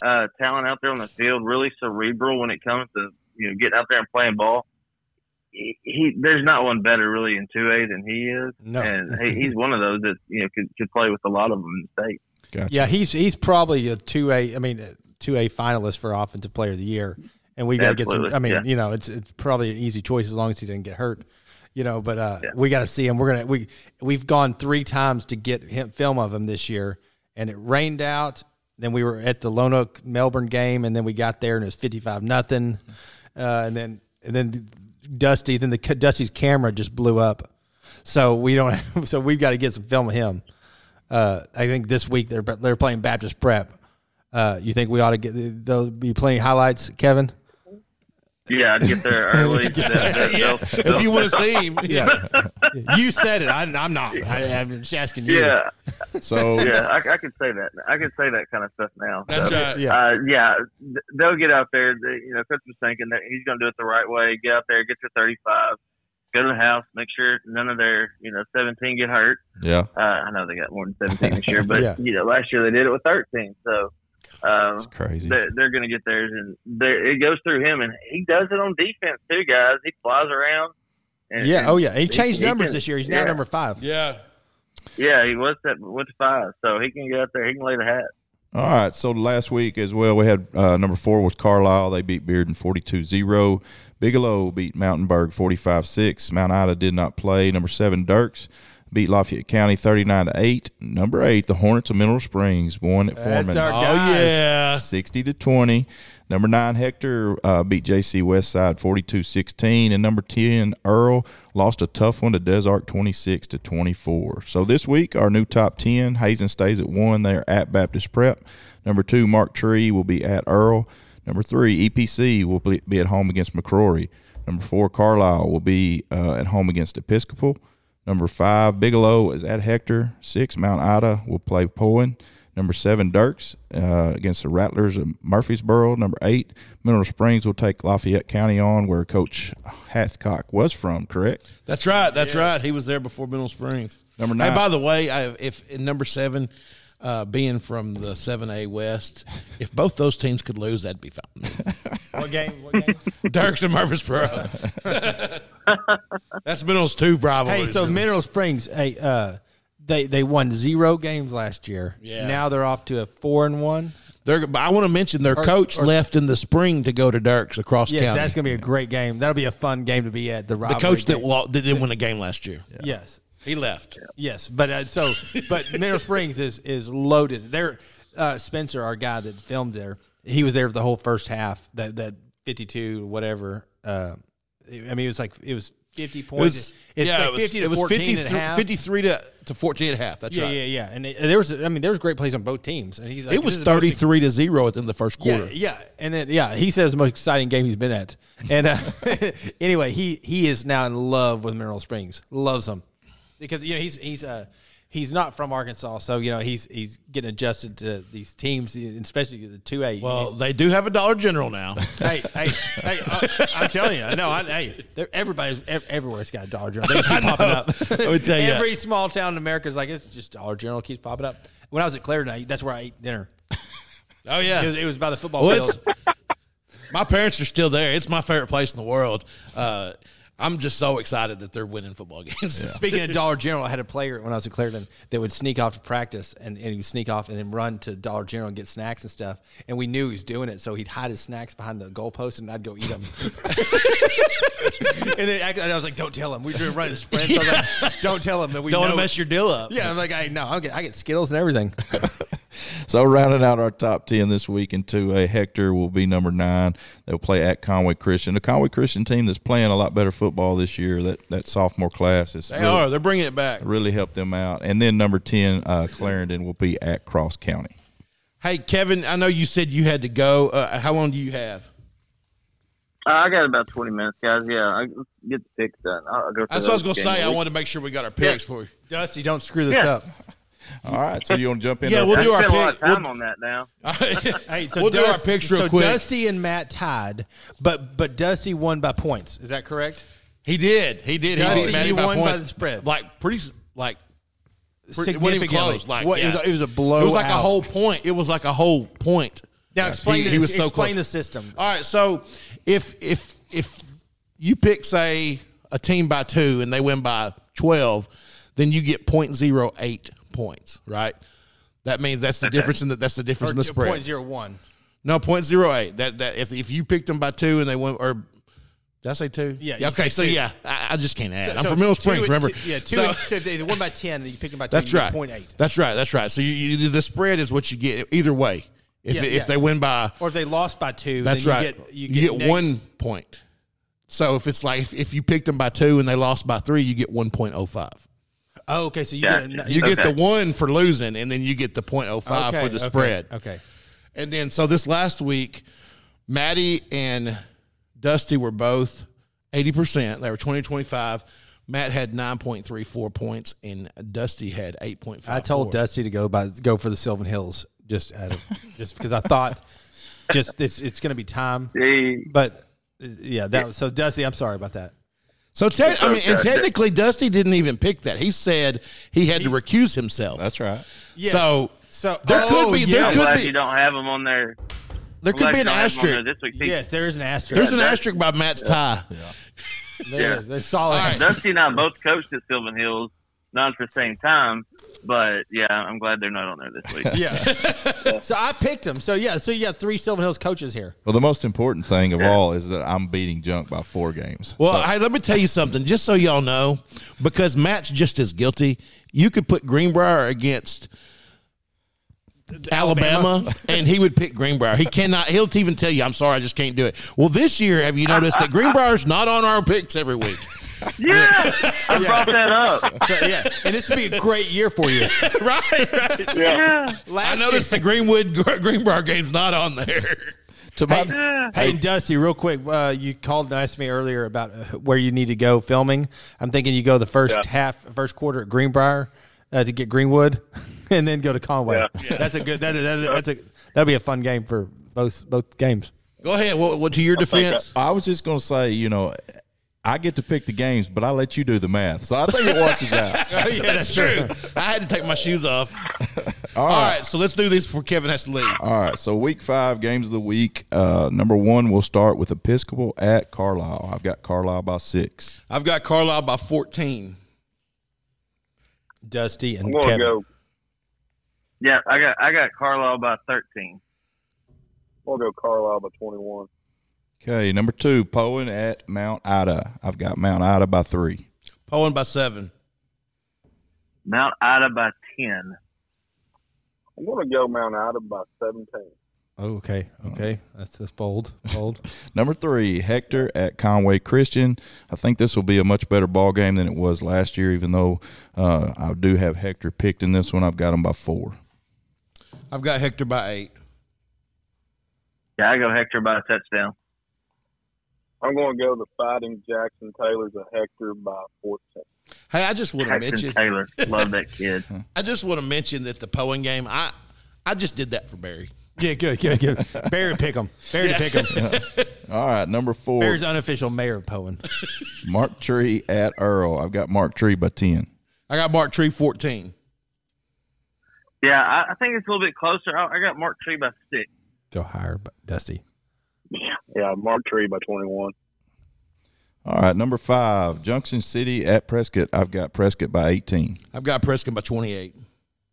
Speaker 4: uh, talent out there on the field. Really cerebral when it comes to you know getting out there and playing ball. He, he there's not one better really in two A than he is,
Speaker 3: No.
Speaker 4: and he, he's one of those that you know could, could play with a lot of them in the state.
Speaker 3: Yeah, he's he's probably a two A. I mean, two A finalist for offensive player of the year, and we got to get some.
Speaker 4: Absolutely,
Speaker 3: I mean,
Speaker 4: yeah.
Speaker 3: you know, it's it's probably an easy choice as long as he didn't get hurt. You know, but uh,
Speaker 4: Yeah.
Speaker 3: we got to see him. We're gonna we we've gone three times to get him, film of him this year, and it rained out. Then we were at the Lone Oak Melbourne game, and then we got there and it was fifty five nothing, uh, and then and then Dusty. Then the Dusty's camera just blew up, so we don't. <laughs> Have, so we've got to get some film of him uh, I think this week they're they're playing Baptist Prep. Uh, you think we ought to get they'll be playing highlights, Kevin?
Speaker 4: Yeah, I'd get there early. yeah.
Speaker 1: if you want to see
Speaker 3: <laughs>
Speaker 1: him. Yeah, you said it. I, I'm not. I, am just asking you.
Speaker 4: yeah,
Speaker 2: So
Speaker 4: yeah, I, I could say that. I could say that kind of stuff now.
Speaker 1: That's,
Speaker 4: So,
Speaker 1: uh,
Speaker 3: Yeah.
Speaker 4: uh, yeah, th- they'll get out there. They, you know, Coach was thinking that he's going to do it the right way. Get out there, get to 35, go to the house, make sure none of their, you know, 17 get hurt.
Speaker 2: yeah,
Speaker 4: Uh, I know they got more than 17 this year,
Speaker 3: <laughs>
Speaker 4: but,
Speaker 3: Yeah.
Speaker 4: you know, last year they did it with 13. So, um,
Speaker 2: it's crazy.
Speaker 4: they're, they're going to get theirs, and they're- it goes through him, and he does it on defense too, guys. He flies around. And,
Speaker 3: Yeah.
Speaker 4: and-
Speaker 3: Oh, yeah. And he changed
Speaker 4: he
Speaker 3: numbers
Speaker 4: can-
Speaker 3: this year. He's now
Speaker 4: yeah.
Speaker 3: number five.
Speaker 1: yeah.
Speaker 4: yeah, he was at with five, so he can get out there. He can lay the hat.
Speaker 2: All right. So last week as well, we had uh, number four was Carlisle. They beat Bearden 42 0. Bigelow beat Mountainburg 45 6. Mount Ida did not play. Number seven, Dirks beat Lafayette County 39 8. Number eight, the Hornets of Mineral Springs won at Foreman
Speaker 3: our
Speaker 9: Oh
Speaker 3: guys.
Speaker 9: yeah.
Speaker 2: 60 to 20. Number nine, Hector uh, beat JC Westside 42 16. And number 10, Earl lost a tough one to Desark 26 to 24. So this week, our new top 10, Hazen stays at one. They are at Baptist Prep. Number two, Mark Tree will be at Earl. Number three, EPC will be be at home against McCrory. Number four, Carlisle will be uh, at home against Episcopal. Number five, Bigelow is at Hector. Six, Mount Ida will play Poen. Number seven, Dirks uh, against the Rattlers of Murfreesboro. Number eight, Mineral Springs will take Lafayette County on, where Coach Hathcock was from, correct?
Speaker 1: That's right. That's right. He was there before Mineral Springs.
Speaker 2: Number
Speaker 1: Hey,
Speaker 2: nine.
Speaker 1: by the way, I, if in number seven, uh, being from the seven A West, if both those teams could lose, that'd be fine.
Speaker 3: <laughs> What game? What game?
Speaker 1: Dirks and
Speaker 3: <laughs>
Speaker 1: Murfreesboro. That's Minerals two rivalry.
Speaker 3: hey, so Mineral Springs, hey, uh, they they won zero games last year.
Speaker 1: Yeah.
Speaker 3: Now they're off to a four and one.
Speaker 1: They're- but I want to mention their coach left in the spring to go to Dirks across
Speaker 3: Yes,
Speaker 1: county.
Speaker 3: that's gonna be a great game. That'll be a fun game to be at. The,
Speaker 1: the coach that
Speaker 3: game.
Speaker 1: lo- that didn't win a game last year.
Speaker 3: yes,
Speaker 1: He left.
Speaker 3: yes, but uh, so but Mineral Springs is is loaded. There, uh, Spencer, our guy that filmed there, he was there for the whole first half. That that fifty two whatever. Uh, I mean, it was like it was fifty points. it's like fifty to fourteen and a half.
Speaker 1: 53 to, to 14 and a half. That's
Speaker 3: yeah,
Speaker 1: right.
Speaker 3: yeah, yeah, and it- there was, I mean, there was great plays on both teams, and he's like,
Speaker 1: It was
Speaker 3: this is the most
Speaker 1: 33 to 0 within the first quarter.
Speaker 3: Yeah, yeah, and then yeah, he said it was the most exciting game he's been at. And uh, <laughs> anyway, he he is now in love with Mineral Springs. Loves them because you know he's he's uh he's not from Arkansas, so you know he's he's getting adjusted to these teams, especially the two A.
Speaker 1: Well, they do have a Dollar General <laughs> now.
Speaker 3: hey, hey, hey! uh, I'm telling you, no, I, hey, they're- everybody's ev- everywhere's got a Dollar
Speaker 1: <laughs>
Speaker 3: General. They keep popping up. I
Speaker 1: would tell you.
Speaker 3: every small town in America is like it's just Dollar General keeps popping up. When I was at Clarendon, I- that's where I ate dinner.
Speaker 1: oh,
Speaker 3: It
Speaker 1: yeah.
Speaker 3: was, it was by the football
Speaker 1: Well,
Speaker 3: field.
Speaker 1: My parents are still there. It's my favorite place in the world. Uh, I'm just so excited that they're winning football <laughs> games.
Speaker 3: Speaking of Dollar General, I had a player when I was at Clarendon that would sneak off to practice and, and he would sneak off and then run to Dollar General and get snacks and stuff. And we knew he was doing it, so he'd hide his snacks behind the goalpost and I'd go eat them. <laughs> and then I, and I was like, "Don't tell him." We were running sprints. I was like, "Don't tell him that we
Speaker 1: Don't want
Speaker 3: know
Speaker 1: to mess your deal up.
Speaker 3: Yeah, I'm like, I no, I get, I get Skittles and everything.
Speaker 2: So rounding out our top ten this week in two A, Hector will be number nine. They'll play at Conway Christian, the Conway Christian team that's playing a lot better football this year. That that sophomore class is
Speaker 1: They are. They're bringing it back.
Speaker 2: really helped them out. And then number ten, uh, Clarendon will be at Cross County.
Speaker 1: Hey, Kevin, I know you said you had to go. Uh, how long do you have?
Speaker 4: Uh, I got about 20 minutes, guys. Yeah, I get the picks done. I'll, I'll go.
Speaker 1: That's what I was going to say. I wanted to make sure we got our picks for you.
Speaker 3: Dusty, don't screw this
Speaker 4: Yeah.
Speaker 3: up.
Speaker 2: All right, so you want to jump in?
Speaker 1: Yeah,
Speaker 2: there?
Speaker 1: we'll
Speaker 4: to
Speaker 1: do our
Speaker 4: spend a lot of
Speaker 1: pick. <laughs>
Speaker 4: time on that now.
Speaker 3: Hey, so
Speaker 1: We'll do our
Speaker 3: Dust-
Speaker 1: picks real
Speaker 3: so
Speaker 1: quick.
Speaker 3: Dusty and Matt tied, but but Dusty won by points. Is that correct?
Speaker 1: He did. He did.
Speaker 3: Dusty,
Speaker 1: he beat Maddie
Speaker 3: you
Speaker 1: by
Speaker 3: won E by
Speaker 1: points.
Speaker 3: the spread.
Speaker 1: Like pretty. s- Like it wasn't even
Speaker 3: Significantly.
Speaker 1: close. Like
Speaker 3: What- it,
Speaker 1: yeah.
Speaker 3: was, a- it was a blow.
Speaker 1: It was like a
Speaker 3: out.
Speaker 1: whole point. It was like a whole point.
Speaker 3: Now
Speaker 1: He-
Speaker 3: explain. the,
Speaker 1: he was so
Speaker 3: explain
Speaker 1: close.
Speaker 3: the system.
Speaker 1: All right. So if if if you pick say a team by two and they win by twelve, then you get 0.08 points. Right. That means that's the difference in the that's the difference in the spread.
Speaker 3: Point zero one.
Speaker 1: No, point zero eight. That that if if you picked them by two and they went or did I say two?
Speaker 3: Yeah, you
Speaker 1: okay.
Speaker 3: said
Speaker 1: So
Speaker 3: two.
Speaker 1: yeah, I, I just can't add. I'm
Speaker 3: So
Speaker 1: from Mineral
Speaker 3: two
Speaker 1: Springs.
Speaker 3: and-
Speaker 1: remember?
Speaker 3: two- yeah, two.
Speaker 1: So-
Speaker 3: and, so if they, they won by ten, then you pick them by two.
Speaker 1: that's
Speaker 3: you
Speaker 1: right.
Speaker 3: Point eight.
Speaker 1: That's right. That's right. So you, you the spread is what you get either way. If
Speaker 3: Yeah,
Speaker 1: if
Speaker 3: yeah.
Speaker 1: they win by,
Speaker 3: Or if they lost by two,
Speaker 1: that's
Speaker 3: then you
Speaker 1: right.
Speaker 3: Get, you get, neg-
Speaker 1: one point. So if it's like if, if you picked them by two and they lost by three, you get one point oh five.
Speaker 3: Oh, okay. So you get. A,
Speaker 4: Gotcha.
Speaker 1: You get
Speaker 4: Okay.
Speaker 1: the one for losing, and then you get the point oh five
Speaker 3: okay,
Speaker 1: for the
Speaker 3: okay,
Speaker 1: spread.
Speaker 3: Okay.
Speaker 1: And then so this last week, Maddie and Dusty were both 80%. They were 20 25. Matt had 9.34 points and Dusty had 8.5.
Speaker 3: I told Dusty to go by go for the Sylvan Hills just out of just because I thought just it's it's gonna be time.
Speaker 4: He,
Speaker 3: But uh, yeah, that was so Dusty, I'm sorry about that.
Speaker 1: So te- I mean, and
Speaker 4: Okay.
Speaker 1: technically, Dusty didn't even pick that. He said he had to recuse himself.
Speaker 2: That's right.
Speaker 1: So
Speaker 3: So oh,
Speaker 1: There could be- there
Speaker 4: I'm
Speaker 1: could
Speaker 4: glad
Speaker 1: be-
Speaker 4: you don't have him on there.
Speaker 1: there
Speaker 4: I'm
Speaker 1: could be
Speaker 4: glad
Speaker 1: an
Speaker 4: you don't have him on there
Speaker 1: asterisk.
Speaker 4: this week. He-
Speaker 3: yes, there is an asterisk.
Speaker 1: There's an
Speaker 4: that-
Speaker 1: asterisk by Matt's tie.
Speaker 3: there
Speaker 4: yeah.
Speaker 3: is. There's solid.
Speaker 1: right.
Speaker 3: asterisk.
Speaker 4: Dusty and I both coached at Sylvan Hills, not at the same time, but yeah, I'm glad they're not on there
Speaker 1: <laughs>
Speaker 4: this week.
Speaker 3: Yeah. so I picked him. So yeah, so you got three Sylvan Hills coaches here.
Speaker 2: Well, the most important thing of all is that I'm beating junk by four games.
Speaker 1: Well, hey, let me tell you something, just so y'all know, because Matt's just as guilty. You could put Greenbrier against Alabama, <laughs> and he would pick Greenbrier. He cannot. He'll even tell you, "I'm sorry, I just can't do it." Well, this year, have you noticed that Greenbrier's not on our picks every <laughs> week?
Speaker 4: yeah, I brought that up.
Speaker 3: So yeah, and this would be a great year for you.
Speaker 1: right, right.
Speaker 4: <laughs> Yeah,
Speaker 1: I
Speaker 3: Last
Speaker 1: noticed the Greenwood Greenbrier game's not on <laughs> there.
Speaker 2: to my,
Speaker 4: yeah.
Speaker 3: Hey, Dusty, real quick, uh, you called and asked me earlier about uh, where you need to go filming. I'm thinking you go the first half, first quarter at Greenbrier uh, to get Greenwood, <laughs> and then go to Conway. That's a good. That, that, that's a that'll be a fun game for both both games.
Speaker 1: Go ahead. What, what to your defense?
Speaker 2: I was just gonna say, you know, I get to pick the games, but I let you do the math, so I think it watches out.
Speaker 1: <laughs> yeah, that's true. I had to take my shoes off. <laughs> All right. so let's do this before Kevin has to leave.
Speaker 2: All right, so week five games of the week. Uh, number one, we'll start with Episcopal at Carlisle. I've got Carlisle by six.
Speaker 1: I've got Carlisle by 14.
Speaker 3: Dusty and
Speaker 5: I'm gonna
Speaker 3: Kevin.
Speaker 5: go.
Speaker 4: yeah. I got I got Carlisle by 13.
Speaker 5: I'll go Carlisle by 21.
Speaker 2: Okay, number two, Poen at Mount Ida. I've got Mount Ida by three.
Speaker 1: Poen by 7.
Speaker 4: Mount Ida by 10.
Speaker 5: I'm gonna go Mount Ida by 17.
Speaker 3: Oh, okay, okay, that's that's bold, bold.
Speaker 2: Number three, Hector at Conway Christian. I think this will be a much better ball game than it was last year, even though uh, I do have Hector picked in this one. I've got him by four.
Speaker 1: I've got Hector by 8.
Speaker 4: Yeah, I go Hector by a touchdown.
Speaker 5: I'm gonna go the Fighting Jackson Taylors of Hector by 14.
Speaker 1: Hey, I just want to
Speaker 4: Jackson
Speaker 1: mention
Speaker 4: Taylor, love that kid.
Speaker 1: <laughs> I just want to mention that the Poen game, I I just did that for Barry.
Speaker 3: <laughs> Yeah, good, good, good. Barry pick him. Barry to pick
Speaker 5: <laughs>
Speaker 3: him.
Speaker 2: All right, number four,
Speaker 3: Barry's unofficial mayor of Poen.
Speaker 2: Mark Tree at Earl. I've got Mark Tree by 10.
Speaker 1: I got Mark Tree 14.
Speaker 4: Yeah, I, I think it's a little bit closer. I, I got Mark Tree by six.
Speaker 3: Go higher, Dusty.
Speaker 5: Yeah, Mark Tree by 21.
Speaker 2: All right, number five, Junction City at Prescott. I've got Prescott by 18.
Speaker 1: I've got Prescott by
Speaker 3: <laughs>
Speaker 1: 28.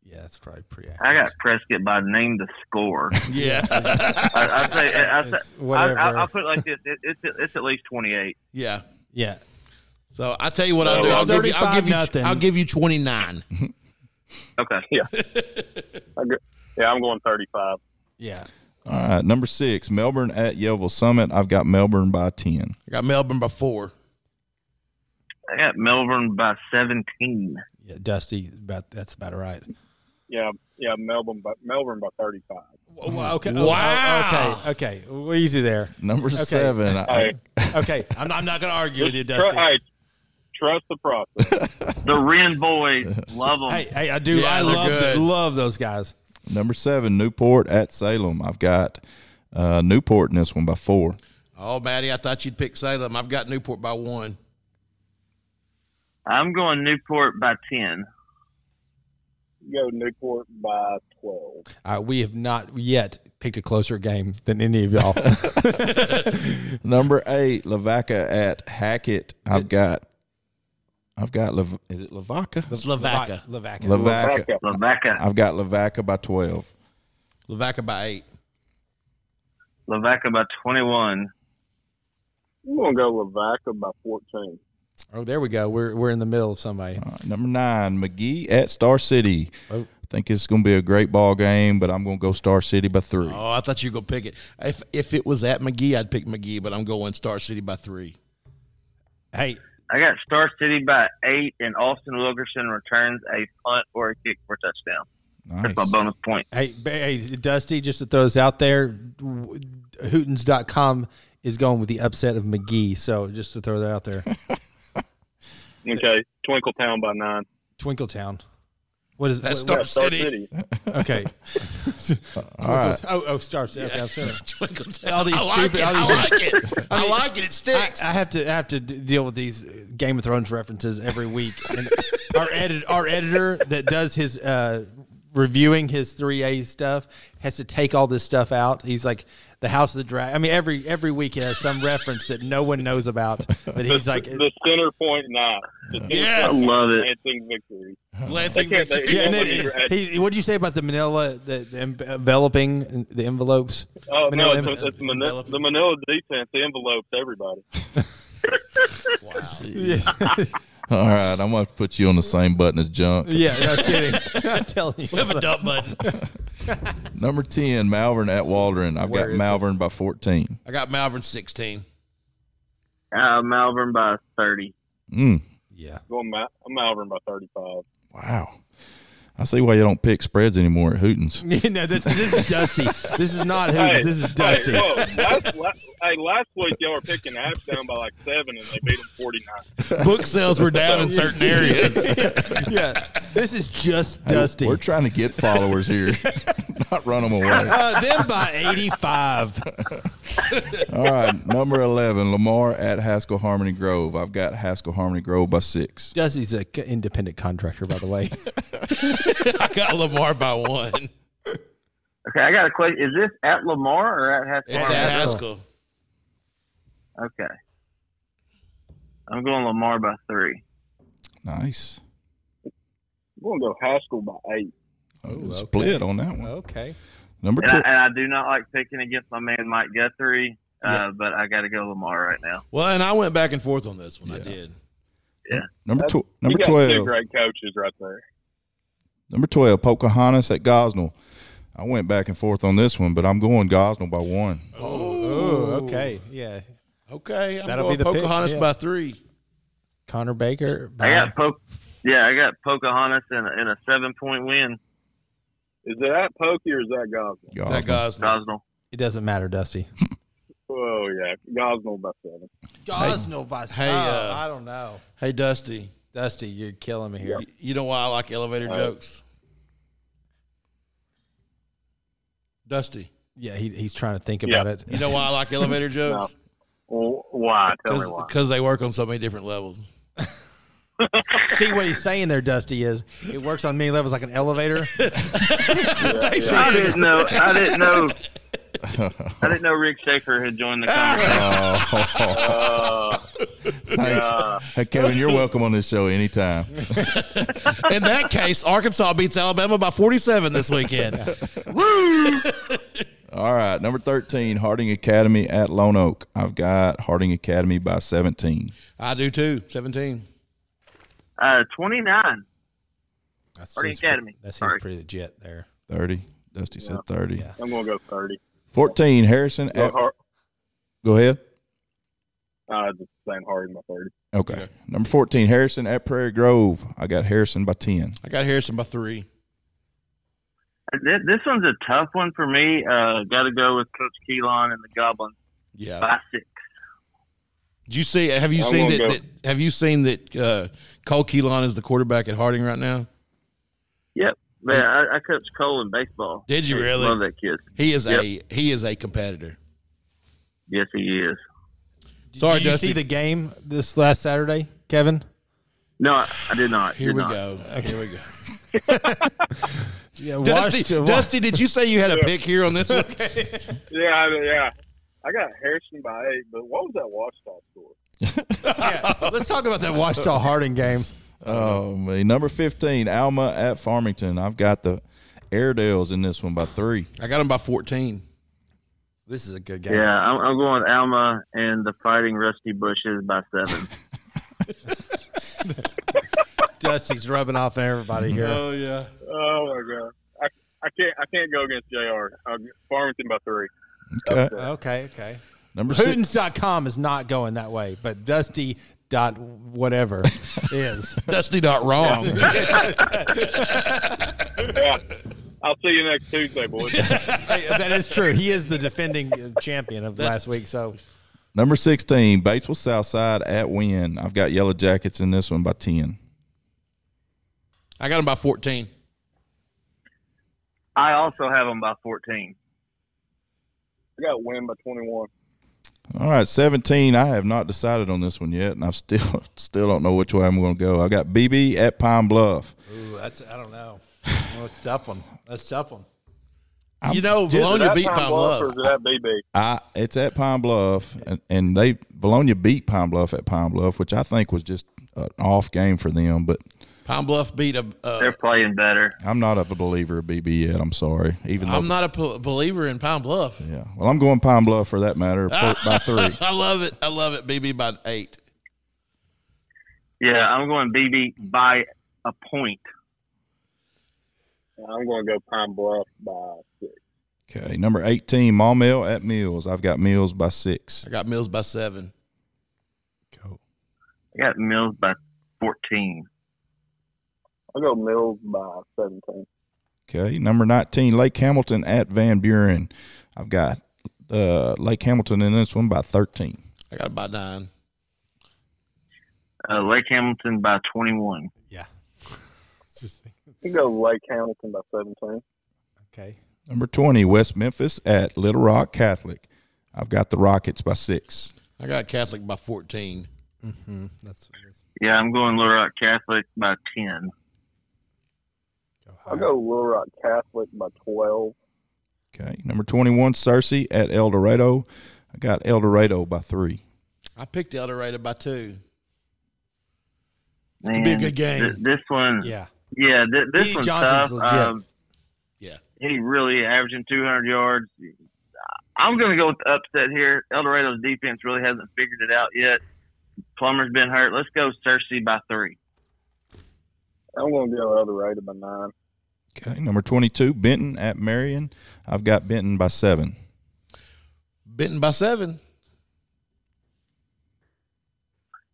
Speaker 3: Yeah, that's probably pretty. Accurate.
Speaker 4: I got Prescott by name to score.
Speaker 1: Yeah.
Speaker 4: I, I say, I, say
Speaker 3: It's
Speaker 4: I,
Speaker 3: whatever.
Speaker 4: I, I'll put it like this: it, it's it's at least 28.
Speaker 1: yeah.
Speaker 3: yeah.
Speaker 1: So I tell you what I'll do.
Speaker 5: Well,
Speaker 1: I'll give you, I'll give you,
Speaker 3: 35
Speaker 1: I'll give you 29.
Speaker 4: Okay,
Speaker 5: I go, yeah, I'm going 35.
Speaker 3: Yeah.
Speaker 2: All right, number six, Melbourne at Yeovil Summit. I've got Melbourne by 10.
Speaker 1: I got Melbourne by 4.
Speaker 4: I got Melbourne by 17.
Speaker 3: Yeah, Dusty, about that's about right.
Speaker 5: Yeah, yeah, Melbourne by Melbourne by 35.
Speaker 3: Okay. Oh,
Speaker 1: Wow.
Speaker 3: Okay. Okay. Well, easy there.
Speaker 2: Number seven, I-
Speaker 5: Hey,
Speaker 3: Okay. I'm <laughs> not, I'm not going to argue with you,
Speaker 5: tru-
Speaker 3: Dusty.
Speaker 5: hey, trust the process.
Speaker 4: The Wren boys love them.
Speaker 3: Hey, hey, I do.
Speaker 1: Yeah,
Speaker 3: I
Speaker 1: they're
Speaker 3: love
Speaker 1: good.
Speaker 3: th- love those guys.
Speaker 2: number seven, Newport at Salem. I've got uh, Newport in this one by four.
Speaker 1: Oh, Maddie, I thought you'd pick Salem. I've got Newport by 1.
Speaker 4: I'm going Newport by 10.
Speaker 5: go Newport by 12.
Speaker 3: Uh, we have not yet picked a closer game than any of y'all.
Speaker 2: Number eight, Lavaca at Hackett. I've got, I've got, Lav- is it Lavaca?
Speaker 1: Lavaca.
Speaker 3: <laughs> Lavaca.
Speaker 2: Lavaca.
Speaker 5: Okay.
Speaker 4: Lavaca,
Speaker 2: I've got Lavaca by 12.
Speaker 1: Lavaca by 8.
Speaker 4: Lavaca by 21.
Speaker 5: I'm going to go Lavaca by 14.
Speaker 3: Oh, there we go. We're we're in the middle of somebody.
Speaker 2: All right, number nine, McGee at Star City.
Speaker 3: Oh.
Speaker 2: I think it's going to be a great ball game, but I'm going to go Star City by three.
Speaker 1: Oh, I thought you were going to pick it. If if it was at McGee, I'd pick McGee, but I'm going Star City by 3.
Speaker 3: Hey,
Speaker 4: I got Star City by 8, and Austin Wilkerson returns a punt or a kick for a touchdown. That's my
Speaker 2: Nice.
Speaker 4: bonus point.
Speaker 3: Hey, ba- hey, Dusty, just to throw this out there, w- Hootens.com is going with the upset of McGee. So just to throw that out there,
Speaker 5: Okay, Twinkle Town by nine.
Speaker 3: Twinkle Town. What is
Speaker 10: That's
Speaker 3: what-
Speaker 10: Star
Speaker 5: Star
Speaker 10: City.
Speaker 5: City.
Speaker 3: Okay.
Speaker 2: All right.
Speaker 3: Oh, oh, Star City. Okay, I'm sorry.
Speaker 10: Twinkle
Speaker 3: All these
Speaker 10: I like
Speaker 3: stupid-
Speaker 10: it.
Speaker 3: all
Speaker 10: I
Speaker 3: these-
Speaker 10: like it. I like it. It
Speaker 3: I,
Speaker 10: sticks.
Speaker 3: I have to I have to d- deal with these uh, Game of Thrones references every week. And <laughs> our edit our editor that does his uh, reviewing his three A stuff has to take all this stuff out. He's like the House of the Dragon. I mean, every every week he has some reference that no one knows about. But he's like, uh,
Speaker 5: the center point nine. The center
Speaker 10: Yes.
Speaker 5: point
Speaker 4: I love it.
Speaker 5: Lansing victory.
Speaker 10: Lansing
Speaker 5: They can't-
Speaker 10: Victory.
Speaker 5: they-
Speaker 3: yeah. And
Speaker 5: they won't let
Speaker 3: then
Speaker 5: you-
Speaker 3: he, what would you say about the Manila, the, the en- enveloping the envelopes?
Speaker 5: Oh
Speaker 3: Manila
Speaker 5: no, it's,
Speaker 3: en-
Speaker 5: it's Manila, the Manila defense envelopes everybody.
Speaker 2: All right. I'm going to have to put you on the same button as junk.
Speaker 3: yeah, no kidding. <laughs> I'm telling you.
Speaker 10: have
Speaker 3: <laughs>
Speaker 10: a dump button.
Speaker 2: Number 10, Malvern at Waldron. I've
Speaker 3: Where is
Speaker 2: got
Speaker 3: it?
Speaker 2: Malvern by 14.
Speaker 1: I got Malvern 16.
Speaker 4: Uh, Malvern by 30.
Speaker 2: Mm,
Speaker 3: Yeah.
Speaker 5: Going Ma- I'm Malvern by thirty-five.
Speaker 2: wow. I see why you don't pick spreads anymore at Hooten's.
Speaker 3: no, this, this is dusty. This is not who.
Speaker 5: Hey,
Speaker 3: this is
Speaker 5: Hey,
Speaker 3: dusty.
Speaker 5: whoa, last, la- hey, last week y'all were picking apps down by like seven, and they beat them forty-nine.
Speaker 1: Book sales were down in certain areas.
Speaker 3: yeah, this is just
Speaker 2: Hey,
Speaker 3: dusty.
Speaker 2: We're trying to get followers here, <laughs> not run
Speaker 3: <laughs>
Speaker 2: them away.
Speaker 3: uh, them by eighty-five.
Speaker 2: All right, number 11, Lamar at Haskell Harmony Grove. I've got Haskell Harmony Grove by six.
Speaker 3: Dusty's an independent contractor, by the way.
Speaker 1: <laughs> I got Lamar by one.
Speaker 4: Okay, I got a question. Is this at Lamar or at Haskell?
Speaker 1: It's at Haskell.
Speaker 4: Okay. I'm going Lamar by three.
Speaker 2: Nice.
Speaker 5: We're gonna go Haskell by eight.
Speaker 2: Split on that
Speaker 3: <laughs>
Speaker 2: one.
Speaker 3: okay.
Speaker 2: Number
Speaker 4: And I,
Speaker 2: two.
Speaker 4: and I do not like picking against my man Mike Guthrie, uh, but I got to go Lamar right now.
Speaker 1: Well, and I went back and forth on this one. I did.
Speaker 2: Number, tw- number
Speaker 5: you got two
Speaker 2: 12.
Speaker 5: great coaches right there.
Speaker 2: Number 12, Pocahontas at Gosnell. I went back and forth on this one, but I'm going Gosnell by one.
Speaker 3: Oh, okay. Yeah,
Speaker 1: Okay, I'm
Speaker 3: That'll
Speaker 1: going
Speaker 3: be the pick,
Speaker 1: Pocahontas
Speaker 3: yeah.
Speaker 1: by three.
Speaker 3: Connor Baker.
Speaker 4: I
Speaker 3: By,
Speaker 4: got Poke. Yeah, I got Pocahontas in a, in a seven point win.
Speaker 5: Is it at Pokey or is that Gosnell?
Speaker 2: Gosnell.
Speaker 1: That guy's
Speaker 4: Gosnell.
Speaker 3: it doesn't matter, Dusty.
Speaker 5: Oh yeah, Gosnell by seven.
Speaker 3: Gosnell by.
Speaker 1: Hey, uh,
Speaker 3: I don't know.
Speaker 1: Hey, Dusty,
Speaker 3: Dusty, you're killing me here.
Speaker 1: y- you know why I like elevator jokes? Dusty,
Speaker 3: Yeah, he, he's trying to think
Speaker 5: Yeah.
Speaker 3: about it.
Speaker 1: you know why I like elevator jokes?
Speaker 5: Well, why? Tell me why.
Speaker 1: Because they work on so many different levels.
Speaker 3: <laughs> See what he's saying there, Dusty, is it works on many levels like an elevator.
Speaker 4: I didn't know. I didn't <laughs> know. I didn't know Rick Schaefer had joined the conference.
Speaker 2: Oh,
Speaker 5: Uh,
Speaker 2: <laughs> thanks.
Speaker 5: uh,
Speaker 2: Hey, Kevin, you're welcome on this show anytime.
Speaker 1: In that case, Arkansas beats Alabama by 47 this <laughs>
Speaker 3: <laughs>
Speaker 1: weekend.
Speaker 2: All right, number 13, Harding Academy at Lone Oak. I've got Harding Academy by 17.
Speaker 1: I do too. 17.
Speaker 4: Uh, Twenty nine.
Speaker 3: That seems
Speaker 4: Party
Speaker 3: pre-
Speaker 4: Academy.
Speaker 3: That seems
Speaker 4: Sorry.
Speaker 3: pretty legit there.
Speaker 2: 30. Dusty said 30.
Speaker 5: I'm gonna go thirty.
Speaker 2: 14, Harrison
Speaker 5: Go
Speaker 2: at.
Speaker 5: Har-
Speaker 2: Go ahead.
Speaker 5: uh, just saying Harding by thirty.
Speaker 2: Okay. Number 14, Harrison at Prairie Grove. I got Harrison by 10.
Speaker 1: I got Harrison by three.
Speaker 4: This, this one's a tough one for me. Uh, got to go with Coach Keelan and the Goblins
Speaker 1: Yeah.
Speaker 4: by six.
Speaker 1: Do you see? Have you
Speaker 5: I
Speaker 1: seen
Speaker 5: won't
Speaker 1: that,
Speaker 5: go.
Speaker 1: that? Have you seen that? Uh, Cole Keelan is the quarterback at Harding right now.
Speaker 4: Yep. Man, I, I coached Cole in baseball.
Speaker 1: Did you really?
Speaker 4: Love that kid.
Speaker 1: He is a he is a competitor.
Speaker 4: Yes, he is.
Speaker 1: Sorry,
Speaker 3: Did you
Speaker 1: Dusty.
Speaker 3: see the game this last Saturday, Kevin?
Speaker 4: No, I, I did not.
Speaker 1: Here
Speaker 4: did
Speaker 1: we
Speaker 4: not.
Speaker 1: go. Here we go.
Speaker 3: Yeah,
Speaker 1: <laughs> Dusty, Dusty, did you say you had a pick here on this
Speaker 3: <laughs>
Speaker 1: one?
Speaker 5: Yeah, I mean, yeah. I got Harrison by eight, but what was that Washington score?
Speaker 3: Let's talk about that <laughs> Washington Harding game.
Speaker 2: Oh, man. Number 15, Alma at Farmington. I've got the Airedales in this one by three.
Speaker 1: I got him by fourteen.
Speaker 3: This is a good game.
Speaker 4: Yeah, I'm, I'm going with Alma and the Fighting Rusty Bushes by
Speaker 1: <laughs>
Speaker 4: seven.
Speaker 3: Dusty's rubbing off on everybody here.
Speaker 1: yeah.
Speaker 5: Oh my god, I, I can't I can't go against Jr. Uh, Farmington by three.
Speaker 2: Okay.
Speaker 3: Okay, okay.
Speaker 2: Number six.
Speaker 3: Hootens.com is not going that way, but Dusty dot whatever is.
Speaker 1: Dusty not wrong.
Speaker 5: Yeah. I'll see you next Tuesday, boys.
Speaker 3: Hey, that is true. He is the defending champion of last week, so
Speaker 2: Number 16, Batesville Southside at Win. I've got Yellow Jackets in this one by 10.
Speaker 1: I got them by 14.
Speaker 4: I also have them by 14.
Speaker 5: I got win by 21.
Speaker 2: All right, 17. I have not decided on this one yet, and I still <laughs> still don't know which way I'm going to go. I got BB at Pine Bluff.
Speaker 11: Ooh, that's I don't know. Well, it's tough one. That's a tough one.
Speaker 1: you know,
Speaker 5: Is
Speaker 1: Bologna
Speaker 5: that
Speaker 1: beat
Speaker 5: Pine
Speaker 1: by
Speaker 5: Bluff
Speaker 1: love.
Speaker 5: or is it that BB?
Speaker 2: I it's at Pine Bluff, and, and they Bologna beat Pine Bluff at Pine Bluff, which I think was just an off game for them. But
Speaker 1: Pine Bluff beat a. Uh,
Speaker 4: They're playing better.
Speaker 2: I'm not a believer of BB yet. I'm sorry, even though
Speaker 1: I'm not a p- believer in Pine Bluff.
Speaker 2: yeah. Well, I'm going Pine Bluff for that matter for, by three.
Speaker 1: I love it. I love it. BB by eight.
Speaker 4: Yeah, I'm going BB by a point.
Speaker 5: I'm going to go Pine Bluff by six.
Speaker 2: Okay, number 18, Maumelle at Mills. I've got Mills by six.
Speaker 1: I got Mills by seven.
Speaker 4: I got Mills by 14.
Speaker 5: I'll go Mills by 17.
Speaker 2: Okay, number 19, Lake Hamilton at Van Buren. I've got uh, Lake Hamilton in this one by 13.
Speaker 1: I got it by nine.
Speaker 4: Uh, Lake Hamilton by 21.
Speaker 11: Yeah. It's just think-
Speaker 5: You go Lake Hamilton by 17.
Speaker 11: okay.
Speaker 2: Number 20, West Memphis at Little Rock Catholic. I've got the Rockets by six.
Speaker 1: I got Catholic by 14.
Speaker 11: Mm-hmm. That's, that's
Speaker 4: Yeah, I'm going Little Rock Catholic by 10.
Speaker 11: go
Speaker 5: I'll
Speaker 11: higher.
Speaker 5: go Little Rock Catholic by 12.
Speaker 2: Okay, number 21, Cersei at El Dorado. I got El Dorado by three.
Speaker 1: I picked El Dorado by two.
Speaker 4: Man,
Speaker 1: could be a good game. E
Speaker 4: th- this one, yeah,
Speaker 11: Yeah.
Speaker 4: th- this
Speaker 11: Dee
Speaker 4: one's
Speaker 11: Johnson's
Speaker 4: tough.
Speaker 11: legit.
Speaker 4: Um,
Speaker 1: Yeah.
Speaker 4: he really averaging 200 yards. I'm going to go with the upset here. El Dorado's defense really hasn't figured it out yet. Plummer's been hurt. Let's go Cersei by three.
Speaker 5: I'm going to go Eldorado by 9.
Speaker 2: Okay, number 22, Benton at Marion. I've got Benton by seven.
Speaker 1: Benton by seven.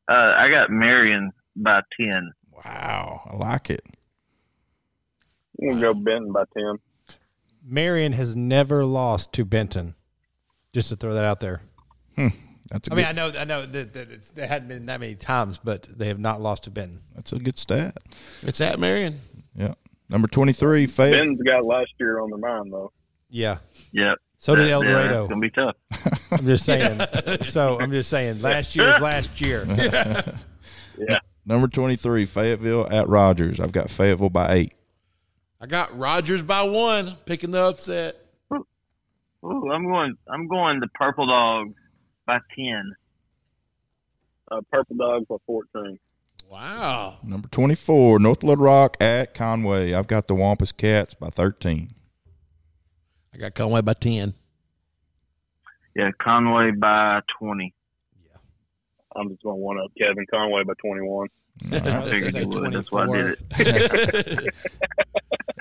Speaker 4: Uh, I got Marion by 10.
Speaker 2: Wow, I like it.
Speaker 5: I'm going to go Benton by 10.
Speaker 3: Marion has never lost to Benton. Just to throw that out there.
Speaker 2: That's a
Speaker 11: I
Speaker 2: good,
Speaker 11: mean, I know, I know that, that it's, there hadn't been that many times, but they have not lost to Benton.
Speaker 2: that's a good stat.
Speaker 1: It's at Marion.
Speaker 2: Yeah. Number 23, Fayette.
Speaker 5: Benton's got last year on their mind, though.
Speaker 3: Yeah.
Speaker 4: Yep.
Speaker 3: So did El
Speaker 4: That- yeah, that's
Speaker 3: Dorado.
Speaker 4: gonna be tough.
Speaker 3: I'm just saying. so I'm just saying. Last year is last year.
Speaker 5: Uh-huh.
Speaker 2: Number 23, Fayetteville at Rogers. I've got Fayetteville by eight.
Speaker 1: I got Rogers by one, picking the upset.
Speaker 4: Ooh, I'm going. I'm going the Purple Dogs by ten.
Speaker 5: Uh, Purple Dogs by 14.
Speaker 1: Wow.
Speaker 2: Number 24, North Little Rock at Conway. I've got the Wampus Cats by 13.
Speaker 1: I got Conway by 10.
Speaker 4: Yeah, Conway by twenty.
Speaker 5: I'm just going to one up Kevin Conway by 21.
Speaker 3: I was gonna
Speaker 4: Figured
Speaker 3: say
Speaker 4: you would. That's why I did
Speaker 3: 24.
Speaker 4: it.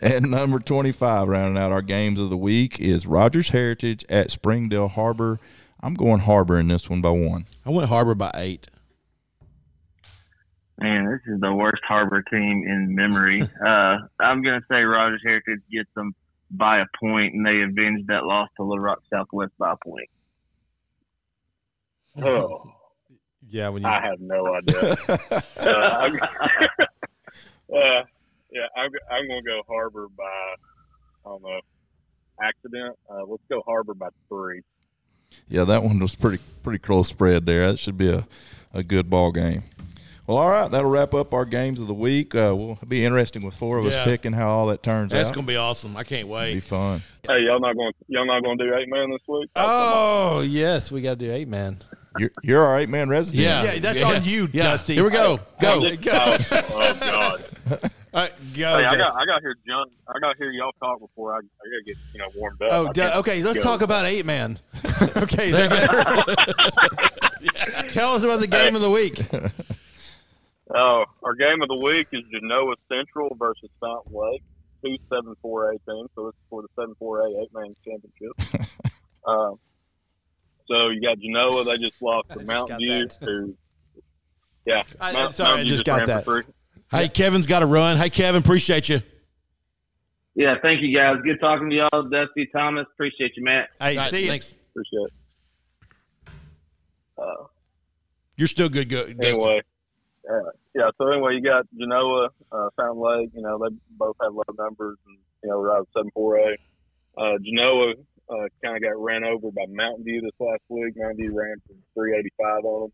Speaker 2: And number 25, rounding out our games of the week, is Rogers Heritage at Springdale Harbor. I'm going Harbor in this one by one.
Speaker 1: I went Harbor by eight.
Speaker 4: Man, this is the worst Harbor team in
Speaker 3: <laughs>
Speaker 4: memory. uh, I'm gonna say Rogers Heritage gets them by a point, and they avenge that loss to Little Rock Southwest by a point.
Speaker 5: Oh,
Speaker 3: Yeah. When you
Speaker 5: I have no idea. uh, I'm, <laughs> uh, yeah, I'm, I'm going to go Harbor by, I don't know, accident. Uh, let's go Harbor by 3.
Speaker 2: Yeah, that one was pretty pretty close spread there. That should be a, a good ball game. Well, all right, that'll wrap up our games of the week. Uh, will be interesting with four of us
Speaker 1: Yeah.
Speaker 2: picking how all that turns
Speaker 1: That's
Speaker 2: out.
Speaker 1: going to be awesome. I can't
Speaker 2: be
Speaker 1: wait.
Speaker 2: fun.
Speaker 5: Hey, y'all not going to y'all not going to do eight man this week?
Speaker 3: oh yes, we got to do eight man.
Speaker 2: You're, you're our eight man resident.
Speaker 1: Yeah.
Speaker 5: Uh,
Speaker 11: Yeah, that's on you,
Speaker 1: Yeah.
Speaker 11: Dusty.
Speaker 1: Here we go. Go.
Speaker 2: <laughs>
Speaker 5: Oh, oh
Speaker 11: Uh, go.
Speaker 5: God! Hey, Oh, I
Speaker 11: Dusty.
Speaker 5: got I got here, John. I got here. Y'all talk before I, I gotta get you know warmed up.
Speaker 11: Oh,
Speaker 5: I
Speaker 11: du-
Speaker 5: can't
Speaker 11: okay. Let's
Speaker 5: go.
Speaker 11: talk about eight
Speaker 5: <laughs>
Speaker 11: man. okay, is that better?
Speaker 5: <laughs>
Speaker 11: Tell us about the game of the week.
Speaker 5: Oh, our game of the week is Genoa Central versus Fountain Lake, two seven four A team. So it's for the seven four A eight man championship.
Speaker 11: <laughs>
Speaker 5: uh, so you got Genoa. They just lost to Mountain
Speaker 11: got
Speaker 5: View.
Speaker 11: that.
Speaker 5: Who, yeah,
Speaker 11: I- I'm
Speaker 5: Mount-
Speaker 11: sorry,
Speaker 5: Mountain
Speaker 11: I
Speaker 5: View
Speaker 11: just got
Speaker 5: ran for
Speaker 11: that.
Speaker 5: three.
Speaker 1: Hey, Kevin's got to run. Hey, Kevin, appreciate you.
Speaker 4: Yeah, thank you guys. Good talking to y'all, Dusty Thomas. Appreciate you, Matt.
Speaker 11: Hey,
Speaker 1: All right,
Speaker 11: see you.
Speaker 1: thanks.
Speaker 5: Appreciate it. Uh,
Speaker 1: You're still good, good. Dustin.
Speaker 5: anyway, uh, yeah. So anyway, you got Genoa, uh, Found Lake. You know, they both had low numbers, and you know, ride seven four A. Uh, Genoa uh, kind of got ran over by Mountain View this last week. Mountain View ran from three eighty five on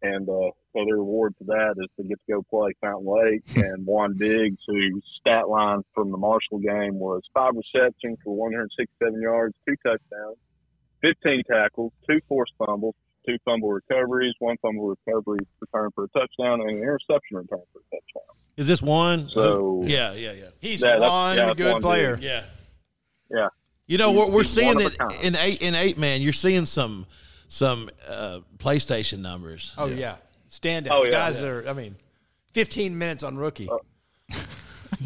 Speaker 5: them, and uh, so their reward for that is to get to go play Fountain Lake and Juan Diggs, whose stat line from the Marshall game was five receptions for one hundred sixty seven yards, two touchdowns. 15 tackles, two forced fumbles, two fumble recoveries, one fumble recovery return for a touchdown, and an interception return for a touchdown.
Speaker 9: Is this one?
Speaker 11: Mm-hmm.
Speaker 5: So
Speaker 1: Yeah, yeah, yeah.
Speaker 11: He's
Speaker 5: Yeah, that's-
Speaker 11: one
Speaker 5: yeah, that's
Speaker 11: good
Speaker 5: one dude.
Speaker 11: player.
Speaker 1: Yeah.
Speaker 5: Yeah.
Speaker 1: You know, we're, we're
Speaker 5: He's one
Speaker 1: seeing
Speaker 5: of a
Speaker 1: it
Speaker 5: kind.
Speaker 1: in eight in eight man. You're seeing some some uh, PlayStation numbers.
Speaker 11: Oh yeah, stand
Speaker 5: Oh,
Speaker 11: out
Speaker 5: yeah. Oh.
Speaker 11: guys. that Are I mean, fifteen minutes on rookie.
Speaker 1: Or,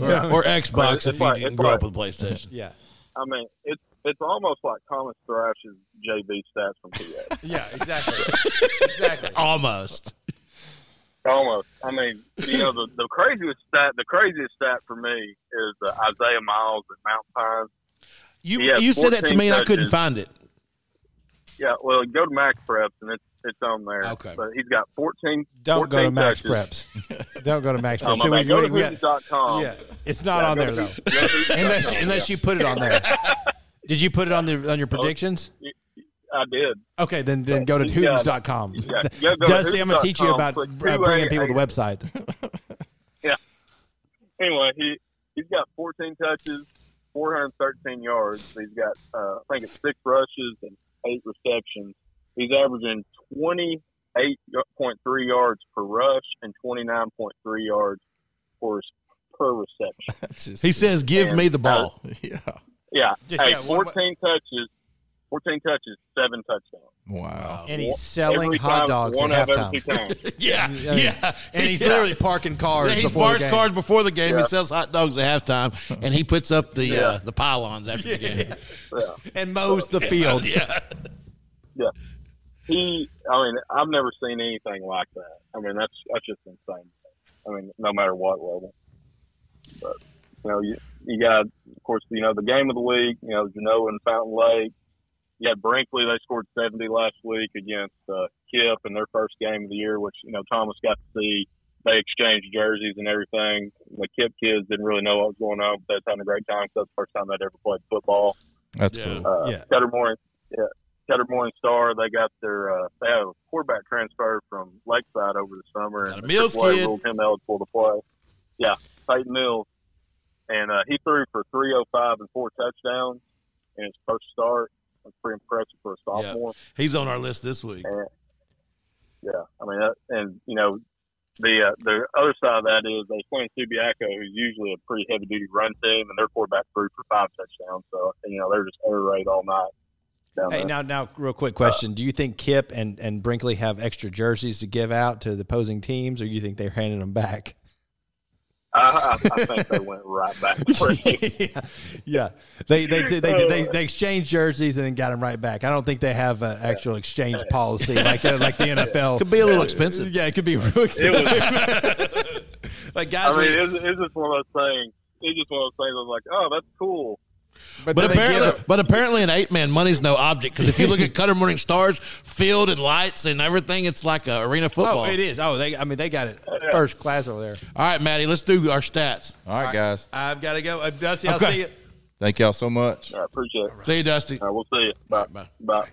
Speaker 1: or Xbox
Speaker 5: It's
Speaker 1: if you
Speaker 5: like-
Speaker 1: didn't
Speaker 5: it's
Speaker 1: grow up
Speaker 5: like-
Speaker 1: with PlayStation.
Speaker 11: yeah,
Speaker 5: I mean, it's it's almost like Thomas Thrash's JV stats from PA.
Speaker 11: yeah,
Speaker 5: <laughs>
Speaker 11: exactly, exactly.
Speaker 1: <laughs> Almost.
Speaker 5: almost. I mean, you know, the, the craziest stat, the craziest stat for me is uh, Isaiah Miles at Mount Pine.
Speaker 1: You
Speaker 5: He had
Speaker 1: you said that to
Speaker 5: 14
Speaker 1: me and I couldn't
Speaker 5: touches.
Speaker 1: find it.
Speaker 5: Yeah, well, go to Max Preps and it's it's on there.
Speaker 1: Okay.
Speaker 5: but he's got 14.
Speaker 3: Don't go
Speaker 5: 14
Speaker 3: to Max
Speaker 5: touches.
Speaker 11: <laughs>
Speaker 3: Preps. Don't go to Max Preps.
Speaker 5: Oh my
Speaker 3: See, we-
Speaker 5: bad. Go to
Speaker 3: we-
Speaker 5: Hoosiers dot com.
Speaker 11: Yeah, it's not
Speaker 5: Yeah,
Speaker 11: on
Speaker 5: go
Speaker 11: there
Speaker 5: to
Speaker 11: though.
Speaker 5: Hoosiers- go to Hoosiers
Speaker 11: <laughs>
Speaker 5: dot
Speaker 11: unless
Speaker 5: com.
Speaker 11: unless you put it on
Speaker 5: <laughs>
Speaker 11: there. Did you put it on the on
Speaker 5: Oh.
Speaker 11: your predictions?
Speaker 5: I did.
Speaker 11: Okay, then then go to
Speaker 5: Yeah.
Speaker 11: Hooters.com.
Speaker 5: <laughs> Yeah. Yeah, go to
Speaker 11: Dusty, I'm gonna teach you
Speaker 5: Hooters.com,
Speaker 11: about
Speaker 5: click
Speaker 11: uh, bringing
Speaker 5: freeway
Speaker 11: people to the website.
Speaker 5: anyway, he he's got 14 touches, 413 yards. He's got uh, I think it's six rushes and eight receptions. He's averaging 28.3 yards per rush and 29.3 yards per per reception.
Speaker 1: He says, "Give
Speaker 5: And-
Speaker 1: me the ball."
Speaker 2: <laughs> yeah.
Speaker 5: Yeah,
Speaker 11: Yeah,
Speaker 5: hey,
Speaker 11: yeah, what-
Speaker 5: 14 touches, 14 touches, seven touchdowns.
Speaker 2: Wow.
Speaker 11: <laughs> And he's selling
Speaker 5: Every
Speaker 11: hot
Speaker 5: time,
Speaker 11: dogs at
Speaker 5: one out of every
Speaker 11: halftime.
Speaker 5: two times.
Speaker 11: <laughs>
Speaker 1: <laughs> Yeah,
Speaker 11: Yeah. And he's
Speaker 1: <laughs> Yeah.
Speaker 11: literally parking <laughs> cars.
Speaker 1: Yeah, he
Speaker 11: before the
Speaker 1: bars
Speaker 11: game.
Speaker 1: cars before the game. He
Speaker 5: Yeah.
Speaker 1: sells hot dogs at <laughs> halftime, and he puts up the uh, the pylons after the game. <laughs>
Speaker 11: and mows the field.
Speaker 5: he I mean, I've never seen anything like that. I mean, that's that's just insane. I mean, no matter what level. But you know, you, you got of course, you know, the game of the week, you know, Genoa and Fountain Lake. You got Brinkley, they scored seventy last week against uh, Kip in their first game of the year, which, you know, Thomas got to see they exchanged jerseys and everything. The Kip kids didn't really know what was going on, but they was having a great time 'cause that's the first time they'd ever played football.
Speaker 2: That's
Speaker 1: Yeah.
Speaker 2: cool.
Speaker 5: Uh,
Speaker 3: Yeah.
Speaker 5: Cuttermore, yeah, Cuttermore and Star. They got their uh, they had a quarterback transfer from Lakeside over the summer,
Speaker 1: Got a
Speaker 5: and the
Speaker 1: Mills
Speaker 5: AAA
Speaker 1: kid.
Speaker 5: ruled him eligible to play. Yeah, Peyton Mills, and uh, he threw for three hundred five and four touchdowns in his first start. That's pretty impressive for a sophomore.
Speaker 1: He's on our list this week.
Speaker 5: Yeah, I mean, that, and you know, the uh, the other side of that is they playing Subiaco, who's usually a pretty heavy duty run team, and their quarterback threw for five touchdowns. So you know, they're just air raid all night. down
Speaker 11: Hey,
Speaker 5: there.
Speaker 11: now, now, real quick question: Do you think Kip and, and Brinkley have extra jerseys to give out to the opposing teams, or you think they're handing them
Speaker 1: <laughs>
Speaker 11: back? <laughs>
Speaker 5: I, I I think they went right <laughs> back. to where they-
Speaker 11: yeah, yeah. They they they, they, they they exchanged jerseys and then got them right back. I don't think they have an actual exchange policy like uh,
Speaker 1: <laughs>
Speaker 11: like the NFL.
Speaker 1: Could be a little expensive.
Speaker 11: Yeah, it could be real expensive. like guys,
Speaker 5: I mean,
Speaker 11: we-
Speaker 5: it's, it's just one of those things. It's just one of those things. I'm like, oh, that's cool.
Speaker 11: but, then
Speaker 1: But
Speaker 11: they give
Speaker 1: apparently,
Speaker 11: them-
Speaker 1: but apparently, an eight man money's no object because if you look at Cutter Morning Stars, field and lights and everything, it's like a arena football.
Speaker 11: oh, it is. Oh, they. I mean, they got it first class over there.
Speaker 1: All right, Maddie, let's do our stats.
Speaker 2: All right, guys.
Speaker 11: I've got to go. Uh, Dusty, I'll
Speaker 1: Okay.
Speaker 11: see you.
Speaker 2: Thank y'all so much.
Speaker 5: I appreciate it.
Speaker 1: See you, Dusty.
Speaker 5: All right, we'll see you. Bye.
Speaker 1: Bye.
Speaker 5: Bye.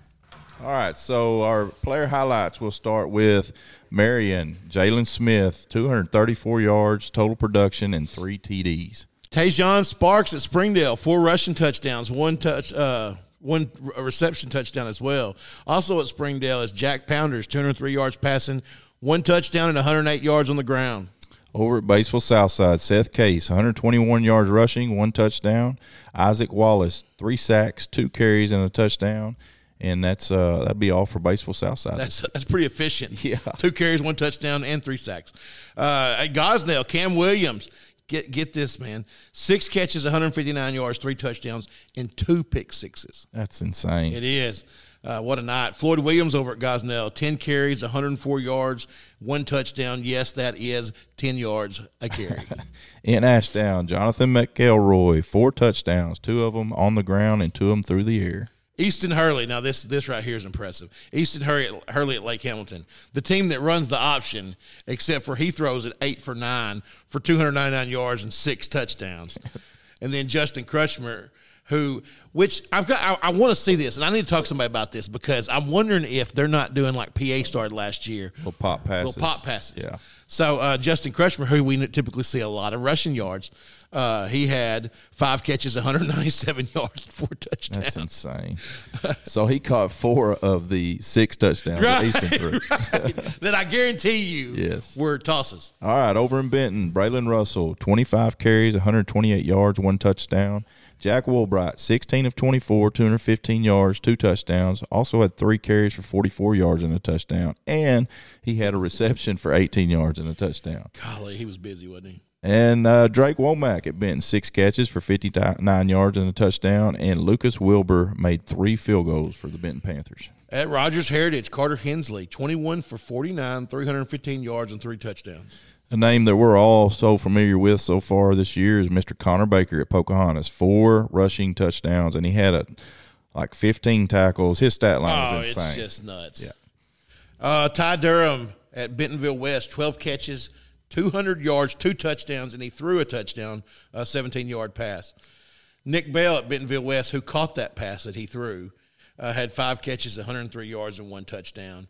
Speaker 2: All right, so our player highlights. We'll start with Marion Jalen Smith, 234 yards total production and three TDs.
Speaker 1: Tajon Sparks at Springdale, four rushing touchdowns, one touch, uh, one re- reception touchdown as well. Also at Springdale is Jack Pounders, 203 yards passing, one touchdown and 108 yards on the ground.
Speaker 2: Over at Baseball Southside, Seth Case, 121 yards rushing, one touchdown. Isaac Wallace, three sacks, two carries, and a touchdown. And that's uh, that'd be all for Baseball Southside.
Speaker 1: That's that's pretty efficient. Yeah, two carries, one touchdown, and three sacks. Uh, at Gosnell, Cam Williams, get get this man, six catches, 159 yards, three touchdowns, and two pick sixes.
Speaker 2: That's insane.
Speaker 1: It is. Uh, what a night. Floyd Williams over at Gosnell, 10 carries, 104 yards, one touchdown. Yes, that is 10 yards a carry.
Speaker 2: In Ashdown, Jonathan McElroy, four touchdowns, two of them on the ground and two of them through the air.
Speaker 1: Easton Hurley. Now this this right here is impressive. Easton Hurley, Hurley at Lake Hamilton, the team that runs the option, except for he throws it eight for nine for 299 yards and six touchdowns, and then Justin Crutchmer, who which I've got I, I want to see this, and I need to talk to somebody about this because I'm wondering if they're not doing like PA started last year,
Speaker 2: Little pop passes.
Speaker 1: little pop passes.
Speaker 2: Yeah.
Speaker 1: So uh, Justin Krushmer, who we typically see a lot of rushing yards, uh, he had five catches, 197 <laughs> yards, four touchdowns.
Speaker 2: That's insane. so he caught four of the six touchdowns that
Speaker 1: Right,
Speaker 2: Easton threw.
Speaker 1: that I guarantee you
Speaker 2: Yes.
Speaker 1: were tosses.
Speaker 2: All right, over in Benton, Braylon Russell, 25 carries, 128 yards, one touchdown. Jack Woolbright, 16 of 24, 215 yards, two touchdowns. Also had three carries for 44 yards and a touchdown. And he had a reception for 18 yards and a touchdown.
Speaker 1: Golly, he was busy, wasn't he?
Speaker 2: And uh, Drake Womack at Benton, six catches for 59 yards and a touchdown. And Lucas Wilbur made three field goals for the Benton Panthers.
Speaker 1: At Rogers Heritage, Carter Hensley, 21 for 49, 315 yards, and three touchdowns.
Speaker 2: A name that we're all so familiar with so far this year is Mr. Connor Baker at Pocahontas. Four rushing touchdowns, and he had a, like 15 tackles. His stat line
Speaker 1: Oh,
Speaker 2: was
Speaker 1: it's
Speaker 2: insane.
Speaker 1: just nuts. Uh, Ty Durham at Bentonville West, 12 catches, 200 yards, two touchdowns, and he threw a touchdown, a 17 yard pass. Nick Bell at Bentonville West, who caught that pass that he threw, uh, had five catches, 103 yards, and one touchdown.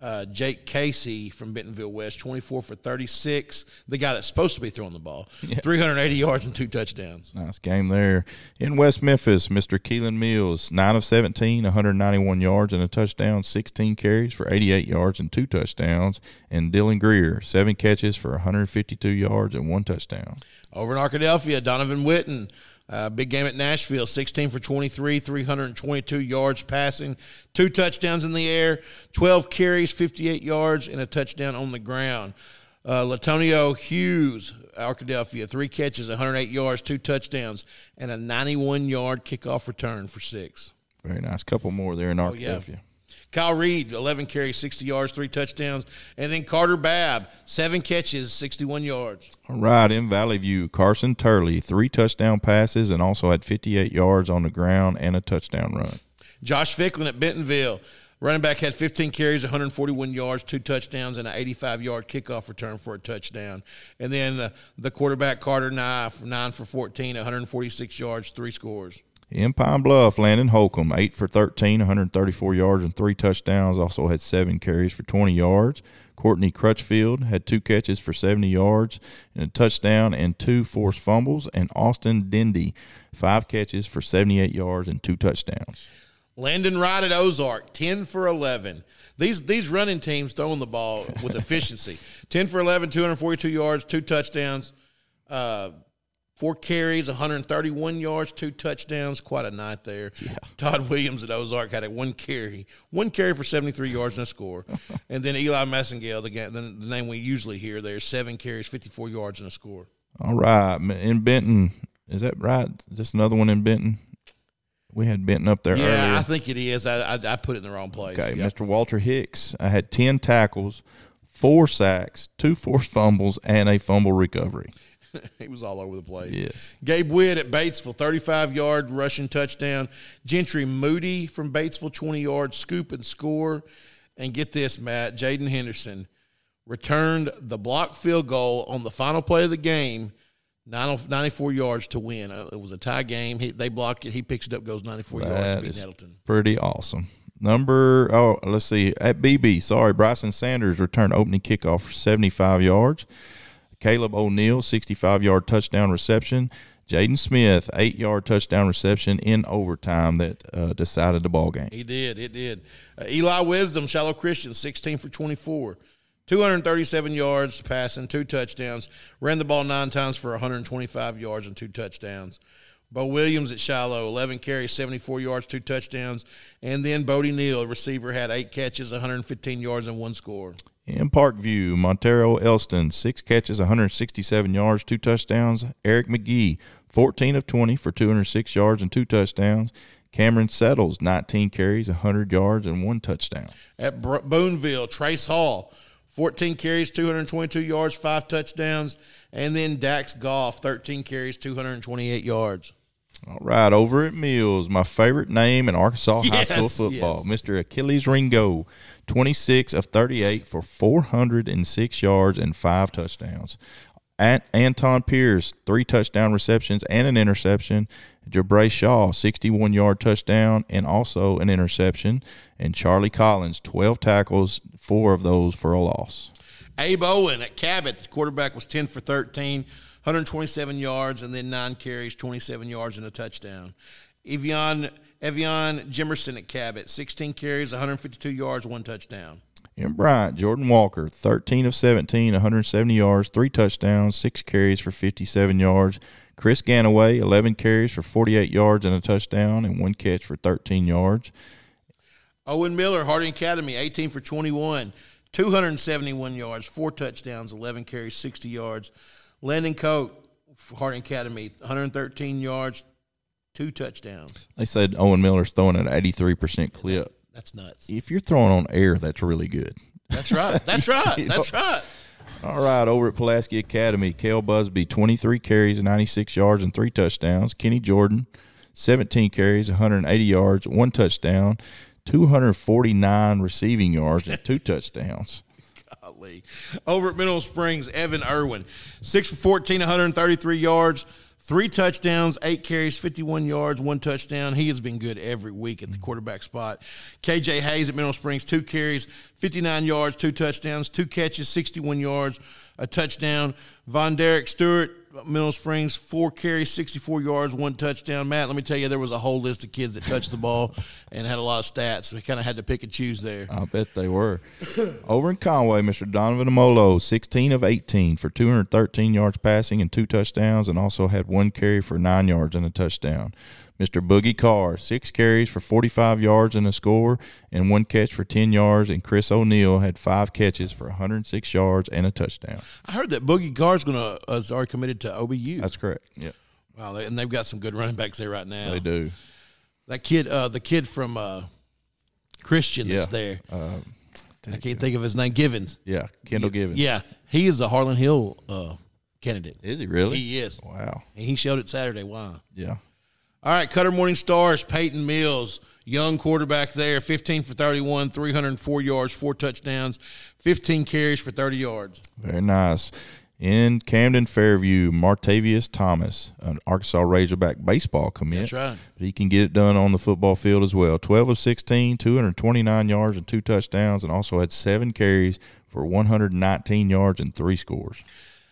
Speaker 1: Uh, Jake Casey from Bentonville West, 24 for 36, the guy that's supposed to be throwing the ball, 380 yards and two touchdowns.
Speaker 2: Nice game there. In West Memphis, Mr. Keelan Mills, 9 of 17, 191 yards and a touchdown, 16 carries for 88 yards and two touchdowns. And Dylan Greer, seven catches for 152 yards and one touchdown.
Speaker 1: Over in Arkadelphia, Donovan Witten, uh, big game at Nashville, 16 for 23, 322 yards passing, two touchdowns in the air, 12 carries, 58 yards, and a touchdown on the ground. Uh, Latonio Hughes, Arkadelphia, three catches, 108 yards, two touchdowns, and a 91 yard kickoff return for six.
Speaker 2: Very nice. Couple more there in
Speaker 1: Oh, yeah.
Speaker 2: Arkadelphia.
Speaker 1: Kyle Reed, 11 carries, 60 yards, three touchdowns. And then Carter Babb, seven catches, 61 yards.
Speaker 2: All right, in Valley View, Carson Turley, three touchdown passes and also had 58 yards on the ground and a touchdown run.
Speaker 1: Josh Ficklin at Bentonville. Running back had 15 carries, 141 yards, two touchdowns, and an 85 yard kickoff return for a touchdown. And then uh, the quarterback, Carter Nye, f- 9 for 14, 146 yards, three scores.
Speaker 2: In Pine Bluff, Landon Holcomb, 8 for 13, 134 yards and three touchdowns, also had seven carries for 20 yards. Courtney Crutchfield had two catches for 70 yards and a touchdown and two forced fumbles. And Austin Dendy, five catches for 78 yards and two touchdowns.
Speaker 1: Landon Wright at Ozark, 10 for 11. These, these running teams throwing the ball
Speaker 2: <laughs>
Speaker 1: with efficiency 10 for 11, 242 yards, two touchdowns, uh, four carries, 131 yards, two touchdowns. Quite a night there. Todd Williams at Ozark had a one carry, one carry for 73 yards and a
Speaker 2: <laughs>
Speaker 1: score. and then Eli Massengale, the, guy, the, the name we usually hear there, seven carries, 54 yards and a score.
Speaker 2: All right, m- in Benton, is that right? Is this another one in Benton? We had Benton up there
Speaker 1: Yeah,
Speaker 2: earlier.
Speaker 1: I think it is. I, I, I put it in the wrong place. <laughs>
Speaker 2: Okay, Mr. Walter Hicks. I had 10 tackles, four sacks, two forced fumbles, and a fumble recovery.
Speaker 1: He was all over the place.
Speaker 2: Yes.
Speaker 1: Gabe Witt at Batesville, 35 yard rushing touchdown. Gentry Moody from Batesville, 20 yard scoop and score. And get this, Matt, Jaden Henderson returned the block field goal on the final play of the game, 90 94 yards to win. Uh, It was a tie game. He, they blocked it. He picks it up, goes 94 yards to
Speaker 2: That
Speaker 1: beat
Speaker 2: is
Speaker 1: Nettleton.
Speaker 2: pretty awesome. Number, oh, let's see. At BB, sorry, Bryson Sanders returned opening kickoff for 75 yards. Caleb O'Neal, 65 yard touchdown reception. Jaden Smith, eight yard touchdown reception in overtime that uh, decided the ball game.
Speaker 1: He did. It did. Uh, Eli Wisdom, shallow Christian, 16 for 24. 237 yards passing, two touchdowns. Ran the ball nine times for 125 yards and two touchdowns. Bo Williams at Shiloh, 11 carries, 74 yards, two touchdowns. And then Bodie Neal, receiver, had eight catches, 115 yards, and one score.
Speaker 2: In Parkview, Montero Elston, six catches, 167 yards, two touchdowns. Eric McGee, 14 of 20 for 206 yards and two touchdowns. Cameron Settles, 19 carries, 100 yards, and one touchdown.
Speaker 1: At Br- Booneville, Trace Hall, 14 carries, 222 yards, five touchdowns. And then Dax Goff, 13 carries, 228 yards.
Speaker 2: All right, over at Mills, my favorite name in Arkansas high school
Speaker 1: Yes,
Speaker 2: football, Mr. Achilles Ringo, 26 of 38 for 406 yards and five touchdowns. At Anton Pierce, three touchdown receptions and an interception. Jabray Shaw, 61 yard touchdown and also an interception. And Charlie Collins, 12 tackles, four of those for a loss.
Speaker 1: Abe Owen at Cabot, the quarterback was 10 for 13, 127 yards, and then nine carries, 27 yards, and a touchdown. Evian, Evian Jimerson at Cabot, 16 carries, 152 yards, one touchdown.
Speaker 2: And Bryant, Jordan Walker, 13 of 17, 170 yards, three touchdowns, six carries for 57 yards. Chris Ganaway, 11 carries for 48 yards and a touchdown, and one catch for 13 yards.
Speaker 1: Owen Miller, Harding Academy, 18 for 21, 271 yards, four touchdowns, 11 carries, 60 yards. Landon Coke, Harding Academy, 113 yards, two touchdowns.
Speaker 2: They said Owen Miller's throwing at an 83% clip.
Speaker 1: That's nuts.
Speaker 2: If you're throwing on air, that's really good.
Speaker 1: That's right. That's <laughs> right.
Speaker 2: You
Speaker 1: That's right.
Speaker 2: All right, over at Pulaski Academy, Cale Busby, 23 carries, 96 yards, and three touchdowns. Kenny Jordan, 17 carries, 180 yards, one touchdown, 249 receiving yards, and two touchdowns.
Speaker 1: Golly. Over at Mineral Springs, Evan Irwin, 6 for 14, 133 yards, three touchdowns, eight carries, 51 yards, one touchdown. He has been good every week at the quarterback spot. KJ Hayes at Mineral Springs, two carries, 59 yards, two touchdowns, two catches, 61 yards, a touchdown. Von Derek Stewart, Mineral Springs, four carries, 64 yards, one touchdown. Matt, let me tell you, there was a whole list of kids that touched the ball and had a lot of stats. We kind of had to pick and choose there.
Speaker 2: I bet they
Speaker 1: <coughs>
Speaker 2: were. Over in Conway, Mr. Donovan Amolo, 16 of 18 for 213 yards passing and two touchdowns, and also had one carry for nine yards and a touchdown. Mr. Boogie Carr, six carries for 45 yards and a score, and one catch for 10 yards. And Chris O'Neal had five catches for 106 yards and a touchdown.
Speaker 1: I heard that Boogie Carr's gonna uh, is already committed to OBU.
Speaker 2: That's correct. Yep,
Speaker 1: wow, they, and they've got some good running backs there right now.
Speaker 2: they do.
Speaker 1: That kid, uh, the kid from uh, Christian that's
Speaker 2: Yeah. uh,
Speaker 1: there. I can't think of his name. Givens.
Speaker 2: Yeah, Kendall Givens.
Speaker 1: Yeah, he is a Harlan Hill uh, candidate.
Speaker 2: Is he really?
Speaker 1: He is.
Speaker 2: Wow.
Speaker 1: And he showed it Saturday. Wow.
Speaker 2: Yeah.
Speaker 1: All right, Cutter Morning Stars, Peyton Mills, young quarterback there, 15 for 31, 304 yards, four touchdowns, 15 carries for 30 yards.
Speaker 2: Very nice. In Camden Fairview, Martavius Thomas, an Arkansas Razorback baseball commit.
Speaker 1: That's right.
Speaker 2: But he can get it done on the football field as well. 12 of 16, 229 yards and two touchdowns, and also had seven carries for 119 yards and three scores.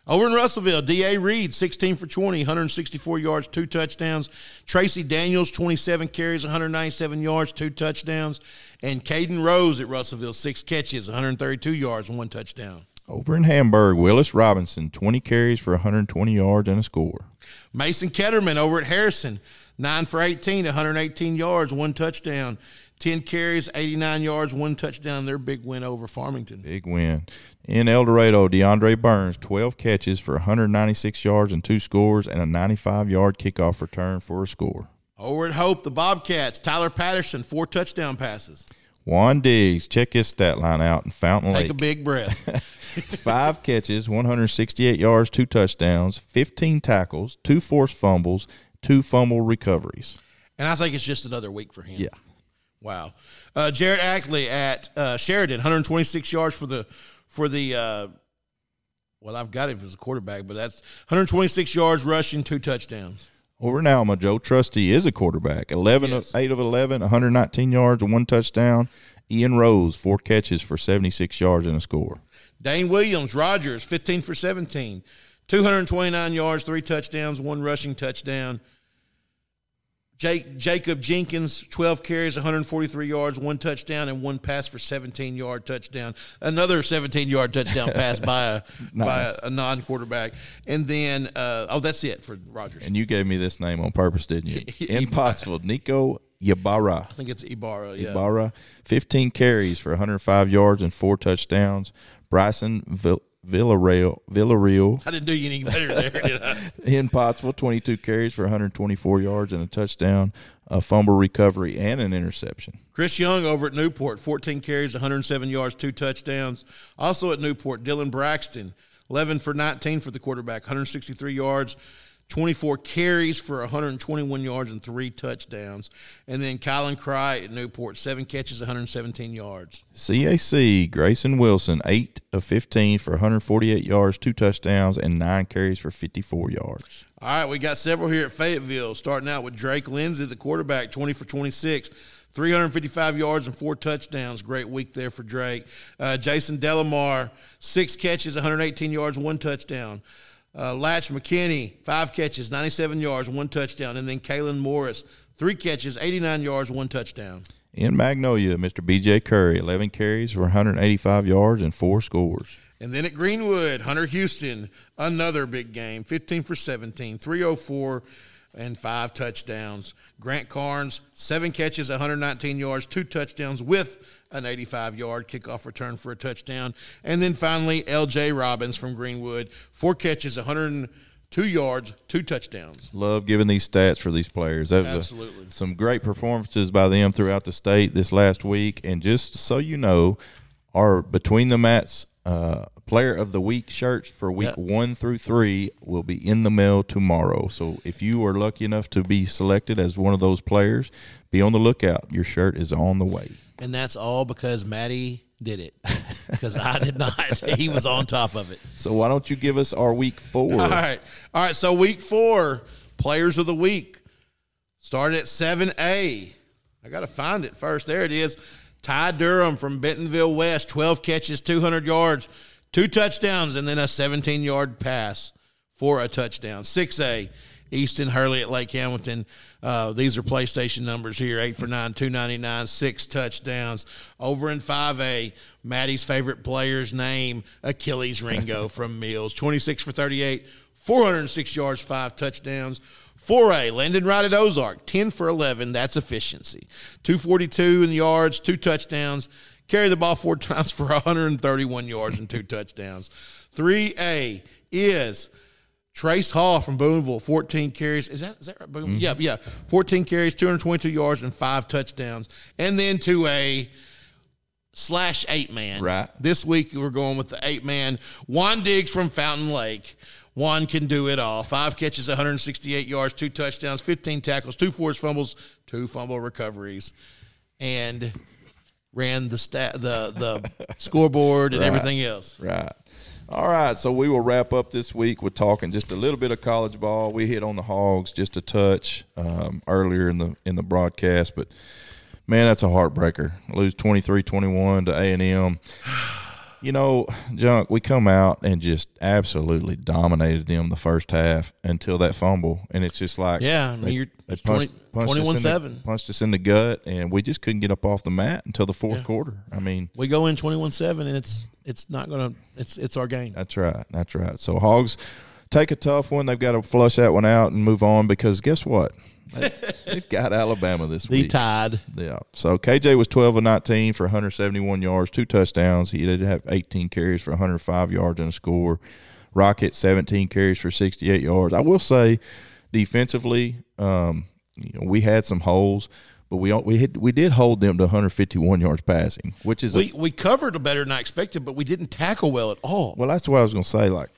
Speaker 1: Over in Russellville, D.A. Reed, 16 for 20, 164 yards, two touchdowns. Tracy Daniels, 27 carries, 197 yards, two touchdowns. And Caden Rose at Russellville, six catches, 132 yards, one touchdown.
Speaker 2: Over in Hamburg, Willis Robinson, 20 carries for 120 yards and a score.
Speaker 1: Mason Ketterman over at Harrison, 9 for 18, 118 yards, one touchdown. 10 carries, 89 yards, one touchdown. Their big win over Farmington.
Speaker 2: Big win. In El Dorado, DeAndre Burns, 12 catches for 196 yards and two scores, and a 95 yard kickoff return for a score.
Speaker 1: Over at Hope, the Bobcats, Tyler Patterson, four touchdown passes.
Speaker 2: Juan Diggs, check his stat line out in Fountain
Speaker 1: Take a
Speaker 2: Lake.
Speaker 1: big breath.
Speaker 2: <laughs> Five catches, 168 yards, two touchdowns, 15 tackles, two forced fumbles, two fumble recoveries.
Speaker 1: And I think it's just another week for him.
Speaker 2: Yeah.
Speaker 1: Wow. Uh, Jared Ackley at uh, Sheridan, 126 yards for the for the. Uh, well, I've got it as a quarterback, but that's 126 yards rushing, two touchdowns.
Speaker 2: Over in Alma, Joe Trusty is a quarterback. 11
Speaker 1: Yes.
Speaker 2: of 8 of 11, 119 yards and one touchdown. Ian Rose, four catches for 76 yards and a score.
Speaker 1: Dane Williams, Rogers, 15 for 17, 229 yards, three touchdowns, one rushing touchdown. Jake Jacob Jenkins, 12 carries, 143 yards, one touchdown, and one pass for 17 yard touchdown. Another 17 yard touchdown pass by a
Speaker 2: <laughs> Nice.
Speaker 1: by a, non quarterback. And then, uh, oh, that's it for Rogers.
Speaker 2: And you gave me this name on
Speaker 1: <laughs>
Speaker 2: purpose, didn't you? Impossible. Nico Ybarra.
Speaker 1: I think it's Ibarra. Yeah.
Speaker 2: Ibarra, 15 carries for 105 yards and four touchdowns. Bryson Vill- Villarreal, Villarreal
Speaker 1: I didn't do you any better there, did I?
Speaker 2: in Pottsville, 22 carries for 124 yards and a touchdown, a fumble recovery, and an interception.
Speaker 1: Chris Young over at Newport, 14 carries, 107 yards, two touchdowns. Also at Newport, Dylan Braxton, 11 for 19 for the quarterback, 163 yards, 24 carries for 121 yards and three touchdowns. And then Kylan Cry at Newport, seven catches, 117 yards.
Speaker 2: CAC Grayson Wilson, eight of fifteen for 148 yards, two touchdowns, and nine carries for 54 yards.
Speaker 1: All right, we got several here at Fayetteville, starting out with Drake Lindsey, the quarterback, 20 for 26. 355 yards and four touchdowns. Great week there for Drake. Uh, Jason Delamar, six catches, 118 yards, one touchdown. Uh, Latch McKinney, five catches, 97 yards, one touchdown. And then Kalen Morris, three catches, 89 yards, one touchdown.
Speaker 2: In Magnolia, Mr. BJ Curry, 11 carries for 185 yards and four scores.
Speaker 1: And then at Greenwood, Hunter Houston, another big game, 15 for 17, 304 and five touchdowns. Grant Carnes, seven catches, 119 yards, two touchdowns with an 85 yard kickoff return for a touchdown. And then finally, LJ Robbins from Greenwood, four catches, 102 yards, two touchdowns.
Speaker 2: Love giving these stats for these players. That was a-
Speaker 1: Absolutely.
Speaker 2: some great performances by them throughout the state this last week. And just so you know, our Between the Mats uh, Player of the Week shirts for week one through three will be in the mail tomorrow. So if you are lucky enough to be selected as one of those players, be on the lookout. Your shirt is on the way.
Speaker 12: And that's all because Maddie did it. <laughs> Because I did not. <laughs> he was on top of it.
Speaker 2: So why don't you give us our week four?
Speaker 1: All right. All right. So, week four, players of the week. Started at 7A. I got to find it first. There it is. Ty Durham from Bentonville West, 12 catches, 200 yards, two touchdowns, and then a 17 yard pass for a touchdown. 6A, Easton Hurley at Lake Hamilton. Uh, these are PlayStation numbers here 8 for 9, 299, six touchdowns. Over in 5A, Maddie's favorite player's name, Achilles Ringo from Mills, 26 for 38, 406 yards, five touchdowns. 4A, Landon Wright at Ozark, 10 for 11. That's efficiency. 242 in yards, two touchdowns. Carry the ball four <laughs> times for 131 yards and two touchdowns. 3A is Trace Hall from Boonville, 14 carries. Is that, is that right? Boonville?
Speaker 2: Mm-hmm.
Speaker 1: Yeah, yeah. 14 carries, 222 yards, and five touchdowns. And then 2A slash eight man.
Speaker 2: Right.
Speaker 1: This week we're going with the eight man. Juan Diggs from Fountain Lake. Juan can do it all. Five catches, 168 yards, two touchdowns, 15 tackles, two forced fumbles, two fumble recoveries, and ran the stat, the
Speaker 2: <laughs>
Speaker 1: the scoreboard and
Speaker 2: Right.
Speaker 1: everything else.
Speaker 2: Right. All right. So we will wrap up this week with talking just a little bit of college ball. We hit on the Hogs just a touch um, earlier in the in the broadcast, but man, that's a heartbreaker. Lose 23-21 to A and M. <sighs> You know, junk. We come out and just absolutely dominated them the first half until that fumble, and it's just like
Speaker 1: Yeah, I mean, you're
Speaker 2: they
Speaker 1: 20
Speaker 2: punched, punched us in the-
Speaker 1: 21-7.
Speaker 2: punched us in the gut, and we just couldn't get up off the mat until the fourth quarter. I mean,
Speaker 1: We go in 21-7 and it's it's not going to it's it's our game.
Speaker 2: That's right. That's right. So Hogs take a tough one. They've got to flush that one out and move on because guess what? They- <laughs> They've got Alabama this
Speaker 1: The
Speaker 2: week.
Speaker 1: tide.
Speaker 2: Yeah. So KJ was 12 of 19 for 171 yards, two touchdowns. He did have 18 carries for 105 yards and a score. Rocket 17 carries for 68 yards. I will say, defensively, um, you know, we had some holes, but we we hit, we did hold them to 151 yards passing, which is a
Speaker 1: We we covered better than I expected, but we didn't tackle well at all.
Speaker 2: well, that's what I was going to say. Like,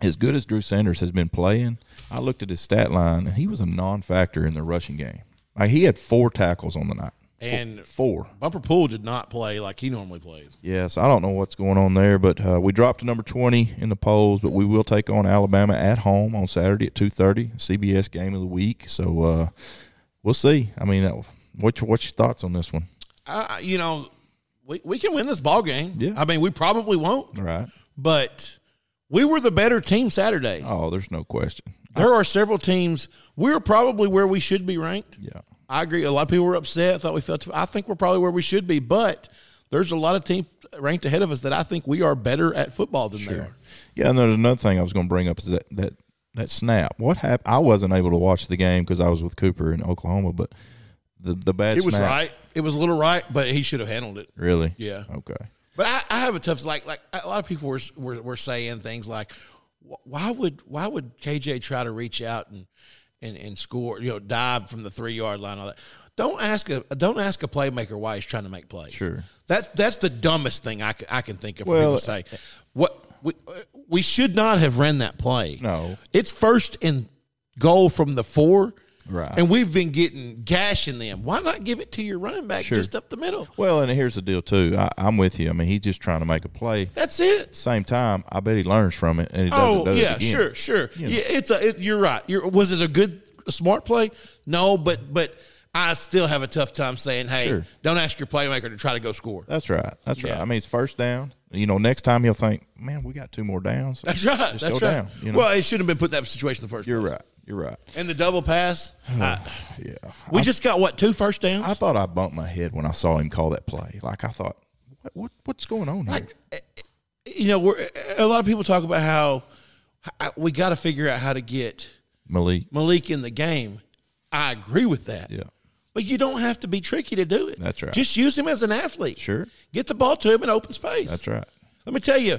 Speaker 2: as good as Drew Sanders has been playing, I looked at his stat line, and he was a non-factor in the rushing game. Like, he had four tackles on the night.
Speaker 1: And
Speaker 2: Four.
Speaker 1: Bumper Pool did not play like he normally plays.
Speaker 2: Yes, I don't know what's going on there, but uh, we dropped to number 20 in the polls, but we will take on Alabama at home on Saturday at 2.30, CBS game of the week. So uh, we'll see. I mean, uh, what's, your- what's your thoughts on this one?
Speaker 1: I, you know, we, we can win this ball game.
Speaker 2: Yeah.
Speaker 1: I mean, we probably won't,
Speaker 2: All right.
Speaker 1: but we were the better team Saturday.
Speaker 2: Oh, there's no question.
Speaker 1: There are several teams. We're probably where we should be ranked.
Speaker 2: Yeah.
Speaker 1: I agree. A lot of people were upset. Thought we felt. I think we're probably where we should be, but there's a lot of teams ranked ahead of us that I think we are better at football than they are.
Speaker 2: Yeah, and then another thing I was going to bring up is that that that snap. What happened? I wasn't able to watch the game because I was with Cooper in Oklahoma, but the the bad
Speaker 1: It was
Speaker 2: snap-
Speaker 1: right. It was a little right, but he should have handled it.
Speaker 2: Really?
Speaker 1: Yeah.
Speaker 2: Okay.
Speaker 1: But I, I have a tough like like a lot of people were were, were saying things like, "Wh- why would why would KJ try to reach out and and, and score you know dive from the three yard line all that. Don't ask a don't ask a playmaker why he's trying to make plays.
Speaker 2: Sure.
Speaker 1: that's that's the dumbest thing I, c- I can think of for
Speaker 2: Well,
Speaker 1: people to say. What we we should not have ran that play.
Speaker 2: No.
Speaker 1: it's first and goal from the four.
Speaker 2: Right.
Speaker 1: And we've been getting gashing them. Why not give it to your running back
Speaker 2: Sure.
Speaker 1: just up the middle?
Speaker 2: Well, and here's the deal too. I, I'm with you. I mean, he's just trying to make a play.
Speaker 1: That's it.
Speaker 2: Same time, I bet he learns from it and he doesn't
Speaker 1: Oh
Speaker 2: do
Speaker 1: yeah,
Speaker 2: it again.
Speaker 1: sure, sure. Yeah, it's a. It, you're right. You're, was it a good a smart play? No, but but I still have a tough time saying, hey,
Speaker 2: Sure.
Speaker 1: don't ask your playmaker to try to go score.
Speaker 2: That's right. That's right.
Speaker 1: Yeah.
Speaker 2: I mean, it's first down. You know, next time he'll think, man, we got two more downs.
Speaker 1: That's right.
Speaker 2: Just
Speaker 1: that's
Speaker 2: go
Speaker 1: right.
Speaker 2: down. You know?
Speaker 1: Well, it shouldn't have been put in that situation in the first.
Speaker 2: <laughs> you're
Speaker 1: place.
Speaker 2: right. You're right.
Speaker 1: And the double
Speaker 2: <sighs>
Speaker 1: pass. I-
Speaker 2: Yeah.
Speaker 1: we just got what two first downs.
Speaker 2: I thought I bumped my head when I saw him call that play. Like I thought, what, what what's going on here?
Speaker 1: you know, we're, a lot of people talk about how, how we got to figure out how to get
Speaker 2: Malik.
Speaker 1: Malik in the game. I agree with that.
Speaker 2: Yeah.
Speaker 1: But you don't have to be tricky to do it.
Speaker 2: That's right.
Speaker 1: Just use him as an athlete.
Speaker 2: Sure.
Speaker 1: Get the ball to him in open space.
Speaker 2: That's right.
Speaker 1: Let me tell you,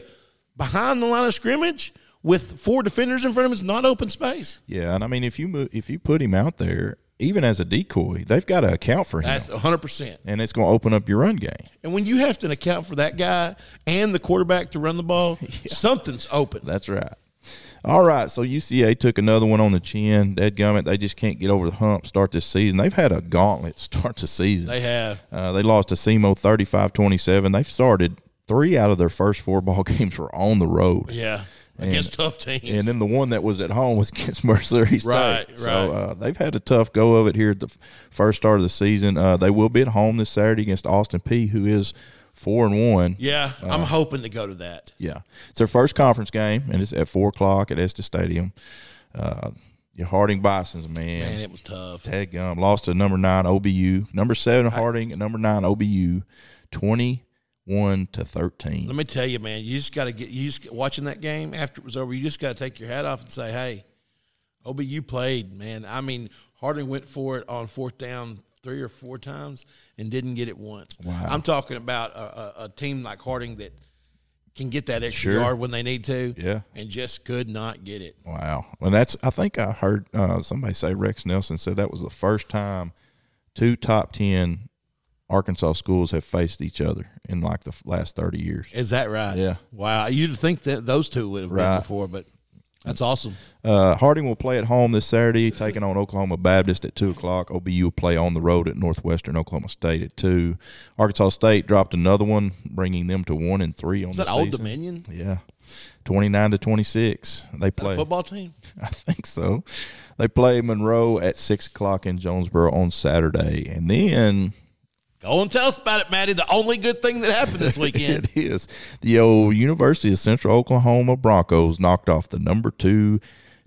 Speaker 1: behind the line of scrimmage with four defenders in front of him is not open space.
Speaker 2: Yeah, and I mean, if you move, if you put him out there, even as a decoy, they've got to account for him,
Speaker 1: That's 100%.
Speaker 2: and it's going to open up your run game.
Speaker 1: And when you have to account for that guy and the quarterback to run the
Speaker 2: <laughs>
Speaker 1: ball, something's open.
Speaker 2: That's right. All right, so UCA took another one on the chin. Dead gummit, they just can't get over the hump. Start this season, they've had a gauntlet <laughs> start to season.
Speaker 1: They have.
Speaker 2: Uh, they lost to SEMO 35-27. They've started three out of their first four ball <laughs> games were on the road.
Speaker 1: Yeah. Against tough teams.
Speaker 2: And then the one that was at home was <laughs> against Mercery State.
Speaker 1: Right,
Speaker 2: So uh, they've had a tough go of it here at the f- first start of the season. Uh, they will be at home this Saturday against Austin P, who is four and one.
Speaker 1: yeah. I'm hoping to go to that.
Speaker 2: Yeah. It's their first conference game, and it's at four o'clock at Estes Stadium. Uh, your Harding Bisons, man.
Speaker 12: Man, it was tough.
Speaker 2: Ted Gum lost to number nine OBU, number seven Harding, and number nine OBU, twenty-one to
Speaker 1: Let
Speaker 2: thirteen.
Speaker 1: me tell you, man, you just got to get you just watching that game after it was over. You just got to take your hat off and say, "Hey, OBU played, man." I mean, Harding went for it on fourth down three or four times and didn't get it once.
Speaker 2: Wow.
Speaker 1: I'm talking about a, a, a team like Harding that can get that extra
Speaker 2: Sure.
Speaker 1: yard when they need to,
Speaker 2: Yeah.
Speaker 1: and just could not get it.
Speaker 2: Wow. Well, that's. I think I heard uh, somebody say Rex Nelson said that was the first time two top ten Arkansas schools have faced each other in like the f- last thirty years.
Speaker 1: Is that right?
Speaker 2: Yeah.
Speaker 1: Wow, you'd think that those two would have
Speaker 2: Right.
Speaker 1: been before, but that's awesome.
Speaker 2: Uh, Harding will play at home this Saturday, taking on Oklahoma Baptist at 2 o'clock. OBU will play on the road at Northwestern Oklahoma State at 2. Arkansas State dropped another one, bringing them to 1 and 3 on
Speaker 1: Is
Speaker 2: the
Speaker 1: that Old
Speaker 2: season.
Speaker 1: Dominion
Speaker 2: Yeah. 29 to 26. They play.
Speaker 1: football team?
Speaker 2: <laughs> I think so. They play Monroe at 6 o'clock in Jonesboro on Saturday. And then <laughs>
Speaker 1: Go and tell us about it, Maddie. The only good thing that happened
Speaker 2: <laughs>
Speaker 1: this weekend.
Speaker 2: it is the old University of Central Oklahoma Broncos knocked off the number two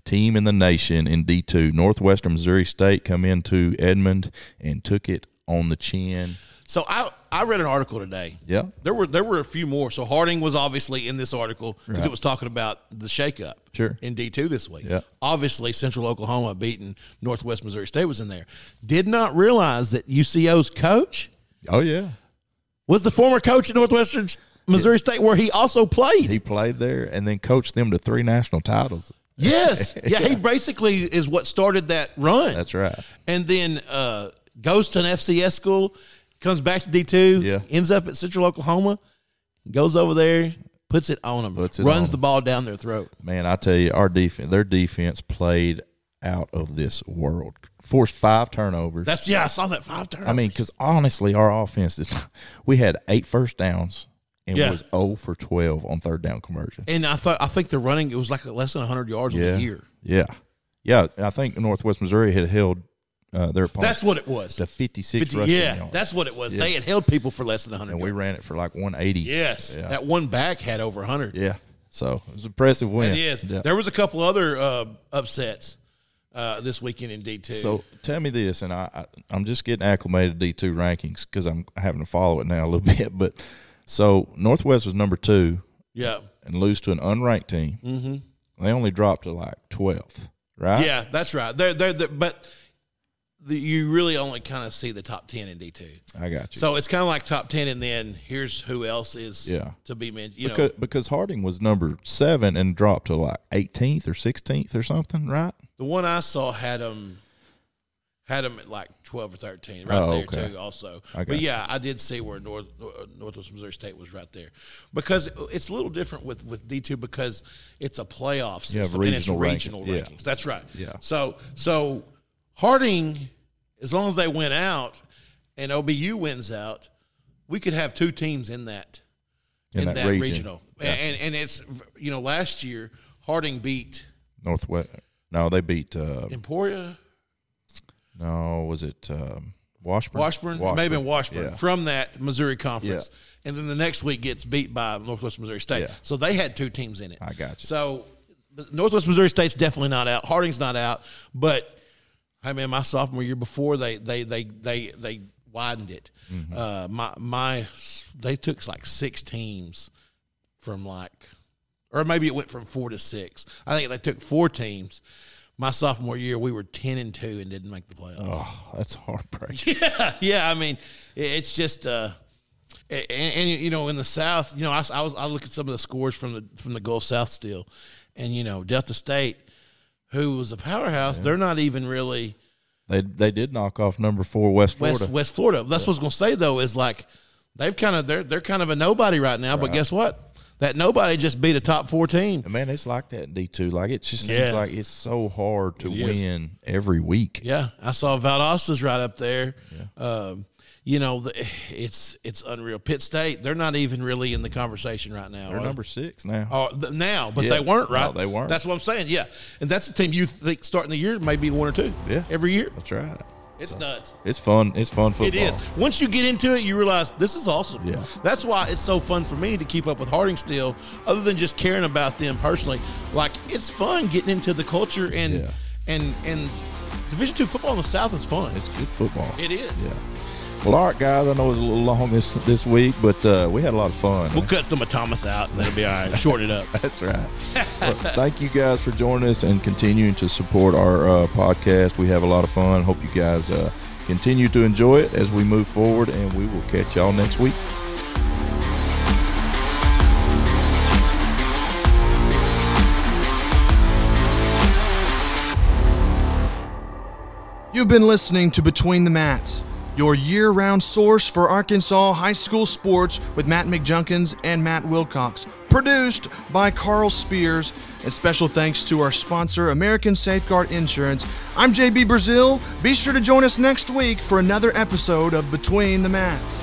Speaker 2: team in the nation in D2. Northwestern Missouri State come into Edmond and took it on the chin.
Speaker 1: So I I read an article today.
Speaker 2: Yeah.
Speaker 1: There were there were a few more. So Harding was obviously in this article because it was talking about the shakeup
Speaker 2: Sure.
Speaker 1: in D two this week.
Speaker 2: Yeah.
Speaker 1: Obviously Central Oklahoma beating Northwest Missouri State was in there. Did not realize that UCO's coach
Speaker 2: Oh, yeah.
Speaker 1: was the former coach at Northwestern Missouri State where he also played.
Speaker 2: He played there and then coached them to three national titles. <laughs>
Speaker 1: yes. Yeah, he basically is what started that run.
Speaker 2: That's right.
Speaker 1: and then uh, goes to an FCS school, comes back to D two,
Speaker 2: Yeah.
Speaker 1: ends up at Central Oklahoma, goes over there, puts it on them,
Speaker 2: Puts it
Speaker 1: runs
Speaker 2: on
Speaker 1: the
Speaker 2: 'em.
Speaker 1: ball down their throat.
Speaker 2: Man, I tell you, our defense, their defense played out of this world. Forced five turnovers.
Speaker 1: That's yeah, I saw that five times.
Speaker 2: I mean, because honestly, our offense is <laughs> we had eight first downs and
Speaker 1: Yeah.
Speaker 2: was 0 for 12 on third down conversion.
Speaker 1: and I thought I think the running it was like less than hundred yards on
Speaker 2: Yeah.
Speaker 1: the year.
Speaker 2: Yeah. Yeah. I think Northwest Missouri had held uh, their opponents
Speaker 1: That's what it was.
Speaker 2: to 56
Speaker 1: 50,
Speaker 2: rushing
Speaker 1: yeah,
Speaker 2: yards.
Speaker 1: that's what it was. They had held people for less than hundred.
Speaker 2: and we ran it for like 180.
Speaker 1: Yes,
Speaker 2: Yeah.
Speaker 1: that one back had over hundred.
Speaker 2: yeah. So it was an impressive win.
Speaker 1: It is.
Speaker 2: Yeah.
Speaker 1: There was a couple other uh, upsets uh, this weekend in D two.
Speaker 2: So tell me this, and I, I I'm just getting acclimated to D2 rankings because I'm having to follow it now a little <laughs> bit. But so Northwest was number two,
Speaker 1: yeah,
Speaker 2: and lose to an unranked team, they only dropped to like 12th, right?
Speaker 1: Mm-hmm. Yeah, that's right. They're, they're, they're- but the, you really only kind of see the top 10 in D2.
Speaker 2: I got you.
Speaker 1: So it's kind of like top 10, and then here's who else is
Speaker 2: Yeah.
Speaker 1: to be mentioned. You
Speaker 2: because,
Speaker 1: know,
Speaker 2: because Harding was number seven and dropped to like 18th or 16th or something, right?
Speaker 1: the one I saw had them Had them at like twelve or thirteen, right
Speaker 2: Oh,
Speaker 1: there
Speaker 2: okay.
Speaker 1: too. Also,
Speaker 2: I
Speaker 1: but
Speaker 2: got
Speaker 1: yeah, I did see where North uh, Northwest Missouri State was right there, because it's a little different with with D two because it's a playoff
Speaker 2: You have
Speaker 1: system and it's
Speaker 2: regional ranking.
Speaker 1: regional
Speaker 2: Yeah.
Speaker 1: rankings. That's right.
Speaker 2: Yeah.
Speaker 1: So so Harding, as long as they went out and OBU wins out, we could have two teams in that
Speaker 2: in, that, region,
Speaker 1: regional. And and it's you know last year Harding beat
Speaker 2: Northwest. No, they beat. Uh,
Speaker 1: Emporia,
Speaker 2: no, was it um, Washburn?
Speaker 1: Washburn, maybe Washburn
Speaker 2: Yeah.
Speaker 1: from that Missouri conference, and then the next week gets beat by Northwest Missouri State.
Speaker 2: Yeah.
Speaker 1: So they had two teams in it.
Speaker 2: I got you.
Speaker 1: So but Northwest Missouri State's definitely not out. Harding's not out, but I mean, my sophomore year before they they they they they widened it.
Speaker 2: Mm-hmm.
Speaker 1: Uh, my my they took like six teams from like, or maybe it went from four to six. I think they took four teams. My sophomore year, we were ten and two and didn't make the playoffs.
Speaker 2: Oh, that's heartbreaking.
Speaker 1: <laughs> yeah, I mean, i- it's just, uh, and, and you know, in the South, you know, I, s- I was I look at some of the scores from the from the Gulf South still, and you know, Delta State, who was a powerhouse, they're not even really
Speaker 2: They they did knock off number four West Florida.
Speaker 1: West West Florida. That's what I was gonna say though is like, they've kind of they're they're kind of a nobody right now. But guess what? That nobody just beat a top four team.
Speaker 2: And man, it's like that in D two. Like it just
Speaker 1: Yeah.
Speaker 2: seems like it's so hard to
Speaker 1: It is.
Speaker 2: win every week.
Speaker 1: Yeah, I saw Valdosta's right up there. Um, you know, the, it's it's unreal. Pitt State, they're not even really in the conversation right now.
Speaker 2: They're
Speaker 1: are they?
Speaker 2: number six now.
Speaker 1: Or Oh, th- now, but
Speaker 2: Yeah.
Speaker 1: they weren't,
Speaker 2: No,
Speaker 1: right?
Speaker 2: they weren't.
Speaker 1: That's what I'm saying. Yeah, and that's a team you think starting the year maybe one or two.
Speaker 2: Yeah.
Speaker 1: every year.
Speaker 2: That's right.
Speaker 1: It's nuts.
Speaker 2: It's fun. It's fun football.
Speaker 1: It is. Once you get into it, you realize this is awesome.
Speaker 2: Yeah.
Speaker 1: That's why it's so fun for me to keep up with Harding still, other than just caring about them personally. Like it's fun getting into the culture and
Speaker 2: Yeah.
Speaker 1: and and Division two football in the South is fun.
Speaker 2: It's good football.
Speaker 1: It is.
Speaker 2: Yeah. Well, all right, guys. I know it was a little long this this week, but uh, we had a lot of fun.
Speaker 1: We'll cut some of Thomas out. and That'll be all right. Shorten it up.
Speaker 2: <laughs> That's right.
Speaker 1: <laughs>
Speaker 2: Well, thank you guys for joining us and continuing to support our uh, podcast. We have a lot of fun. Hope you guys uh, continue to enjoy it as we move forward, and we will catch y'all next week.
Speaker 13: You've been listening to Between the Mats, your year round source for Arkansas high school sports with Matt McJunkins and Matt Wilcox. Produced by Carl Spears, and special thanks to our sponsor, American Safeguard Insurance. I'm JB Brazil. Be sure to join us next week for another episode of Between the Mats.